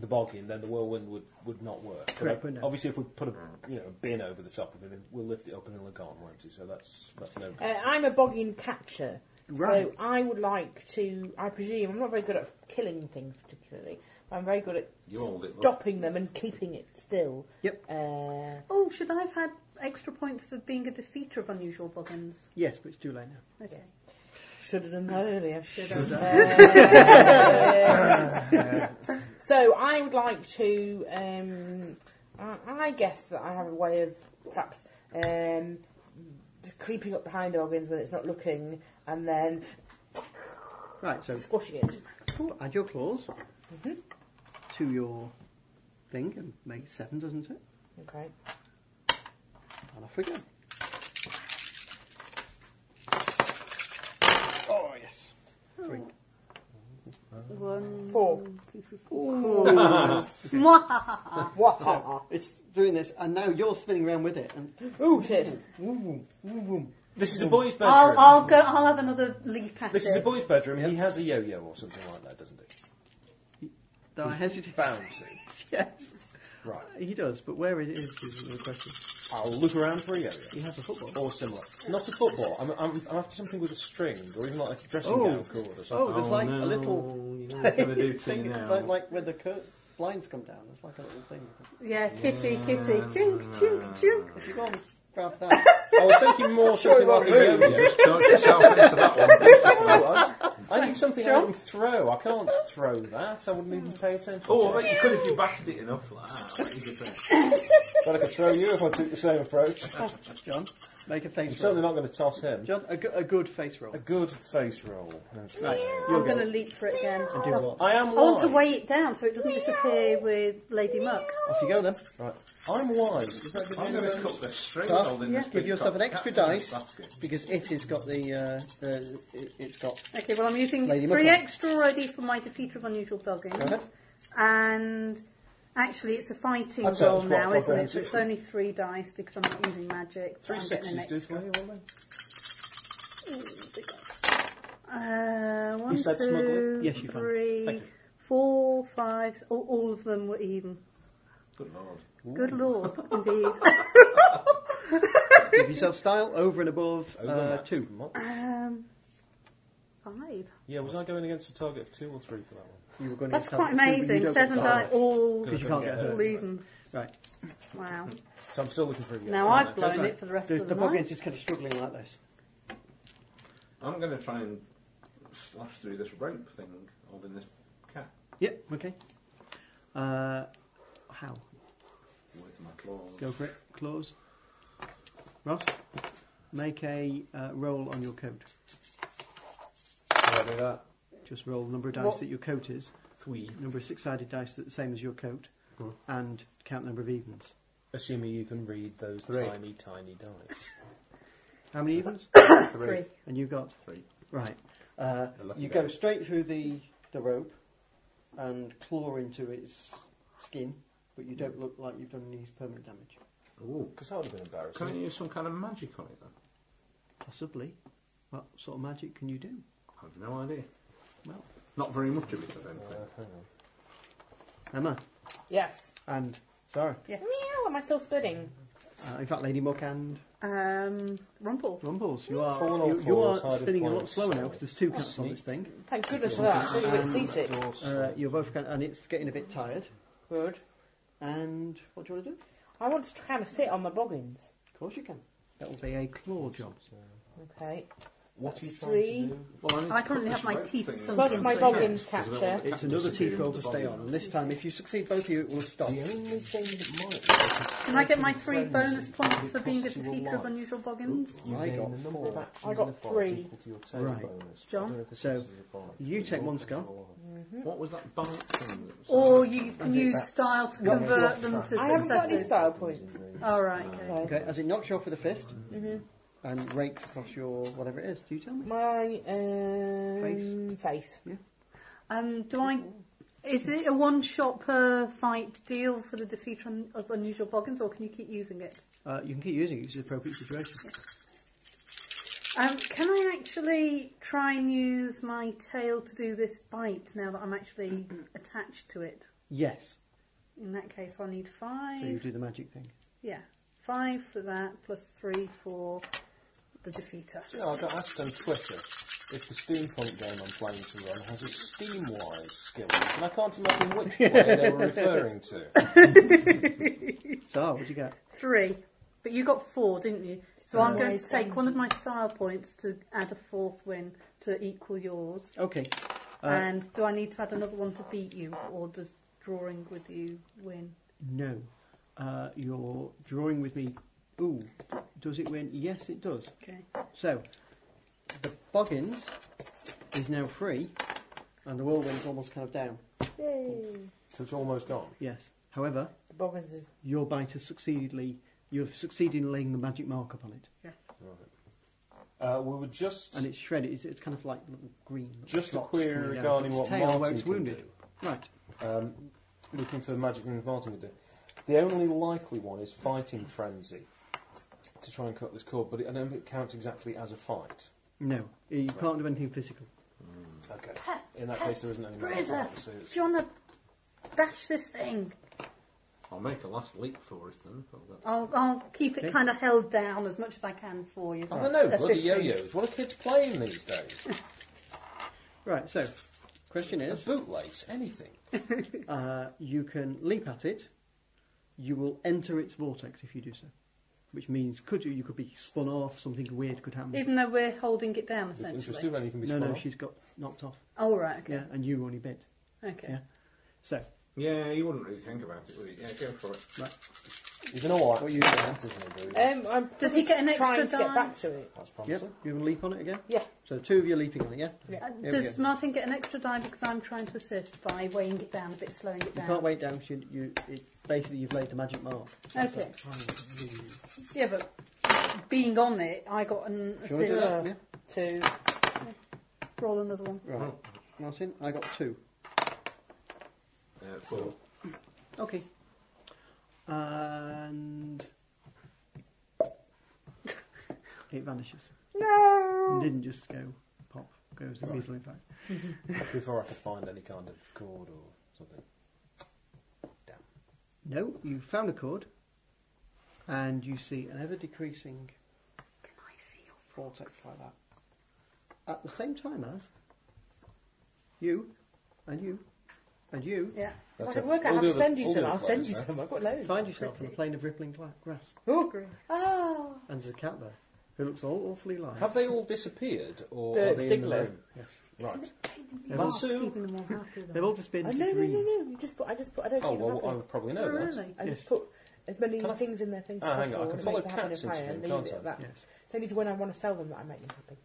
[SPEAKER 4] the bogging, then the whirlwind would, would not work. But
[SPEAKER 2] Correct, but no.
[SPEAKER 4] Obviously, if we put a you know a bin over the top of it, then we'll lift it up and it'll have gone, won't it? So that's that's no.
[SPEAKER 7] Uh, I'm a bogging catcher.
[SPEAKER 2] Right.
[SPEAKER 7] So I would like to, I presume, I'm not very good at killing things particularly, but I'm very good at
[SPEAKER 6] You hold it. Look.
[SPEAKER 7] stopping them and keeping it still.
[SPEAKER 2] Yep.
[SPEAKER 7] Uh,
[SPEAKER 9] Oh, should I have had extra points for being a defeater of unusual bobbins?
[SPEAKER 2] Yes, but it's too late now.
[SPEAKER 9] Okay.
[SPEAKER 7] should have done that earlier.
[SPEAKER 9] Should I?
[SPEAKER 7] So I would like to. Um, I, I guess that I have a way of perhaps um, creeping up behind organs when it's not looking, and then
[SPEAKER 2] Right, so
[SPEAKER 7] squashing it. Mm-hmm.
[SPEAKER 2] add your claws to your thing and make seven, doesn't it?
[SPEAKER 7] Okay.
[SPEAKER 2] And off we go.
[SPEAKER 4] Oh yes.
[SPEAKER 2] Drink.
[SPEAKER 9] One,
[SPEAKER 7] Four.
[SPEAKER 9] two, three, four. Mwah!
[SPEAKER 7] What?
[SPEAKER 2] So it's doing this, and now you're spinning around with it. And
[SPEAKER 7] Ooh, shit.
[SPEAKER 4] This is a boy's bedroom.
[SPEAKER 9] I'll, I'll go. I'll have another leap at
[SPEAKER 4] this
[SPEAKER 9] it.
[SPEAKER 4] is a boy's bedroom. He has a yo-yo or something like that, doesn't he?
[SPEAKER 2] though I hesitate,
[SPEAKER 4] Bound to.
[SPEAKER 2] yes.
[SPEAKER 4] Right.
[SPEAKER 2] He does, but where it is is the question.
[SPEAKER 4] I'll look around for a yo
[SPEAKER 2] He has a football.
[SPEAKER 4] Or similar. Not a football. I'm, I'm, I'm after something with a string, or even like a dressing
[SPEAKER 2] Oh.
[SPEAKER 4] gown cord or something.
[SPEAKER 2] Oh, there's like
[SPEAKER 6] no,
[SPEAKER 2] a little
[SPEAKER 6] You know what I'm going to do to you
[SPEAKER 2] thing,
[SPEAKER 6] now?
[SPEAKER 2] like, like where the cur- blinds come down. There's like a little thing.
[SPEAKER 9] Yeah, kitty, kitty.
[SPEAKER 4] Ah.
[SPEAKER 9] Chunk, chunk, chunk.
[SPEAKER 2] If you go and grab that,
[SPEAKER 4] I was thinking more something like a yo-yo.
[SPEAKER 6] Just talk yourself into that one.
[SPEAKER 4] I was. I need something I can throw. I can't throw that. I wouldn't even pay attention.
[SPEAKER 6] Oh,
[SPEAKER 4] to
[SPEAKER 6] I
[SPEAKER 4] it.
[SPEAKER 6] bet you could if you batted it enough like that. I bet you could do it.
[SPEAKER 4] But I could throw you if I took the same approach.
[SPEAKER 2] John, make a
[SPEAKER 4] I'm
[SPEAKER 2] face roll.
[SPEAKER 4] certainly not going to toss him.
[SPEAKER 2] John, a, go- a good face roll.
[SPEAKER 4] A good face roll. Okay.
[SPEAKER 2] Right, you'll
[SPEAKER 9] I'm
[SPEAKER 2] go.
[SPEAKER 9] going to leap for it again.
[SPEAKER 2] Do what?
[SPEAKER 4] I am
[SPEAKER 9] I want to
[SPEAKER 4] wide.
[SPEAKER 9] weigh it down so it doesn't disappear with Lady Muck.
[SPEAKER 2] Off you go then.
[SPEAKER 4] Right. I'm wide. Is that
[SPEAKER 6] I'm
[SPEAKER 4] good
[SPEAKER 6] going to
[SPEAKER 4] news?
[SPEAKER 6] cut the string
[SPEAKER 2] Well,
[SPEAKER 6] holding this
[SPEAKER 9] yeah,
[SPEAKER 6] big
[SPEAKER 2] Give yourself an
[SPEAKER 6] cock-
[SPEAKER 2] extra
[SPEAKER 6] cat in the
[SPEAKER 2] dice
[SPEAKER 6] basket.
[SPEAKER 2] because it has got the uh, the it, it's got.
[SPEAKER 9] Okay, well, I'm using
[SPEAKER 2] Lady
[SPEAKER 9] three
[SPEAKER 2] Macbeth.
[SPEAKER 9] extra already for my defeater of unusual dogging.
[SPEAKER 2] Go ahead.
[SPEAKER 9] And actually, it's a fighting
[SPEAKER 4] That's
[SPEAKER 9] roll
[SPEAKER 4] sounds quite
[SPEAKER 9] now, isn't it? So
[SPEAKER 4] comprehensive.
[SPEAKER 9] it's only three dice because I'm not using magic. so
[SPEAKER 4] Three
[SPEAKER 9] I'm getting an
[SPEAKER 4] sixes do
[SPEAKER 9] extra.
[SPEAKER 4] for you, won't
[SPEAKER 9] Uh, one,
[SPEAKER 4] said
[SPEAKER 9] two,
[SPEAKER 4] smuggling.
[SPEAKER 2] Yes, you can.
[SPEAKER 9] three,
[SPEAKER 4] Thank you.
[SPEAKER 9] four, five. All, all of them were even.
[SPEAKER 6] Good lord.
[SPEAKER 9] Good lord, indeed.
[SPEAKER 2] Give yourself style over and above
[SPEAKER 4] they?
[SPEAKER 2] uh,
[SPEAKER 4] Overmatched
[SPEAKER 2] two.
[SPEAKER 4] much.
[SPEAKER 9] Um, five.
[SPEAKER 4] Yeah, was I going against a target of two or three for that one?
[SPEAKER 2] You were going
[SPEAKER 9] That's
[SPEAKER 2] to
[SPEAKER 9] quite amazing. Seven die all.
[SPEAKER 2] Because you can't get
[SPEAKER 9] All
[SPEAKER 2] hurt.
[SPEAKER 9] even.
[SPEAKER 2] Right.
[SPEAKER 9] Wow.
[SPEAKER 4] So I'm still looking for a yo.
[SPEAKER 9] Now I've blown it for the rest
[SPEAKER 2] The,
[SPEAKER 9] of
[SPEAKER 2] the
[SPEAKER 9] the
[SPEAKER 2] bug
[SPEAKER 9] night.
[SPEAKER 2] is just kind of struggling like this.
[SPEAKER 6] I'm going to try and slash through this rope thing holding this cat
[SPEAKER 2] Yep. Okay. Uh, how?
[SPEAKER 6] with my claws.
[SPEAKER 2] Go for it. Claws. Ross, make a uh, roll on your coat.
[SPEAKER 5] I'll do that.
[SPEAKER 2] Just roll the number of dice
[SPEAKER 9] What?
[SPEAKER 2] that your coat is,
[SPEAKER 4] Three.
[SPEAKER 2] number of six-sided dice that's the same as your coat,
[SPEAKER 4] Mhm.
[SPEAKER 2] and count number of evens.
[SPEAKER 4] Assuming you can read those
[SPEAKER 5] Three.
[SPEAKER 4] tiny, tiny dice.
[SPEAKER 2] How many evens?
[SPEAKER 9] Three.
[SPEAKER 2] And you got
[SPEAKER 4] Three.
[SPEAKER 2] Right. Uh,
[SPEAKER 4] The lucky
[SPEAKER 2] you
[SPEAKER 4] guy.
[SPEAKER 2] go straight through the the rope and claw into its skin, but you don't look like you've done any permanent damage.
[SPEAKER 6] Ooh.
[SPEAKER 4] Because that would have been
[SPEAKER 6] Can I
[SPEAKER 4] embarrassing.
[SPEAKER 6] use some kind of magic on it then?
[SPEAKER 2] Possibly. What sort of magic can you do?
[SPEAKER 6] I've no idea.
[SPEAKER 2] Well,
[SPEAKER 6] Not very much of it, I don't
[SPEAKER 4] Uh,
[SPEAKER 6] think.
[SPEAKER 4] hang on.
[SPEAKER 2] Emma
[SPEAKER 7] Yes.
[SPEAKER 2] and Sarah.
[SPEAKER 9] Yes.
[SPEAKER 7] Meow, am I still spinning?
[SPEAKER 2] Uh, in fact, Lady Muck and
[SPEAKER 9] Um, Rumples.
[SPEAKER 2] Rumbles. You are
[SPEAKER 4] Four on
[SPEAKER 2] you, you
[SPEAKER 4] fours,
[SPEAKER 2] are
[SPEAKER 4] hiding
[SPEAKER 2] spinning a lot
[SPEAKER 4] points.
[SPEAKER 2] slower now because there's two cats on this thing.
[SPEAKER 7] Thank goodness for that. I thought you would cease it.
[SPEAKER 4] Door
[SPEAKER 2] Uh,
[SPEAKER 4] slam.
[SPEAKER 2] you're both kind and it's getting a bit tired.
[SPEAKER 7] Good.
[SPEAKER 2] And what do you want to do?
[SPEAKER 7] I want to kind of sit on my boggins.
[SPEAKER 2] Of course you can. That will be a claw job.
[SPEAKER 7] Okay.
[SPEAKER 4] What are you
[SPEAKER 7] that's
[SPEAKER 4] trying
[SPEAKER 7] three.
[SPEAKER 4] to do?
[SPEAKER 2] Well, I need
[SPEAKER 9] I currently have my teeth sunk
[SPEAKER 7] That's
[SPEAKER 9] in.
[SPEAKER 7] my boggins
[SPEAKER 6] Is
[SPEAKER 7] catcher.
[SPEAKER 6] it
[SPEAKER 2] It's another teeth roll to stay on, and this time, if you succeed, both of you, it will stop.
[SPEAKER 4] The only thing that might
[SPEAKER 9] Can I get my three
[SPEAKER 4] Friends,
[SPEAKER 9] bonus points for
[SPEAKER 4] it
[SPEAKER 9] being a
[SPEAKER 4] costs you a
[SPEAKER 9] defeater of
[SPEAKER 4] life.
[SPEAKER 9] unusual boggins?
[SPEAKER 4] you
[SPEAKER 2] I
[SPEAKER 4] gain
[SPEAKER 2] got
[SPEAKER 4] the number of actions
[SPEAKER 7] I got
[SPEAKER 4] in a fight
[SPEAKER 7] three.
[SPEAKER 4] equal to your total
[SPEAKER 2] Right.
[SPEAKER 4] bonus. I
[SPEAKER 9] John?
[SPEAKER 4] don't know if this
[SPEAKER 2] So,
[SPEAKER 4] is a fight.
[SPEAKER 2] you
[SPEAKER 4] You're
[SPEAKER 2] take one,
[SPEAKER 4] walking
[SPEAKER 2] Scott.
[SPEAKER 4] along.
[SPEAKER 6] What was that bite thing? that was-
[SPEAKER 9] Or you can use
[SPEAKER 4] that's-
[SPEAKER 9] style to
[SPEAKER 2] No,
[SPEAKER 9] convert them to
[SPEAKER 7] I haven't got any
[SPEAKER 9] successes.
[SPEAKER 7] style points.
[SPEAKER 9] All right. Okay.
[SPEAKER 7] Okay.
[SPEAKER 2] Okay, as it knocks you off with a fist
[SPEAKER 4] Mm-hmm.
[SPEAKER 2] and rakes across your whatever it is, do you tell me?
[SPEAKER 7] My um, face.
[SPEAKER 9] Um, do I? Is it a one shot per fight deal for the defeater un- of unusual boggins, or can you keep using it?
[SPEAKER 2] Uh, you can keep using it, it's the appropriate situation.
[SPEAKER 9] Um, can I actually try and use my tail to do this bite now that I'm actually attached to it?
[SPEAKER 2] Yes,
[SPEAKER 9] In that case, I need
[SPEAKER 2] so you
[SPEAKER 9] five.
[SPEAKER 2] do the magic thing.
[SPEAKER 9] Yeah, five for that, plus three for the defeater.
[SPEAKER 4] Yeah, I got asked on Twitter if the steampunk game I'm playing to run has a steamwise skill, and I can't imagine which way they were referring to.
[SPEAKER 2] So, what do you get?
[SPEAKER 9] Three. But you got four, didn't you? So
[SPEAKER 2] Uh,
[SPEAKER 9] I'm going to take one of my style points to add a fourth win to equal yours.
[SPEAKER 2] Okay, uh,
[SPEAKER 9] and do I need to add another one to beat you, or does drawing with you win?
[SPEAKER 2] no. Uh, you're drawing with me. Ooh, does it win? Yes, it does.
[SPEAKER 9] Okay.
[SPEAKER 2] So, the Boggins is now free, and the whirlwind's almost kind of down.
[SPEAKER 4] So it's almost gone.
[SPEAKER 2] Yes. However,
[SPEAKER 7] The boggins is
[SPEAKER 2] your bite has succeededly, you've succeeded in laying the magic mark upon it,
[SPEAKER 4] Uh, we were just
[SPEAKER 2] and it's shredded. It's, it's kind of like little green. little
[SPEAKER 4] just a
[SPEAKER 2] dots
[SPEAKER 4] query
[SPEAKER 2] coming down
[SPEAKER 4] regarding
[SPEAKER 2] its
[SPEAKER 4] what
[SPEAKER 2] tail where
[SPEAKER 4] Martin
[SPEAKER 2] it's
[SPEAKER 4] can
[SPEAKER 2] wounded.
[SPEAKER 4] do.
[SPEAKER 2] Right.
[SPEAKER 4] um, looking for magic things Martin could do. The only likely one is fighting frenzy to try and cut this cord, but it, I don't think it counts exactly as a fight.
[SPEAKER 2] No, you can't do anything physical.
[SPEAKER 4] Okay. In that case, there isn't any magic.
[SPEAKER 9] Bruiser,
[SPEAKER 4] So it's-
[SPEAKER 9] do you want to bash this thing?
[SPEAKER 6] I'll make a last leap for it then. if I've got-
[SPEAKER 9] I'll, I'll keep it
[SPEAKER 2] Okay.
[SPEAKER 9] kind of held down as much as I can for you.
[SPEAKER 4] Oh, I don't know, bloody
[SPEAKER 9] Assisting.
[SPEAKER 4] yo-yos. What are kids playing these days?
[SPEAKER 2] Right, so, question
[SPEAKER 4] A
[SPEAKER 2] is
[SPEAKER 4] bootlace, anything.
[SPEAKER 2] uh, you can leap at it, you will enter its vortex if you do so. Which means could you, you could be spun off, something weird could happen.
[SPEAKER 9] Even though we're holding it down,
[SPEAKER 4] Interested
[SPEAKER 9] essentially.
[SPEAKER 4] when you can be
[SPEAKER 2] no,
[SPEAKER 4] spun
[SPEAKER 2] no,
[SPEAKER 4] off.
[SPEAKER 2] she's got knocked off.
[SPEAKER 9] Oh, right, okay.
[SPEAKER 2] Yeah, and you only bit.
[SPEAKER 9] okay.
[SPEAKER 2] Yeah. So,
[SPEAKER 6] Yeah, you wouldn't really think about it, would you? Yeah, go for it.
[SPEAKER 4] You don't know what?
[SPEAKER 2] What you do?
[SPEAKER 7] Um, I'm
[SPEAKER 9] Does he get an extra
[SPEAKER 7] trying to
[SPEAKER 9] die?
[SPEAKER 7] get back to it.
[SPEAKER 4] That's promising.
[SPEAKER 2] yep, you can leap on it again?
[SPEAKER 7] Yeah.
[SPEAKER 2] So, two of you are leaping on it, yeah?
[SPEAKER 9] Uh,
[SPEAKER 2] we
[SPEAKER 9] Does
[SPEAKER 2] go.
[SPEAKER 9] Martin get an extra die because I'm trying to assist by weighing it down a bit, slowing it
[SPEAKER 2] You
[SPEAKER 9] down?
[SPEAKER 2] can't wait down, 'cause you, you, it, basically, you've laid the magic mark. That's
[SPEAKER 9] Okay.
[SPEAKER 2] it. If
[SPEAKER 9] Yeah, but being on it, I got an
[SPEAKER 2] you want to do
[SPEAKER 9] assist.
[SPEAKER 2] that,
[SPEAKER 7] Yeah.
[SPEAKER 2] yeah?
[SPEAKER 7] To
[SPEAKER 9] Roll another one.
[SPEAKER 2] Right. Martin, I got two.
[SPEAKER 6] Uh, four.
[SPEAKER 2] Okay. And it vanishes. No. didn't just go pop. Goes
[SPEAKER 4] Right.
[SPEAKER 2] easily back.
[SPEAKER 4] Before I could find any kind of chord or something.
[SPEAKER 2] No, you found a chord, and you see an ever decreasing
[SPEAKER 9] Can I see your
[SPEAKER 2] vortex like that. At the same time as you, and you, and you
[SPEAKER 9] Yeah.
[SPEAKER 7] I
[SPEAKER 4] That's
[SPEAKER 7] can
[SPEAKER 4] it.
[SPEAKER 7] work out
[SPEAKER 4] All
[SPEAKER 7] how
[SPEAKER 4] the
[SPEAKER 7] to
[SPEAKER 4] other-
[SPEAKER 7] send you
[SPEAKER 4] all the
[SPEAKER 7] some. I'll
[SPEAKER 4] other eh?
[SPEAKER 7] send you
[SPEAKER 4] players
[SPEAKER 7] some.
[SPEAKER 4] now.
[SPEAKER 7] I've got loads.
[SPEAKER 2] find yourself on a plane of rippling gla- grass,
[SPEAKER 7] Oh,
[SPEAKER 9] Oh,
[SPEAKER 2] and there's a cat there who looks all awfully live.
[SPEAKER 4] Have they all disappeared, or
[SPEAKER 7] The
[SPEAKER 4] are they in the
[SPEAKER 7] Diggler.
[SPEAKER 4] room?
[SPEAKER 2] Yes.
[SPEAKER 4] Right.
[SPEAKER 2] They've all,
[SPEAKER 4] Masu?
[SPEAKER 9] keeping them all happy. though.
[SPEAKER 2] they've all just been
[SPEAKER 7] oh, no, no, no,
[SPEAKER 2] dreaming.
[SPEAKER 7] no. You just put. I just put. I don't
[SPEAKER 4] Oh
[SPEAKER 7] keep them
[SPEAKER 4] well, I
[SPEAKER 7] happy.
[SPEAKER 4] would probably know
[SPEAKER 9] Oh,
[SPEAKER 4] that.
[SPEAKER 9] really?
[SPEAKER 7] I
[SPEAKER 2] Yes.
[SPEAKER 7] just put as many
[SPEAKER 4] Can I-
[SPEAKER 7] things in their things.
[SPEAKER 4] Ah, hang on, I
[SPEAKER 7] possible
[SPEAKER 4] can
[SPEAKER 7] that
[SPEAKER 4] follow
[SPEAKER 7] makes it happen
[SPEAKER 4] cats
[SPEAKER 7] in
[SPEAKER 4] into
[SPEAKER 7] fire and
[SPEAKER 4] them,
[SPEAKER 7] leave
[SPEAKER 4] can't
[SPEAKER 7] it
[SPEAKER 4] I?
[SPEAKER 7] at that.
[SPEAKER 2] Yes.
[SPEAKER 7] It's only to when I want to sell them that I make them happy.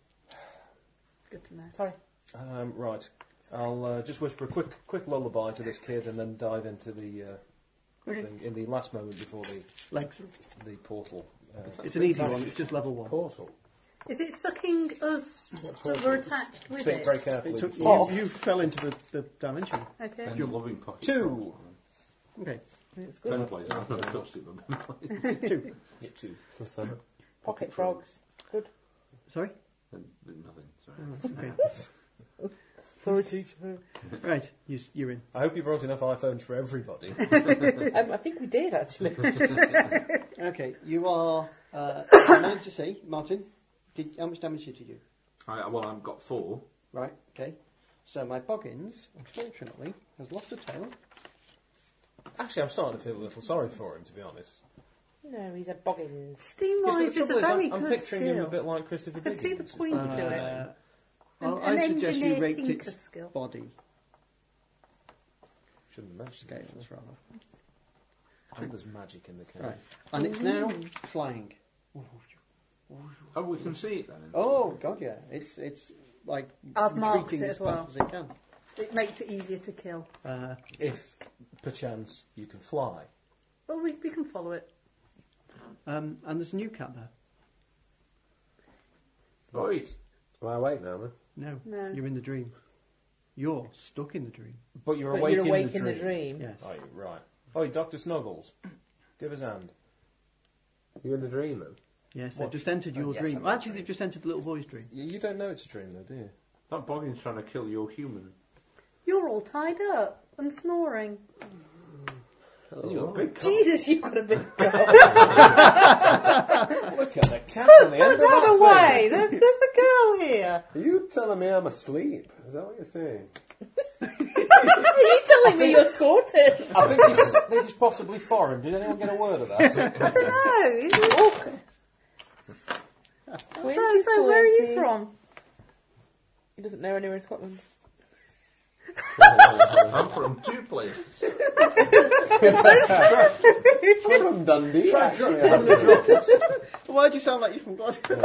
[SPEAKER 9] Good to know.
[SPEAKER 7] Sorry.
[SPEAKER 4] Um, right. I'll uh, just whisper a quick, quick lullaby to this kid, and then dive into the uh,
[SPEAKER 2] Okay.
[SPEAKER 4] thing in the last moment before the
[SPEAKER 2] Legs.
[SPEAKER 4] the portal. Uh,
[SPEAKER 2] It's an easy one. It's just level one.
[SPEAKER 4] portal.
[SPEAKER 9] Is it sucking us that we're attached with
[SPEAKER 4] Think
[SPEAKER 9] it?
[SPEAKER 4] very carefully.
[SPEAKER 2] It took you,
[SPEAKER 4] before-
[SPEAKER 2] you fell into the, the dimension.
[SPEAKER 9] Okay.
[SPEAKER 6] Ben's loving pocket.
[SPEAKER 4] Two.
[SPEAKER 2] Okay,
[SPEAKER 7] It's
[SPEAKER 6] Ben
[SPEAKER 7] good.
[SPEAKER 6] plays it. I've never touched it, but Ben plays it.
[SPEAKER 2] two.
[SPEAKER 4] Yeah, two.
[SPEAKER 7] Pocket frogs. Good.
[SPEAKER 2] Sorry.
[SPEAKER 6] Ben did nothing, sorry.
[SPEAKER 2] Okay.
[SPEAKER 7] Sorry, teacher.
[SPEAKER 2] right, you, you're in.
[SPEAKER 4] I hope you brought enough iPhones for everybody.
[SPEAKER 7] um, I think we did actually.
[SPEAKER 2] Okay, you are. Uh, I managed to see Martin. Did, how much damage did you do?
[SPEAKER 6] I, well, I've got four.
[SPEAKER 2] Right. Okay. So my Boggins, unfortunately, has lost a tail.
[SPEAKER 4] Actually, I'm starting to feel a little sorry for him, to be honest.
[SPEAKER 7] no, he's a boggins.
[SPEAKER 4] Yes, but
[SPEAKER 9] Steamwise
[SPEAKER 4] the
[SPEAKER 9] is
[SPEAKER 4] trouble
[SPEAKER 9] a
[SPEAKER 4] is,
[SPEAKER 9] very
[SPEAKER 4] I'm, I'm
[SPEAKER 9] good
[SPEAKER 4] picturing
[SPEAKER 9] skill.
[SPEAKER 4] him a bit like Christopher
[SPEAKER 9] I can
[SPEAKER 4] Dickens.
[SPEAKER 9] see the point to it.
[SPEAKER 2] Uh,
[SPEAKER 9] An-
[SPEAKER 2] well, I
[SPEAKER 9] an
[SPEAKER 2] suggest you
[SPEAKER 9] engineer
[SPEAKER 2] rate
[SPEAKER 9] tinker
[SPEAKER 2] its
[SPEAKER 9] skill.
[SPEAKER 2] body
[SPEAKER 4] Shouldn't have mentioned it.
[SPEAKER 2] scales rather.
[SPEAKER 4] I think there's magic in the cave.
[SPEAKER 2] Right,
[SPEAKER 9] Oh,
[SPEAKER 2] and it's now flying.
[SPEAKER 6] Oh, we can see it then.
[SPEAKER 2] Oh God, yeah. It's it's like
[SPEAKER 9] I've marked
[SPEAKER 2] retreating
[SPEAKER 9] it
[SPEAKER 2] as
[SPEAKER 9] as well.
[SPEAKER 2] fast as it can.
[SPEAKER 9] It makes it easier to kill.
[SPEAKER 2] Uh,
[SPEAKER 4] If, perchance, you can fly.
[SPEAKER 9] Well, we, we can follow it.
[SPEAKER 2] um, and there's a new cat there.
[SPEAKER 6] Right.
[SPEAKER 5] Am I awake now, man?
[SPEAKER 2] No,
[SPEAKER 9] No.
[SPEAKER 2] you're in the dream. You're stuck in the dream.
[SPEAKER 4] But you're
[SPEAKER 7] But
[SPEAKER 4] awake,
[SPEAKER 7] you're awake
[SPEAKER 4] in, the dream.
[SPEAKER 2] Yes.
[SPEAKER 4] Are you? Right. Oh, Dr. Snuggles. Give us a hand.
[SPEAKER 5] You in the dream, man?
[SPEAKER 2] Uh, Yes, they've
[SPEAKER 4] What?
[SPEAKER 2] just entered
[SPEAKER 4] Oh,
[SPEAKER 2] your
[SPEAKER 4] yes,
[SPEAKER 2] dream.
[SPEAKER 4] I'm
[SPEAKER 2] Well,
[SPEAKER 4] in
[SPEAKER 2] actually,
[SPEAKER 4] a
[SPEAKER 2] they've just entered the little boy's dream.
[SPEAKER 4] You, you don't know it's a dream, though, do you?
[SPEAKER 6] That boggin's trying to kill your human.
[SPEAKER 9] You're all tied up and snoring.
[SPEAKER 6] You've got a big cock.
[SPEAKER 7] Jesus, you've got a big
[SPEAKER 4] Look
[SPEAKER 7] cock.
[SPEAKER 4] at the cat on the end of
[SPEAKER 7] By
[SPEAKER 4] that
[SPEAKER 7] the
[SPEAKER 4] thing.
[SPEAKER 7] way, there's, there's a girl here.
[SPEAKER 5] Are you telling me I'm asleep? Is that what you're saying?
[SPEAKER 7] Are you telling me you're sorted?
[SPEAKER 4] I think this is, this is possibly foreign. Did anyone get a word of that?
[SPEAKER 9] No, is it? Oh. so, so where are you from?
[SPEAKER 7] He doesn't know anywhere in Scotland.
[SPEAKER 6] I'm from two places.
[SPEAKER 5] I'm from Dundee. Actually, I haven't-
[SPEAKER 2] Why do you sound like you're from Glasgow?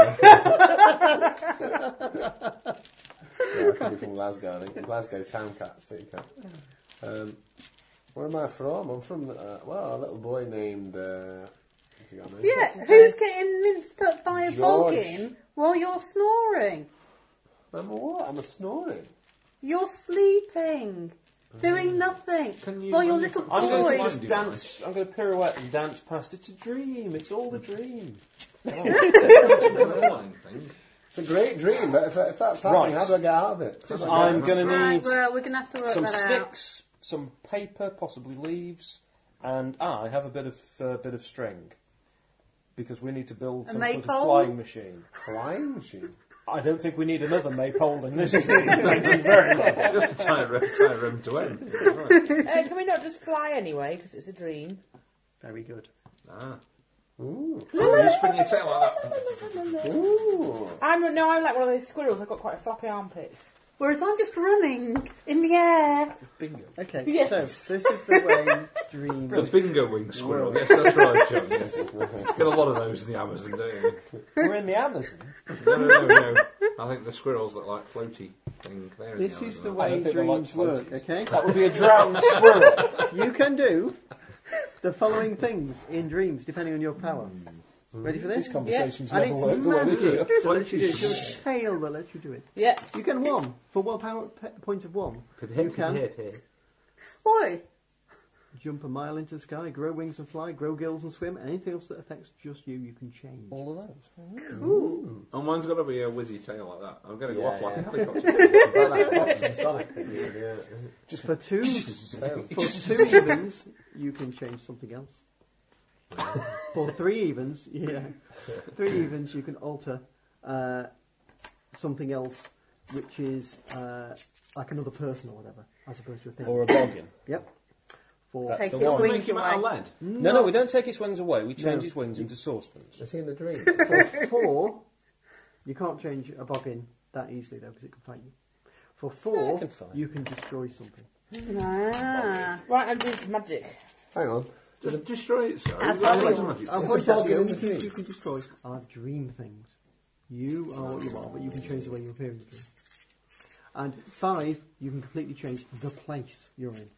[SPEAKER 5] Yeah, I could be from Glasgow. I think Glasgow town cat, city cat. Um, where am I from? I'm from uh, well, a little boy named. Uh, have you got a name?
[SPEAKER 9] Yeah, who's getting minced up by a
[SPEAKER 5] George.
[SPEAKER 9] boggin while you're snoring?
[SPEAKER 5] I'm a what? I'm a snoring.
[SPEAKER 9] You're sleeping, doing nothing.
[SPEAKER 6] Can you-
[SPEAKER 9] while your
[SPEAKER 6] I'm-
[SPEAKER 9] little
[SPEAKER 4] I'm
[SPEAKER 6] Sorry.
[SPEAKER 4] going
[SPEAKER 9] boy.
[SPEAKER 4] to just
[SPEAKER 6] Mind
[SPEAKER 4] dance. I'm going to pirouette and dance past. It's a dream. It's all a dream.
[SPEAKER 6] Another flying thing.
[SPEAKER 5] It's a great dream, but if, if that's happening,
[SPEAKER 4] Right.
[SPEAKER 5] how do I get out of it?
[SPEAKER 4] I'm going to
[SPEAKER 9] Right,
[SPEAKER 4] need
[SPEAKER 9] uh, well, we're going to have to work
[SPEAKER 4] some
[SPEAKER 9] that out.
[SPEAKER 4] sticks, some paper, possibly leaves, and I have a bit of uh, bit of string because we need to build
[SPEAKER 9] A
[SPEAKER 4] some sort of
[SPEAKER 9] maypole?
[SPEAKER 4] flying machine.
[SPEAKER 5] Flying machine.
[SPEAKER 4] I don't think we need another maypole than this tree. Thank you very much.
[SPEAKER 6] Just a tight room, tight room to end.
[SPEAKER 7] uh, can we not just fly anyway? Because it's a dream.
[SPEAKER 2] Very good.
[SPEAKER 6] Ah.
[SPEAKER 5] Ooh.
[SPEAKER 6] Oh, you spin your tail like that.
[SPEAKER 5] Ooh.
[SPEAKER 7] I'm no, I'm like one of those squirrels. I've got quite a floppy armpits.
[SPEAKER 9] Whereas I'm just running in the air.
[SPEAKER 4] Bingo.
[SPEAKER 2] Okay,
[SPEAKER 7] Yes.
[SPEAKER 2] so this is the way dreams.
[SPEAKER 6] The bingo wing squirrel. Yes, that's right, John. Yes. Get a lot of those in the Amazon, don't you?
[SPEAKER 4] We're in the Amazon.
[SPEAKER 6] No, no, no, no. I think the squirrels that like floaty thing. They're in
[SPEAKER 2] This
[SPEAKER 6] the
[SPEAKER 2] is the
[SPEAKER 6] Amazon.
[SPEAKER 4] I
[SPEAKER 2] way
[SPEAKER 4] don't think they like
[SPEAKER 2] dreams work,
[SPEAKER 4] floaties.
[SPEAKER 2] okay?
[SPEAKER 4] That would be a drowned squirrel.
[SPEAKER 2] you can do the following things in dreams depending on your power.
[SPEAKER 4] Mm.
[SPEAKER 2] Ready for this?
[SPEAKER 4] This conversation's
[SPEAKER 2] And
[SPEAKER 4] never
[SPEAKER 2] it's
[SPEAKER 4] worked the way they do
[SPEAKER 2] magic
[SPEAKER 4] it.
[SPEAKER 2] that lets you do it. It's your tail that lets you do it.
[SPEAKER 7] Yeah.
[SPEAKER 2] You can one for one power p- point of one. You can
[SPEAKER 9] Oi!
[SPEAKER 2] jump a mile into the sky, grow wings and fly, grow gills and swim. Anything else that affects just you, you can change.
[SPEAKER 4] All of those.
[SPEAKER 6] Oh, mine's got to be a whizzy tail like that. I'm going to go
[SPEAKER 5] Yeah,
[SPEAKER 6] off like
[SPEAKER 5] yeah.
[SPEAKER 6] a helicopter.
[SPEAKER 5] Like that Fox and Sonic thing, yeah.
[SPEAKER 2] Just for two,
[SPEAKER 5] Tails.
[SPEAKER 2] for two evens, you can change something else. for three evens, yeah, three evens, you can alter uh, something else, which is uh, like another person or whatever, as opposed to a thing.
[SPEAKER 4] Or a boggin.
[SPEAKER 2] yep. For
[SPEAKER 9] Take
[SPEAKER 4] the
[SPEAKER 9] its
[SPEAKER 4] one.
[SPEAKER 9] wings
[SPEAKER 6] Make him out of
[SPEAKER 9] away.
[SPEAKER 6] lead.
[SPEAKER 4] No, no, we don't take his wings away. We change
[SPEAKER 2] No.
[SPEAKER 4] his wings into saucepans.
[SPEAKER 5] Is he in the dream?
[SPEAKER 2] for four, you can't change a boggin that easily though, because it can fight you. For
[SPEAKER 4] Yeah,
[SPEAKER 2] four,
[SPEAKER 4] it can fight.
[SPEAKER 2] you can destroy something.
[SPEAKER 9] Ah.
[SPEAKER 7] Right, I'm doing some magic.
[SPEAKER 5] Hang on.
[SPEAKER 6] Just destroy it, sir.
[SPEAKER 9] That's
[SPEAKER 6] That's
[SPEAKER 9] what I
[SPEAKER 6] magic.
[SPEAKER 2] I'm
[SPEAKER 5] Is
[SPEAKER 2] going
[SPEAKER 5] the
[SPEAKER 2] to
[SPEAKER 5] boggin
[SPEAKER 2] you,
[SPEAKER 5] in the dream?
[SPEAKER 2] you can destroy. I'll dream things. You are what you are, but you can change the way you appear in the dream. And five, you can completely change the place you're in.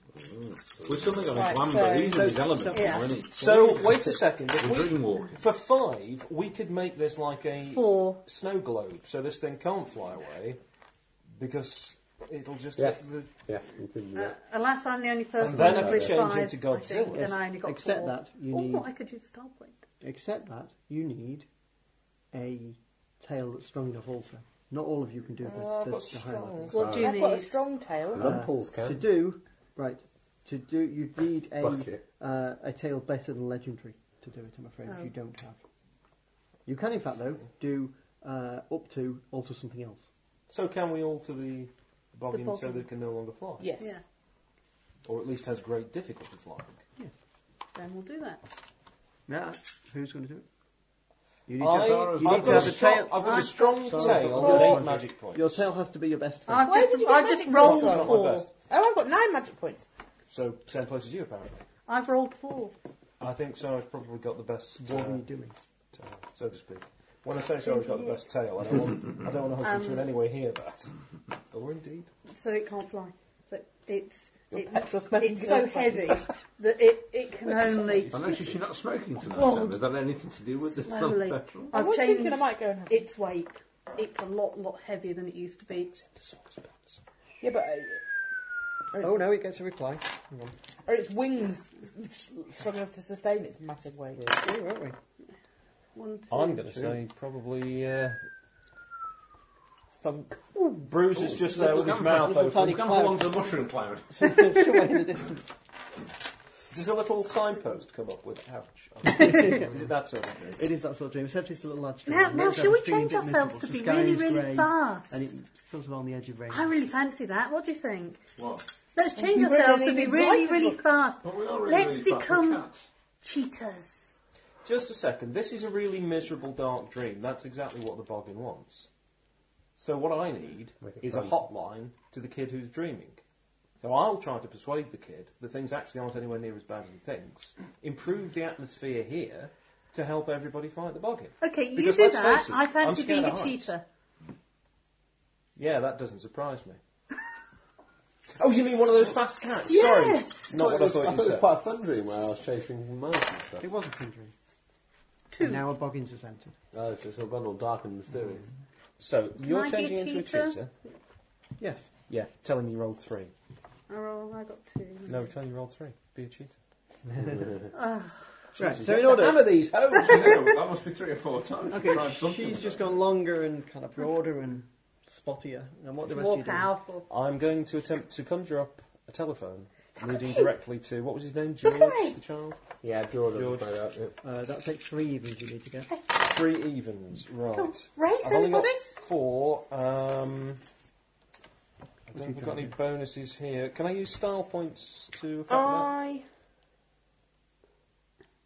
[SPEAKER 6] We're suddenly on
[SPEAKER 7] Right,
[SPEAKER 6] a
[SPEAKER 7] so-
[SPEAKER 6] glamber. These are his elements,
[SPEAKER 9] yeah.
[SPEAKER 6] aren't it?
[SPEAKER 4] So, wait a second. If
[SPEAKER 6] The
[SPEAKER 4] we-
[SPEAKER 6] dream walking.
[SPEAKER 4] for five, we could make this like a
[SPEAKER 9] Four.
[SPEAKER 4] snow globe, so this thing can't fly away because it'll just
[SPEAKER 5] Yes.
[SPEAKER 4] hit the.
[SPEAKER 5] Yes, you can do
[SPEAKER 9] Uh,
[SPEAKER 5] that.
[SPEAKER 9] Unless I'm the only person
[SPEAKER 4] And then
[SPEAKER 9] who's
[SPEAKER 4] I could
[SPEAKER 9] with
[SPEAKER 4] change
[SPEAKER 9] five,
[SPEAKER 4] into
[SPEAKER 9] I think,
[SPEAKER 4] Godzilla.
[SPEAKER 9] and I only got
[SPEAKER 2] Except
[SPEAKER 9] four.
[SPEAKER 2] that you
[SPEAKER 9] oh,
[SPEAKER 2] need-
[SPEAKER 9] I could use a star point.
[SPEAKER 2] Except that you need a tail that's strong enough also. Not all of you can do the,
[SPEAKER 4] Oh, I've
[SPEAKER 2] the,
[SPEAKER 4] got
[SPEAKER 2] the high level.
[SPEAKER 9] What do you
[SPEAKER 7] I've got a
[SPEAKER 9] need?
[SPEAKER 7] strong tail.
[SPEAKER 5] Lumples
[SPEAKER 2] To
[SPEAKER 5] can.
[SPEAKER 2] do, right, to do, you need a,
[SPEAKER 5] Bucket.
[SPEAKER 2] uh, a tail better than legendary to do it, I'm afraid, which you
[SPEAKER 4] Oh.
[SPEAKER 2] don't have. You can, in fact, though, do uh, up to alter something else.
[SPEAKER 4] So, can we alter the boggin, so
[SPEAKER 9] boggin.
[SPEAKER 4] that it can no longer fly?
[SPEAKER 7] Yes.
[SPEAKER 9] Yeah,
[SPEAKER 4] Or at least has great difficulty flying.
[SPEAKER 2] Yes.
[SPEAKER 9] then we'll do that.
[SPEAKER 2] Yeah. Who's going to do it? You need
[SPEAKER 4] I,
[SPEAKER 2] to have,
[SPEAKER 6] Zara's
[SPEAKER 2] you
[SPEAKER 4] have
[SPEAKER 2] need
[SPEAKER 4] got
[SPEAKER 2] to
[SPEAKER 4] a
[SPEAKER 2] have a
[SPEAKER 4] strong,
[SPEAKER 2] tail.
[SPEAKER 4] I've got a strong
[SPEAKER 6] Zara's
[SPEAKER 4] tail
[SPEAKER 6] got
[SPEAKER 4] with
[SPEAKER 6] a
[SPEAKER 4] eight
[SPEAKER 6] magic.
[SPEAKER 4] magic points.
[SPEAKER 2] Your tail has to be your best tail.
[SPEAKER 9] I've
[SPEAKER 7] Why did
[SPEAKER 9] just,
[SPEAKER 7] you get
[SPEAKER 9] I've just
[SPEAKER 7] magic
[SPEAKER 9] rolled
[SPEAKER 4] points? Not my
[SPEAKER 9] four.
[SPEAKER 4] best.
[SPEAKER 7] Oh, I've got nine magic points.
[SPEAKER 4] So, same place as you, apparently.
[SPEAKER 9] I've rolled four.
[SPEAKER 4] I think Sarah's probably got the best uh,
[SPEAKER 2] Ah. What are you doing?
[SPEAKER 4] tail, so to speak. When I say Sarah's got the best tail, I don't want, I don't want her husband to in any way hear that. Or indeed.
[SPEAKER 9] So it can't fly. But it's it,
[SPEAKER 7] petrol smelling
[SPEAKER 9] it's
[SPEAKER 7] good.
[SPEAKER 9] so heavy that it, it can only
[SPEAKER 6] I notice you're not smoking tonight,
[SPEAKER 9] Well-
[SPEAKER 6] Sam. Is that anything to do with the
[SPEAKER 9] slowly.
[SPEAKER 6] petrol?
[SPEAKER 7] I
[SPEAKER 9] I've
[SPEAKER 7] was
[SPEAKER 9] changed
[SPEAKER 7] thinking I might go and have
[SPEAKER 9] its weight. It's a lot, lot heavier than it used to be.
[SPEAKER 7] Yeah, but uh,
[SPEAKER 2] Oh no, it gets a reply. Hang on.
[SPEAKER 7] or its wings s- strong enough to sustain its massive weight.
[SPEAKER 2] We're through, aren't we?
[SPEAKER 9] One, two,
[SPEAKER 4] I'm going to say probably. Uh,
[SPEAKER 7] Funk.
[SPEAKER 4] Bruce is just there with his
[SPEAKER 6] Scamper.
[SPEAKER 4] mouth
[SPEAKER 2] Little
[SPEAKER 4] open.
[SPEAKER 2] tiny
[SPEAKER 6] It's gone along
[SPEAKER 2] cloud.
[SPEAKER 6] to the mushroom cloud.
[SPEAKER 2] Somewhere in the distance.
[SPEAKER 4] Does a little signpost come up with ouch? is it that sort of thing?
[SPEAKER 2] It is that sort of dream, except it's a little lad stream.
[SPEAKER 9] Now, now
[SPEAKER 2] It's
[SPEAKER 9] shall we
[SPEAKER 2] streamed
[SPEAKER 9] change
[SPEAKER 2] at
[SPEAKER 9] ourselves
[SPEAKER 2] intervals.
[SPEAKER 9] to
[SPEAKER 2] The
[SPEAKER 9] be
[SPEAKER 2] sky
[SPEAKER 9] really,
[SPEAKER 2] is
[SPEAKER 9] really
[SPEAKER 2] grey,
[SPEAKER 9] fast?
[SPEAKER 2] And it's sort of on the edge of rain.
[SPEAKER 9] I really fancy that. What do you think?
[SPEAKER 6] What?
[SPEAKER 9] Let's change
[SPEAKER 7] You really
[SPEAKER 9] ourselves to
[SPEAKER 7] need
[SPEAKER 9] be
[SPEAKER 7] to
[SPEAKER 9] really,
[SPEAKER 7] drive
[SPEAKER 9] really
[SPEAKER 7] it.
[SPEAKER 9] fast.
[SPEAKER 6] But we are really,
[SPEAKER 9] Let's
[SPEAKER 6] really fat with
[SPEAKER 9] become-
[SPEAKER 6] cats.
[SPEAKER 9] Cheetahs.
[SPEAKER 4] Just a second. This is a really miserable dark dream. That's exactly what the boggin wants. So what I need
[SPEAKER 5] Make it
[SPEAKER 4] is a
[SPEAKER 5] fun.
[SPEAKER 4] hotline to the kid who's dreaming. So I'll try to persuade the kid that things actually aren't anywhere near as bad as he thinks. Improve the atmosphere here to help everybody fight the boggin.
[SPEAKER 9] Okay, you
[SPEAKER 4] Because
[SPEAKER 9] do
[SPEAKER 4] let's
[SPEAKER 9] that.
[SPEAKER 4] face it,
[SPEAKER 9] I
[SPEAKER 4] I'm
[SPEAKER 9] fancy
[SPEAKER 4] scared
[SPEAKER 9] being
[SPEAKER 4] of
[SPEAKER 9] a
[SPEAKER 4] heights.
[SPEAKER 9] cheetah.
[SPEAKER 4] Yeah, that doesn't surprise me. oh, you mean one of those fast cats?
[SPEAKER 9] Yes.
[SPEAKER 4] Sorry, not what I thought
[SPEAKER 5] I
[SPEAKER 4] you
[SPEAKER 5] thought it was
[SPEAKER 4] said.
[SPEAKER 5] quite a fun dream where I was chasing mice and stuff.
[SPEAKER 2] It was a fun dream.
[SPEAKER 9] Two.
[SPEAKER 2] And now a boggins has entered.
[SPEAKER 5] Oh, so it's all gone all dark and mysterious.
[SPEAKER 4] So
[SPEAKER 9] I
[SPEAKER 4] you're
[SPEAKER 9] be
[SPEAKER 4] changing
[SPEAKER 9] a
[SPEAKER 4] into a
[SPEAKER 9] cheetah?
[SPEAKER 4] cheetah.
[SPEAKER 2] Yes.
[SPEAKER 4] Yeah, tell him you rolled three.
[SPEAKER 9] I roll. Oh, I got two.
[SPEAKER 4] No, tell him you rolled three. Be a cheetah.
[SPEAKER 2] Right, so in order.
[SPEAKER 4] these hoes.
[SPEAKER 6] You know, that must be three or four times. we've tried
[SPEAKER 2] Okay,
[SPEAKER 6] something
[SPEAKER 2] she's
[SPEAKER 6] with
[SPEAKER 2] just
[SPEAKER 6] that.
[SPEAKER 2] gone longer and kind of broader and spottier. And what the rest
[SPEAKER 9] More
[SPEAKER 2] of you
[SPEAKER 9] powerful.
[SPEAKER 4] I'm going to attempt to conjure up a telephone. leading directly to what was his name? George, the child.
[SPEAKER 5] Yeah, Jordan.
[SPEAKER 4] George.
[SPEAKER 5] Find out, yeah.
[SPEAKER 2] Uh, that takes three evens you need to get.
[SPEAKER 4] Three evens, right?
[SPEAKER 9] Race,
[SPEAKER 4] I've only got
[SPEAKER 9] everybody.
[SPEAKER 4] four. Um, I don't think I've got any bonuses here. Can I use style points to affect
[SPEAKER 9] Uh,
[SPEAKER 4] that
[SPEAKER 7] I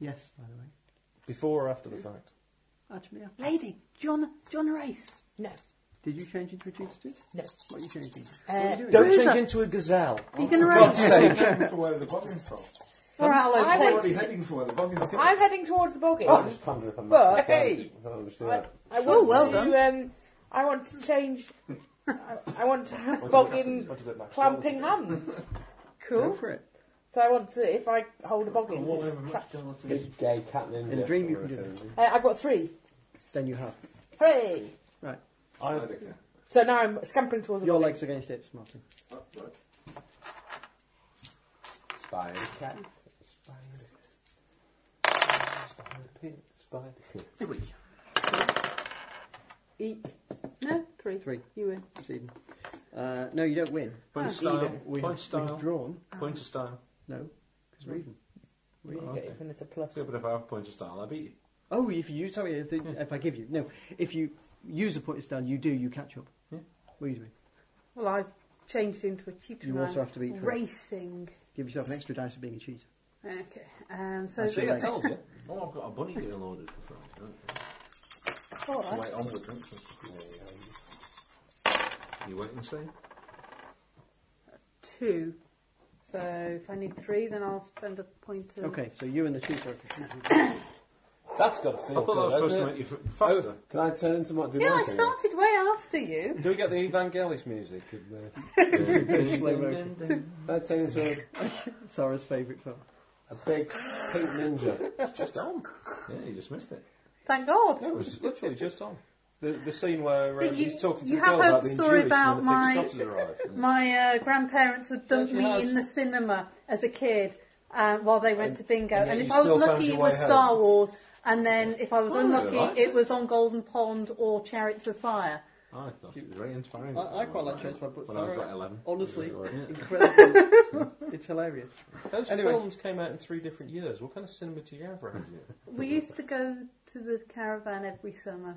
[SPEAKER 2] Yes, by the way.
[SPEAKER 4] before or after the fact?
[SPEAKER 2] Actually, yeah.
[SPEAKER 9] Lady, John, John race.
[SPEAKER 7] no
[SPEAKER 2] Did you change into a two?
[SPEAKER 7] no.
[SPEAKER 2] What are you changing?
[SPEAKER 7] Uh,
[SPEAKER 4] Don't
[SPEAKER 9] Bruiser.
[SPEAKER 4] change into a gazelle.
[SPEAKER 9] Are you going to
[SPEAKER 4] For God's
[SPEAKER 9] race?
[SPEAKER 4] sake.
[SPEAKER 8] heading for where the bogging's from.
[SPEAKER 9] Or I'll
[SPEAKER 7] I
[SPEAKER 9] okay.
[SPEAKER 7] would-
[SPEAKER 8] What are you heading for where the bogging's from?
[SPEAKER 7] I'm heading towards the bogging.
[SPEAKER 5] Oh, I just conjured up a
[SPEAKER 7] But- um,
[SPEAKER 5] massive
[SPEAKER 4] Hey!
[SPEAKER 5] I don't understand
[SPEAKER 7] I,
[SPEAKER 5] that.
[SPEAKER 7] I want
[SPEAKER 9] Sure, well
[SPEAKER 7] to, Um, I want to change. I, I want to have bogging
[SPEAKER 4] What does it matter?
[SPEAKER 7] clamping hands.
[SPEAKER 2] Go
[SPEAKER 7] Cool.
[SPEAKER 2] for it.
[SPEAKER 7] So I want to, if I hold a bogging, it's trapped. Uh,
[SPEAKER 5] Big gay cat ninja.
[SPEAKER 2] In a dream you
[SPEAKER 5] somewhere,
[SPEAKER 2] can do
[SPEAKER 5] isn't
[SPEAKER 7] I've got three.
[SPEAKER 2] Then you have.
[SPEAKER 7] Hooray!
[SPEAKER 2] Right.
[SPEAKER 4] I've,
[SPEAKER 7] So now I'm scampering towards the
[SPEAKER 2] Your
[SPEAKER 7] bogging.
[SPEAKER 2] legs against it, Martin.
[SPEAKER 5] it? Spider cat. Spider. Spider pig. Spider.
[SPEAKER 6] Three.
[SPEAKER 9] Eat. No, three.
[SPEAKER 2] Three.
[SPEAKER 9] You win.
[SPEAKER 2] It's even. Uh, no, you don't win.
[SPEAKER 6] Point of
[SPEAKER 9] Oh,
[SPEAKER 6] style.
[SPEAKER 2] We have,
[SPEAKER 6] Point of
[SPEAKER 2] we've
[SPEAKER 6] style.
[SPEAKER 2] drawn.
[SPEAKER 6] Point of style.
[SPEAKER 2] No, because we're even.
[SPEAKER 7] You get it when it's a plus.
[SPEAKER 6] Yeah, but if I have point of style, I beat you.
[SPEAKER 2] Oh, if you use, sorry, if, the, if I give you. No, if you use a point of style, you do, you catch up.
[SPEAKER 6] Yeah.
[SPEAKER 2] What are you doing?
[SPEAKER 9] Well, I've changed into a cheater.
[SPEAKER 2] You
[SPEAKER 9] and
[SPEAKER 2] also
[SPEAKER 9] I'm
[SPEAKER 2] have to eat for it.
[SPEAKER 9] racing.
[SPEAKER 2] Give yourself an extra dice for being a cheater.
[SPEAKER 9] Okay. Um, so
[SPEAKER 2] I see, I
[SPEAKER 9] race.
[SPEAKER 2] told
[SPEAKER 6] you. Oh, I've got a bunny girl ordered for Friday.
[SPEAKER 9] All
[SPEAKER 6] Right.
[SPEAKER 9] right.
[SPEAKER 2] oh.
[SPEAKER 6] Wait on with them. um, You wait and see.
[SPEAKER 9] Two. So if I need three, then I'll spend a point. Of
[SPEAKER 2] Okay, so you and the cheater.
[SPEAKER 5] That's got to
[SPEAKER 6] I
[SPEAKER 5] feel
[SPEAKER 6] thought that
[SPEAKER 5] good,
[SPEAKER 6] was supposed to
[SPEAKER 5] hasn't
[SPEAKER 6] make
[SPEAKER 5] it?
[SPEAKER 6] you f- faster.
[SPEAKER 5] Can I turn into what? Do
[SPEAKER 9] Yeah,
[SPEAKER 5] my
[SPEAKER 9] I
[SPEAKER 5] thing?
[SPEAKER 9] started way after you.
[SPEAKER 4] do we get the Evangelis music? in there?
[SPEAKER 2] Slow motion.
[SPEAKER 5] Can I turn into a,
[SPEAKER 2] Sarah's favourite part.
[SPEAKER 5] a big pink ninja?
[SPEAKER 6] just on. Yeah, you just missed it.
[SPEAKER 9] Thank God.
[SPEAKER 4] No, it was literally just on. The, the scene where um,
[SPEAKER 9] But you-
[SPEAKER 4] he's talking to
[SPEAKER 9] you
[SPEAKER 4] the
[SPEAKER 9] have
[SPEAKER 4] girl
[SPEAKER 9] heard
[SPEAKER 4] about
[SPEAKER 9] the
[SPEAKER 4] being
[SPEAKER 9] story
[SPEAKER 4] Jewish
[SPEAKER 9] about
[SPEAKER 4] and
[SPEAKER 9] my-
[SPEAKER 4] the big Scots arrived.
[SPEAKER 9] My uh, grandparents would dump
[SPEAKER 5] Yes, she
[SPEAKER 9] me
[SPEAKER 5] has.
[SPEAKER 9] in the cinema as a kid um, while they went to bingo,
[SPEAKER 4] and
[SPEAKER 9] and,
[SPEAKER 4] yet
[SPEAKER 9] if I
[SPEAKER 4] you
[SPEAKER 9] was
[SPEAKER 4] still found
[SPEAKER 9] lucky,
[SPEAKER 4] your
[SPEAKER 9] it was
[SPEAKER 4] way home. Oh,
[SPEAKER 9] Star Wars, and then if I was unlucky,
[SPEAKER 5] liked
[SPEAKER 9] it was on Golden Pond or Chariots of Fire.
[SPEAKER 6] I thought it was very inspiring.
[SPEAKER 2] I, I quite like Church Club, but
[SPEAKER 6] When I was
[SPEAKER 2] Sarah,
[SPEAKER 6] about 11.
[SPEAKER 2] honestly, incredible. it's hilarious.
[SPEAKER 4] Those
[SPEAKER 2] Anyway.
[SPEAKER 4] films came out in three different years. What kind of cinema do you have around here?
[SPEAKER 9] We used to go to the caravan every summer,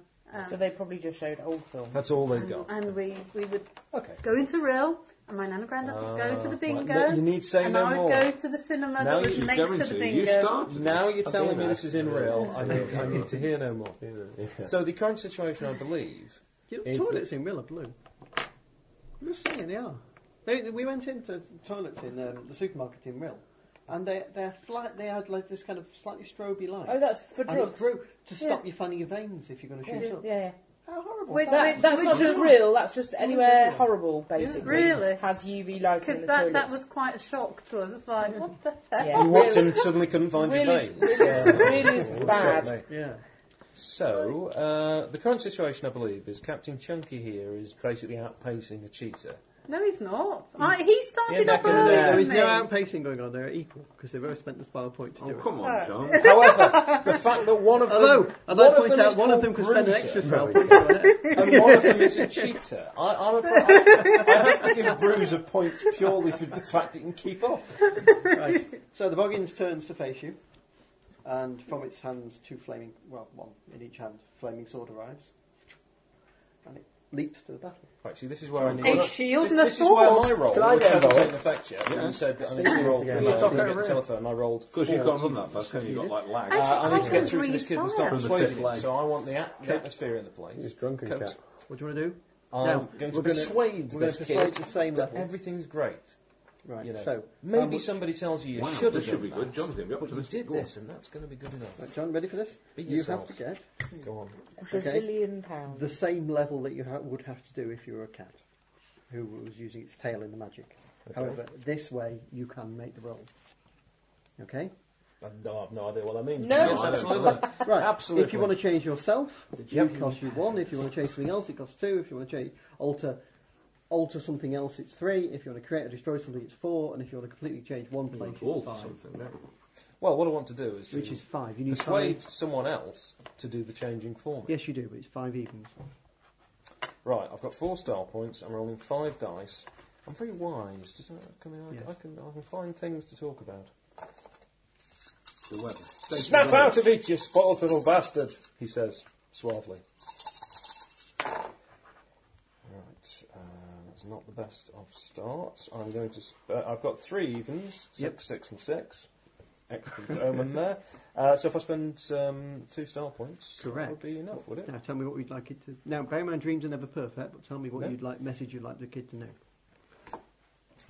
[SPEAKER 7] So
[SPEAKER 9] um,
[SPEAKER 7] they probably just showed old films.
[SPEAKER 4] That's all they got.
[SPEAKER 9] and we, we would
[SPEAKER 4] Okay. Uh,
[SPEAKER 9] go into Rill, and my nan and granddad would go to the bingo,
[SPEAKER 4] Ah, But you need say
[SPEAKER 9] and
[SPEAKER 4] no
[SPEAKER 9] I would
[SPEAKER 4] more.
[SPEAKER 9] go to the cinema that
[SPEAKER 4] Now
[SPEAKER 9] was
[SPEAKER 4] she's
[SPEAKER 9] next
[SPEAKER 6] going
[SPEAKER 9] to the
[SPEAKER 6] to.
[SPEAKER 9] bingo.
[SPEAKER 6] You started.
[SPEAKER 4] Now you're
[SPEAKER 5] I've
[SPEAKER 4] telling
[SPEAKER 5] been
[SPEAKER 4] me
[SPEAKER 5] there.
[SPEAKER 4] this is in
[SPEAKER 5] Yeah.
[SPEAKER 4] real. I need, I need to hear no more.
[SPEAKER 5] Yeah.
[SPEAKER 4] So the current situation, I believe,
[SPEAKER 2] You know,
[SPEAKER 4] Is
[SPEAKER 2] toilets in Rilla Blue. I'm just saying they are. They, we went into toilets in um, the supermarket in Rill, and they they're flat. They had like this kind of slightly stroby light.
[SPEAKER 7] Oh, that's for
[SPEAKER 2] and it's
[SPEAKER 7] drugs.
[SPEAKER 2] bro- to stop
[SPEAKER 7] Yeah.
[SPEAKER 2] you finding your veins if you're going to
[SPEAKER 7] Yeah,
[SPEAKER 2] shoot up.
[SPEAKER 7] yeah. yeah.
[SPEAKER 2] How horrible!
[SPEAKER 9] Wait,
[SPEAKER 2] is that?
[SPEAKER 7] That,
[SPEAKER 9] Which-
[SPEAKER 7] that's not
[SPEAKER 9] which
[SPEAKER 7] just
[SPEAKER 9] is-
[SPEAKER 7] real. That's just anywhere
[SPEAKER 2] Yeah.
[SPEAKER 7] horrible, basically.
[SPEAKER 9] Really?
[SPEAKER 7] Has UV light in
[SPEAKER 9] Because
[SPEAKER 7] the
[SPEAKER 9] that,
[SPEAKER 7] toilets.
[SPEAKER 9] that was quite a shock to us. It's like, what the heck?
[SPEAKER 7] Yeah.
[SPEAKER 4] you walked in and suddenly couldn't find your
[SPEAKER 7] Really,
[SPEAKER 4] veins.
[SPEAKER 7] really, really
[SPEAKER 4] Shocked
[SPEAKER 7] bad.
[SPEAKER 4] me.
[SPEAKER 2] yeah.
[SPEAKER 4] So, uh, the current situation, I believe, is Captain Chunky here is basically outpacing a cheater.
[SPEAKER 9] No, he's not. I, he started
[SPEAKER 4] Yeah,
[SPEAKER 9] off
[SPEAKER 4] no, no, no,
[SPEAKER 9] early.
[SPEAKER 4] no,
[SPEAKER 2] There
[SPEAKER 9] than
[SPEAKER 2] is
[SPEAKER 9] me.
[SPEAKER 2] no outpacing going on. They're equal because they've both spent the spile point to
[SPEAKER 6] Oh,
[SPEAKER 2] do it.
[SPEAKER 6] come on, John.
[SPEAKER 4] However, the fact that one of them,
[SPEAKER 2] Although I'd like to
[SPEAKER 4] of
[SPEAKER 2] point
[SPEAKER 4] them is
[SPEAKER 2] out one of them
[SPEAKER 4] called
[SPEAKER 2] could spend an
[SPEAKER 4] Bruiser
[SPEAKER 2] extra spell point. on it.
[SPEAKER 4] and one of them is a cheater, I, I'm afraid I have to give Bruce a point purely for the fact it can keep up.
[SPEAKER 2] Right. So the boggins turns to face you, and from its hands, two flaming well, one in each hand, flaming sword arrives, and it leaps to the battle.
[SPEAKER 4] Actually, this is where I need.
[SPEAKER 9] A shield
[SPEAKER 4] this,
[SPEAKER 9] and a
[SPEAKER 4] this
[SPEAKER 9] sword.
[SPEAKER 4] is where my roll,
[SPEAKER 5] Can I
[SPEAKER 4] which
[SPEAKER 5] get
[SPEAKER 4] hasn't
[SPEAKER 5] involved?
[SPEAKER 4] taken effect yet, and said that I need to
[SPEAKER 5] Six
[SPEAKER 4] roll.
[SPEAKER 5] again.
[SPEAKER 4] I need to
[SPEAKER 5] Stop
[SPEAKER 4] get
[SPEAKER 5] it,
[SPEAKER 4] the
[SPEAKER 5] really.
[SPEAKER 4] telephone. I rolled.
[SPEAKER 6] Because you
[SPEAKER 4] four.
[SPEAKER 6] can't run that fast, can you? You've got like lag.
[SPEAKER 9] Actually,
[SPEAKER 4] Uh, I need to get
[SPEAKER 9] can
[SPEAKER 4] through to this kid and
[SPEAKER 9] read
[SPEAKER 4] start
[SPEAKER 9] fire.
[SPEAKER 4] persuading him.
[SPEAKER 6] Like-
[SPEAKER 4] So I want the, at- the atmosphere in the place.
[SPEAKER 5] He's drunken
[SPEAKER 4] Coat.
[SPEAKER 5] cat.
[SPEAKER 2] What do you want to do?
[SPEAKER 4] I'm
[SPEAKER 2] Now,
[SPEAKER 4] going
[SPEAKER 2] we're
[SPEAKER 4] to
[SPEAKER 2] gonna-
[SPEAKER 4] persuade
[SPEAKER 2] we're
[SPEAKER 4] this
[SPEAKER 2] gonna
[SPEAKER 4] kid
[SPEAKER 2] persuade the same
[SPEAKER 4] that
[SPEAKER 2] level.
[SPEAKER 4] everything's great.
[SPEAKER 2] Right.
[SPEAKER 4] You know,
[SPEAKER 2] So
[SPEAKER 4] maybe
[SPEAKER 2] um,
[SPEAKER 4] somebody tells you you
[SPEAKER 6] Wow,
[SPEAKER 4] should have
[SPEAKER 6] this should
[SPEAKER 4] done
[SPEAKER 6] be
[SPEAKER 4] that,
[SPEAKER 6] good. John's gonna be
[SPEAKER 4] but you
[SPEAKER 6] optimistic.
[SPEAKER 4] did
[SPEAKER 6] Go on.
[SPEAKER 4] this, and that's going to be good enough.
[SPEAKER 2] right, John, ready for this?
[SPEAKER 4] Be
[SPEAKER 2] you have
[SPEAKER 4] yourself.
[SPEAKER 2] to get
[SPEAKER 4] Go on.
[SPEAKER 7] A
[SPEAKER 2] Okay.
[SPEAKER 7] bazillion pounds.
[SPEAKER 2] the same level that you ha- would have to do if you were a cat, who was using its tail in the magic. However, this way you can make the roll. Okay.
[SPEAKER 4] I've Uh, no, I've no idea what I mean.
[SPEAKER 7] No.
[SPEAKER 4] Yes, absolutely.
[SPEAKER 2] Right.
[SPEAKER 4] Absolutely.
[SPEAKER 2] If you want to change yourself,
[SPEAKER 4] Yep.
[SPEAKER 2] it costs you one. If you want to change something else, it costs two. If you want to change alter alter something else, it's three. If you want to create or destroy something, it's four. And if you want to completely change one
[SPEAKER 4] Mm-hmm.
[SPEAKER 2] place,
[SPEAKER 6] Wall
[SPEAKER 2] it's
[SPEAKER 4] Oh,
[SPEAKER 6] or
[SPEAKER 2] five.
[SPEAKER 6] something. don't you?
[SPEAKER 4] Well, what I want to do is to
[SPEAKER 2] Which is five. You need
[SPEAKER 4] persuade
[SPEAKER 2] five.
[SPEAKER 4] someone else to do the changing for me.
[SPEAKER 2] Yes, you do, but it's five evens.
[SPEAKER 4] Right, I've got four style points. I'm rolling five dice.
[SPEAKER 10] I'm very wise. Does that come in?
[SPEAKER 2] Yes.
[SPEAKER 10] I, I can I can find things to talk about.
[SPEAKER 6] The weather.
[SPEAKER 10] Snap out of it, you spoiled little bastard! He says suavely. Right, um, it's not the best of starts. I'm going to. Sp- uh, I've got three evens, six,
[SPEAKER 2] Yep.
[SPEAKER 10] six, and six. Excellent omen there. Uh, so if I spend um, two star points, that would
[SPEAKER 2] Correct.
[SPEAKER 10] be enough, would it?
[SPEAKER 2] Now tell me what you'd like it to. Now bear in mind, dreams are never perfect, but tell me what
[SPEAKER 10] No.
[SPEAKER 2] you'd like message you'd like the kid to know.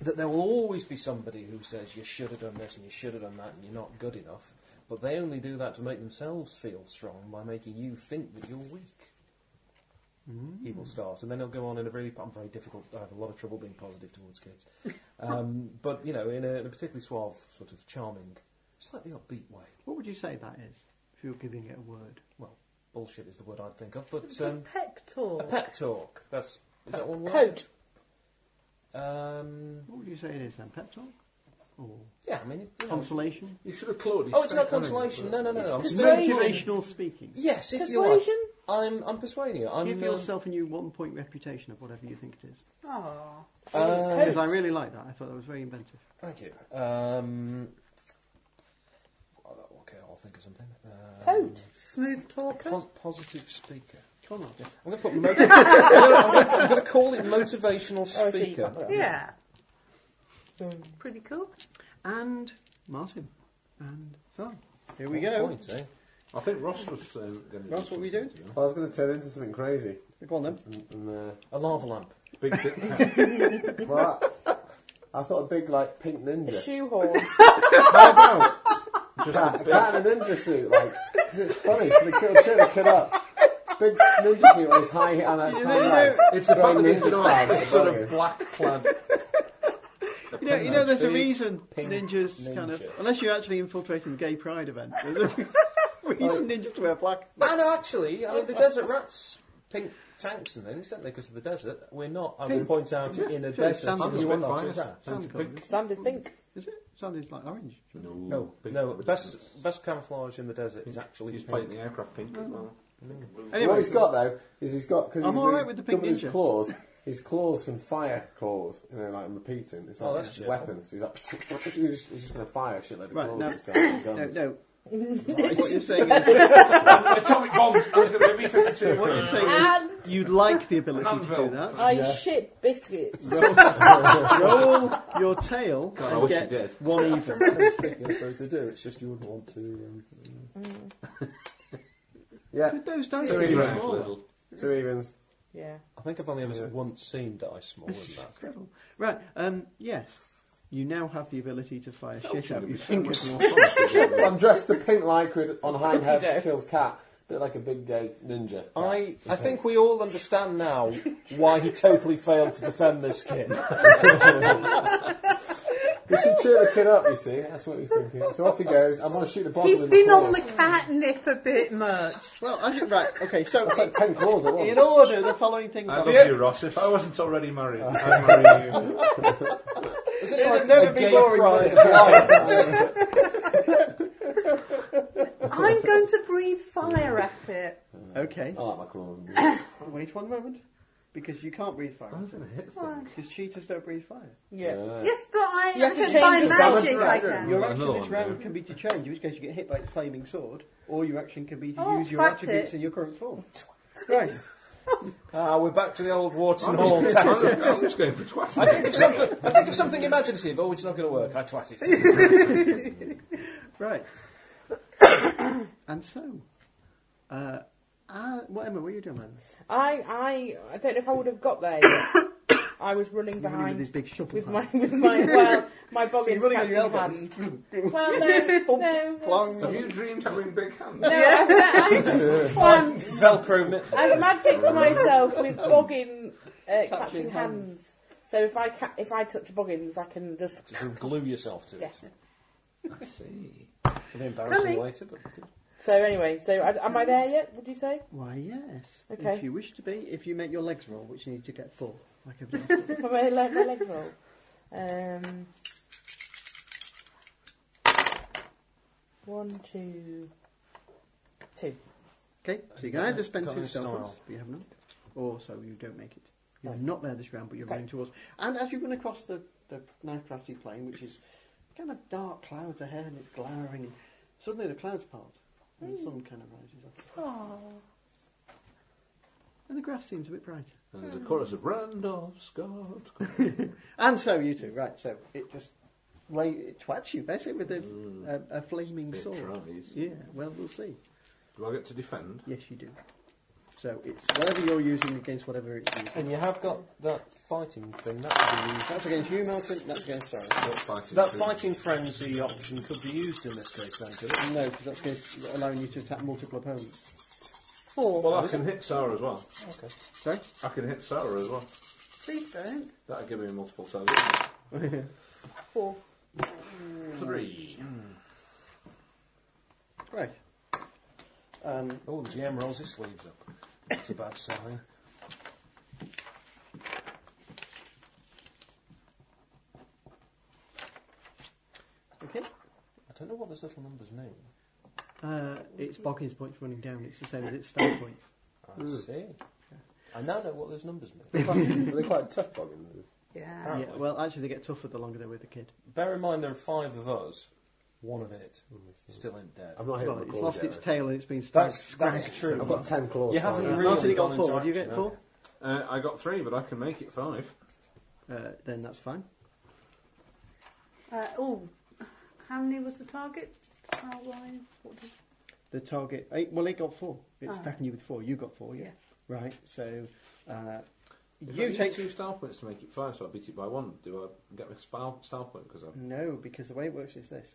[SPEAKER 4] that there will always be somebody who says you should have done this and you should have done that and you're not good enough, but they only do that to make themselves feel strong by making you think that you're weak. He will start, and then he'll go on in a really. I'm very difficult. I have a lot of trouble being positive towards kids, um, but you know, in a, in a particularly suave, sort of charming, slightly upbeat way.
[SPEAKER 2] What would you say that is if you were giving it a word?
[SPEAKER 4] Well, bullshit is the word I'd think of,
[SPEAKER 9] It's
[SPEAKER 4] but
[SPEAKER 9] a
[SPEAKER 4] um,
[SPEAKER 9] pep
[SPEAKER 4] a
[SPEAKER 9] talk.
[SPEAKER 4] pep talk. That's is that one word?
[SPEAKER 7] Code.
[SPEAKER 4] Um,
[SPEAKER 2] What would you say it is then? Pep talk or
[SPEAKER 4] yeah, I mean, you know-
[SPEAKER 2] consolation?
[SPEAKER 6] You should have clawed his
[SPEAKER 4] oh, it's
[SPEAKER 6] fake
[SPEAKER 4] not consolation. No,
[SPEAKER 6] honey,
[SPEAKER 4] no, no. no. I'm
[SPEAKER 7] Persuasion.
[SPEAKER 2] Motivational speaking.
[SPEAKER 4] Yes, if
[SPEAKER 7] Persuasion?
[SPEAKER 4] you like. I'm, I'm persuading you. I'm,
[SPEAKER 2] Give
[SPEAKER 4] uh,
[SPEAKER 2] yourself a new one point reputation of whatever you think it is.
[SPEAKER 9] Aw.
[SPEAKER 4] uh,
[SPEAKER 2] Because I really like that. I thought that was very inventive.
[SPEAKER 4] thank you. Um, okay, I'll think of something. Um,
[SPEAKER 7] Coat.
[SPEAKER 9] Smooth talker.
[SPEAKER 4] pos- positive speaker.
[SPEAKER 2] Come on.
[SPEAKER 4] I'm going to put. Motiv- I'm going to call it motivational
[SPEAKER 7] Oh, I see.
[SPEAKER 4] speaker.
[SPEAKER 9] Yeah. Pretty cool.
[SPEAKER 2] And Martin. And Sam. Here we
[SPEAKER 4] Good
[SPEAKER 2] go.
[SPEAKER 4] point, eh?
[SPEAKER 6] I think Ross was um, going to
[SPEAKER 2] Ross, what were you doing?
[SPEAKER 5] I was going to turn into something crazy.
[SPEAKER 2] Go on then.
[SPEAKER 5] And, and, uh,
[SPEAKER 4] A lava lamp.
[SPEAKER 6] Big dick.
[SPEAKER 5] well, I, I thought a big, like, pink
[SPEAKER 7] A
[SPEAKER 5] ninja.
[SPEAKER 7] shoehorn.
[SPEAKER 5] How about just a cat in a ninja suit? Like, because it's funny, so they could cheer the kid up. Big ninja suit on his high and on his high legs.
[SPEAKER 6] It's the fact
[SPEAKER 5] Throwing
[SPEAKER 6] that he's
[SPEAKER 5] ninja
[SPEAKER 6] got
[SPEAKER 5] style.
[SPEAKER 6] this sort of black clad.
[SPEAKER 2] You know, you know there's a reason
[SPEAKER 4] pink
[SPEAKER 2] ninjas kind of. Unless you're actually infiltrating gay pride event. There's a reason ninjas to wear black.
[SPEAKER 4] No, no, actually, I mean the desert rats. Pink tanks and things, don't they? Because of the desert, we're not. I will point out in a
[SPEAKER 2] sure,
[SPEAKER 4] desert,
[SPEAKER 2] sounds
[SPEAKER 4] we're
[SPEAKER 6] good.
[SPEAKER 4] not
[SPEAKER 6] Fine.
[SPEAKER 4] rats.
[SPEAKER 2] Sam colours.
[SPEAKER 7] Sand is pink.
[SPEAKER 2] Is it? Sounds like orange.
[SPEAKER 4] No, no. Best best camouflage in the desert is actually
[SPEAKER 6] He's
[SPEAKER 4] pink.
[SPEAKER 6] painting the aircraft pink as well.
[SPEAKER 5] What
[SPEAKER 2] Anyway,
[SPEAKER 5] he's got though is he's got because
[SPEAKER 2] I'm
[SPEAKER 5] he's
[SPEAKER 2] all
[SPEAKER 5] really
[SPEAKER 2] right with the pink
[SPEAKER 5] good His
[SPEAKER 2] ninja.
[SPEAKER 5] claws, his claws can fire claws. You know, like I'm repeating. It's like
[SPEAKER 4] Oh, that's
[SPEAKER 5] his
[SPEAKER 4] cheerful.
[SPEAKER 5] weapons. He's like, he's just, he's just going to fire a shitload of
[SPEAKER 2] Right,
[SPEAKER 5] claws.
[SPEAKER 2] no.
[SPEAKER 5] at this guy with
[SPEAKER 2] no,
[SPEAKER 5] guns.
[SPEAKER 2] no. what you're saying is,
[SPEAKER 6] Atomic bombs! Uh, I was going to be 52.
[SPEAKER 2] what you're saying is
[SPEAKER 7] And
[SPEAKER 2] you'd like the ability to do
[SPEAKER 6] Anvil.
[SPEAKER 2] that.
[SPEAKER 7] I shit biscuits.
[SPEAKER 2] Roll your tail
[SPEAKER 6] I
[SPEAKER 2] and
[SPEAKER 6] wish you
[SPEAKER 2] get
[SPEAKER 6] did.
[SPEAKER 2] one even.
[SPEAKER 4] I suppose they do. It's just you wouldn't want to.
[SPEAKER 5] um, Yeah,
[SPEAKER 2] With those dice,
[SPEAKER 5] So
[SPEAKER 2] it's
[SPEAKER 5] anyway.
[SPEAKER 2] smaller.
[SPEAKER 5] two evens.
[SPEAKER 7] Yeah.
[SPEAKER 4] I think I've only ever once seen dice smaller than that.
[SPEAKER 2] Incredible. Right, um, yes. You now have the ability to fire shit out your fingers.
[SPEAKER 5] I'm dressed in pink lycra on hind
[SPEAKER 7] Dough.
[SPEAKER 5] heads, kills cat. Bit like a big gay ninja.
[SPEAKER 4] I, I think we all understand now why he totally failed to defend this kid.
[SPEAKER 5] We should cheer the kid up. You see, that's what he's thinking. So off he goes. I'm going to shoot the bottom.
[SPEAKER 9] He's
[SPEAKER 5] in
[SPEAKER 9] been
[SPEAKER 5] the claws.
[SPEAKER 9] on the catnip a bit much.
[SPEAKER 2] well, I should, right, okay, so
[SPEAKER 5] It's like ten claws at once.
[SPEAKER 2] in order, the following thing.
[SPEAKER 6] I love you, Ross. If I wasn't already married, I'd marry you.
[SPEAKER 4] Is this
[SPEAKER 2] It'll
[SPEAKER 4] like
[SPEAKER 2] never
[SPEAKER 4] a
[SPEAKER 2] be
[SPEAKER 4] gay
[SPEAKER 2] boring,
[SPEAKER 4] pride
[SPEAKER 2] will
[SPEAKER 9] I'm going to breathe fire at it.
[SPEAKER 2] Okay,
[SPEAKER 5] I like my claws.
[SPEAKER 2] wait one moment. Because you can't breathe fire. Because cheetahs don't breathe fire.
[SPEAKER 7] Yeah.
[SPEAKER 9] Yes, but I,
[SPEAKER 7] You
[SPEAKER 9] I
[SPEAKER 7] have to
[SPEAKER 9] can
[SPEAKER 7] change
[SPEAKER 9] buy
[SPEAKER 7] the
[SPEAKER 9] magic.
[SPEAKER 7] sound.
[SPEAKER 9] I can.
[SPEAKER 2] Your
[SPEAKER 6] Another
[SPEAKER 2] action this
[SPEAKER 6] one,
[SPEAKER 2] round
[SPEAKER 6] yeah.
[SPEAKER 2] can be to change, in which case you get hit by its flaming sword, or your action can be to
[SPEAKER 9] Oh,
[SPEAKER 2] use your
[SPEAKER 9] twat
[SPEAKER 2] attributes
[SPEAKER 9] it.
[SPEAKER 2] in your current form. Right.
[SPEAKER 4] Ah, we're back to the old Wharton
[SPEAKER 6] I'm
[SPEAKER 4] Hall
[SPEAKER 6] just- I'm
[SPEAKER 4] tactic.
[SPEAKER 6] just- I'm just going for twice.
[SPEAKER 4] I think of something. I think of something imaginative. Oh, it's not going to work. I twat it.
[SPEAKER 2] Right. and so, uh, uh, what Emma? What are you doing, man?
[SPEAKER 7] I, I, I don't know if I would have got there. yet. I was running
[SPEAKER 2] You're running with
[SPEAKER 7] behind
[SPEAKER 2] this big shovel.
[SPEAKER 7] with my
[SPEAKER 2] hand.
[SPEAKER 7] with my well my
[SPEAKER 2] So you're
[SPEAKER 7] boggins
[SPEAKER 2] running on
[SPEAKER 7] catching
[SPEAKER 2] your elbows.
[SPEAKER 7] hand. Well, no, no, no.
[SPEAKER 2] Plong.
[SPEAKER 6] Have you dreamed of having big hands?
[SPEAKER 7] No, I've, I've,
[SPEAKER 4] Velcro mitt.
[SPEAKER 7] I've magicked myself with boggin uh, catching
[SPEAKER 2] hands.
[SPEAKER 7] hands. So if I ca- if I touch boggins, I can just
[SPEAKER 4] Just glue yourself to it.
[SPEAKER 7] yes.
[SPEAKER 6] I see.
[SPEAKER 4] It'll be embarrassing
[SPEAKER 9] Coming.
[SPEAKER 4] later, but
[SPEAKER 7] So anyway, so I, am I there yet? Would you say?
[SPEAKER 2] Why, yes.
[SPEAKER 7] Okay.
[SPEAKER 2] If you wish to be, if you make your legs roll, which you need to get full, like everyone else.
[SPEAKER 7] Am I like my leg roll? Um, one, two, two.
[SPEAKER 2] okay, so you can either spend
[SPEAKER 4] Got
[SPEAKER 2] two
[SPEAKER 4] any
[SPEAKER 2] spell
[SPEAKER 4] style?
[SPEAKER 2] points, but you have none, or so you don't make it. You're not there this round, but you're
[SPEAKER 7] Okay.
[SPEAKER 2] running towards. And as you run across the, the knife gravity plane, which is kind of dark clouds ahead and it's glowering, and suddenly the clouds part and
[SPEAKER 7] Hmm.
[SPEAKER 2] the sun kind of rises up.
[SPEAKER 9] Oh.
[SPEAKER 2] And the grass seems a bit brighter.
[SPEAKER 6] And there's a chorus of Randolph Scott.
[SPEAKER 2] And so you two, right? So it just lay, it twats you basically with a,
[SPEAKER 5] Mm.
[SPEAKER 2] a, a flaming
[SPEAKER 6] It
[SPEAKER 2] sword.
[SPEAKER 6] tries.
[SPEAKER 2] Yeah. Well, we'll see.
[SPEAKER 6] Do I get to defend?
[SPEAKER 2] Yes, you do. So it's whatever you're using against whatever it's using.
[SPEAKER 4] And you have got that fighting thing. That could be used.
[SPEAKER 2] That's against you, Melton. That's against sorry.
[SPEAKER 6] Not fighting.
[SPEAKER 11] That
[SPEAKER 6] too.
[SPEAKER 11] fighting frenzy option could be used in this case, then, could it?
[SPEAKER 2] No, because that's going to allowing you to attack multiple opponents.
[SPEAKER 6] Well, I can hit Sarah as well.
[SPEAKER 2] Sorry?
[SPEAKER 6] I can hit Sarah as well.
[SPEAKER 2] Please don't.
[SPEAKER 6] That'll give me a multiple target. wouldn't it?
[SPEAKER 2] Four.
[SPEAKER 6] Three.
[SPEAKER 2] Right. Um,
[SPEAKER 11] Oh, the GM rolls his sleeves up. That's a bad sign.
[SPEAKER 2] okay.
[SPEAKER 11] I don't know what those little numbers mean.
[SPEAKER 2] Uh, it's Boggins points running down. It's the same as its star points.
[SPEAKER 11] I
[SPEAKER 6] Hmm.
[SPEAKER 11] see. I now know what those numbers mean.
[SPEAKER 5] Are they quite tough boggins?
[SPEAKER 9] Yeah.
[SPEAKER 2] Yeah. Well, actually, they get tougher the longer they're with the kid.
[SPEAKER 11] Bear in mind there are five of us. One of it
[SPEAKER 6] Mm-hmm.
[SPEAKER 11] still ain't dead.
[SPEAKER 5] I've not hit
[SPEAKER 2] Well,
[SPEAKER 5] my
[SPEAKER 2] it's
[SPEAKER 5] claws
[SPEAKER 2] lost
[SPEAKER 5] yet,
[SPEAKER 2] its
[SPEAKER 5] though.
[SPEAKER 2] tail and it's been
[SPEAKER 11] That's
[SPEAKER 2] scratched.
[SPEAKER 11] that's true.
[SPEAKER 5] I've got ten claws.
[SPEAKER 11] You haven't
[SPEAKER 5] now.
[SPEAKER 11] really
[SPEAKER 2] Martin, you
[SPEAKER 11] gone
[SPEAKER 2] got
[SPEAKER 11] into
[SPEAKER 2] four. Have you
[SPEAKER 11] action,
[SPEAKER 2] get four?
[SPEAKER 6] Uh, I got three, but I can make it five.
[SPEAKER 2] Uh, then that's fine.
[SPEAKER 9] Uh, oh, how many was the target? Star-wise? What did...
[SPEAKER 2] The target. Eight, well, it got four. It's
[SPEAKER 9] Ah.
[SPEAKER 2] attacking you with four. You got four, yeah.
[SPEAKER 9] Yes.
[SPEAKER 2] Right. So uh,
[SPEAKER 6] If I
[SPEAKER 2] you
[SPEAKER 6] use
[SPEAKER 2] take
[SPEAKER 6] two style points to make it five, so I beat it by one. Do I get my style, style point? Because I'm
[SPEAKER 2] No, because the way it works is this.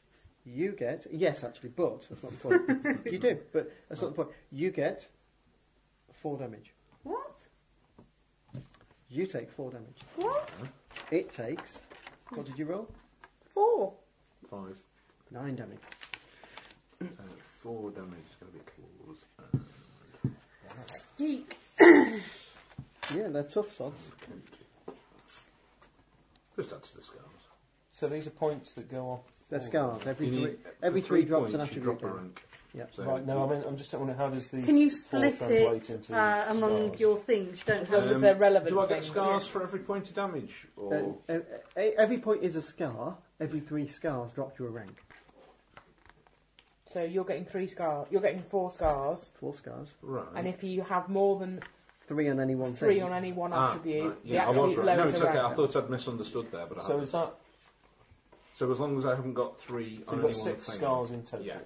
[SPEAKER 2] You get, yes, actually, but that's not the point. you do, but that's not the point. You get four damage.
[SPEAKER 9] What?
[SPEAKER 2] You take four damage.
[SPEAKER 9] What?
[SPEAKER 2] It takes, what did you roll?
[SPEAKER 9] Four.
[SPEAKER 6] five.
[SPEAKER 2] Nine damage.
[SPEAKER 6] Uh, four damage is going to be claws.
[SPEAKER 9] Yeek.
[SPEAKER 2] Yeah, they're tough sods.
[SPEAKER 6] Just add to the scars.
[SPEAKER 11] So these are points that go off.
[SPEAKER 2] They're scars. Every
[SPEAKER 6] You need-
[SPEAKER 2] three,
[SPEAKER 6] for
[SPEAKER 2] every three, drops
[SPEAKER 6] points,
[SPEAKER 2] an
[SPEAKER 6] you
[SPEAKER 2] attribute
[SPEAKER 6] drop a
[SPEAKER 2] down.
[SPEAKER 6] rank.
[SPEAKER 2] Yep.
[SPEAKER 6] So
[SPEAKER 11] right. No, I mean I'm just wondering how does the
[SPEAKER 9] Can you
[SPEAKER 11] four
[SPEAKER 9] split
[SPEAKER 11] translate
[SPEAKER 9] it
[SPEAKER 11] into
[SPEAKER 9] uh, among
[SPEAKER 11] stars?
[SPEAKER 9] your things? You Don't
[SPEAKER 7] Well,
[SPEAKER 9] have
[SPEAKER 7] there's their relevant
[SPEAKER 6] Um, Do I get
[SPEAKER 7] things.
[SPEAKER 6] scars for every point of damage? Or
[SPEAKER 2] Uh, uh, uh, every point is a scar. Every three scars drop you a rank.
[SPEAKER 7] So you're getting three scars. You're getting four scars,
[SPEAKER 2] Four scars.
[SPEAKER 6] right?
[SPEAKER 7] and if you have more than
[SPEAKER 2] Three on any one thing.
[SPEAKER 7] three on any one
[SPEAKER 6] Ah,
[SPEAKER 7] attribute,
[SPEAKER 6] right,
[SPEAKER 7] the
[SPEAKER 6] yeah, I was
[SPEAKER 7] attribute
[SPEAKER 6] right. No,
[SPEAKER 7] lowers
[SPEAKER 6] it's
[SPEAKER 7] the
[SPEAKER 6] okay. I
[SPEAKER 7] rank.
[SPEAKER 6] thought I'd misunderstood there, but I
[SPEAKER 11] So
[SPEAKER 6] haven't.
[SPEAKER 11] is that?
[SPEAKER 6] So as long as I haven't got three,
[SPEAKER 11] So
[SPEAKER 6] on
[SPEAKER 11] you've got
[SPEAKER 6] any one
[SPEAKER 11] six
[SPEAKER 6] thing.
[SPEAKER 11] scars in total.
[SPEAKER 6] Yeah.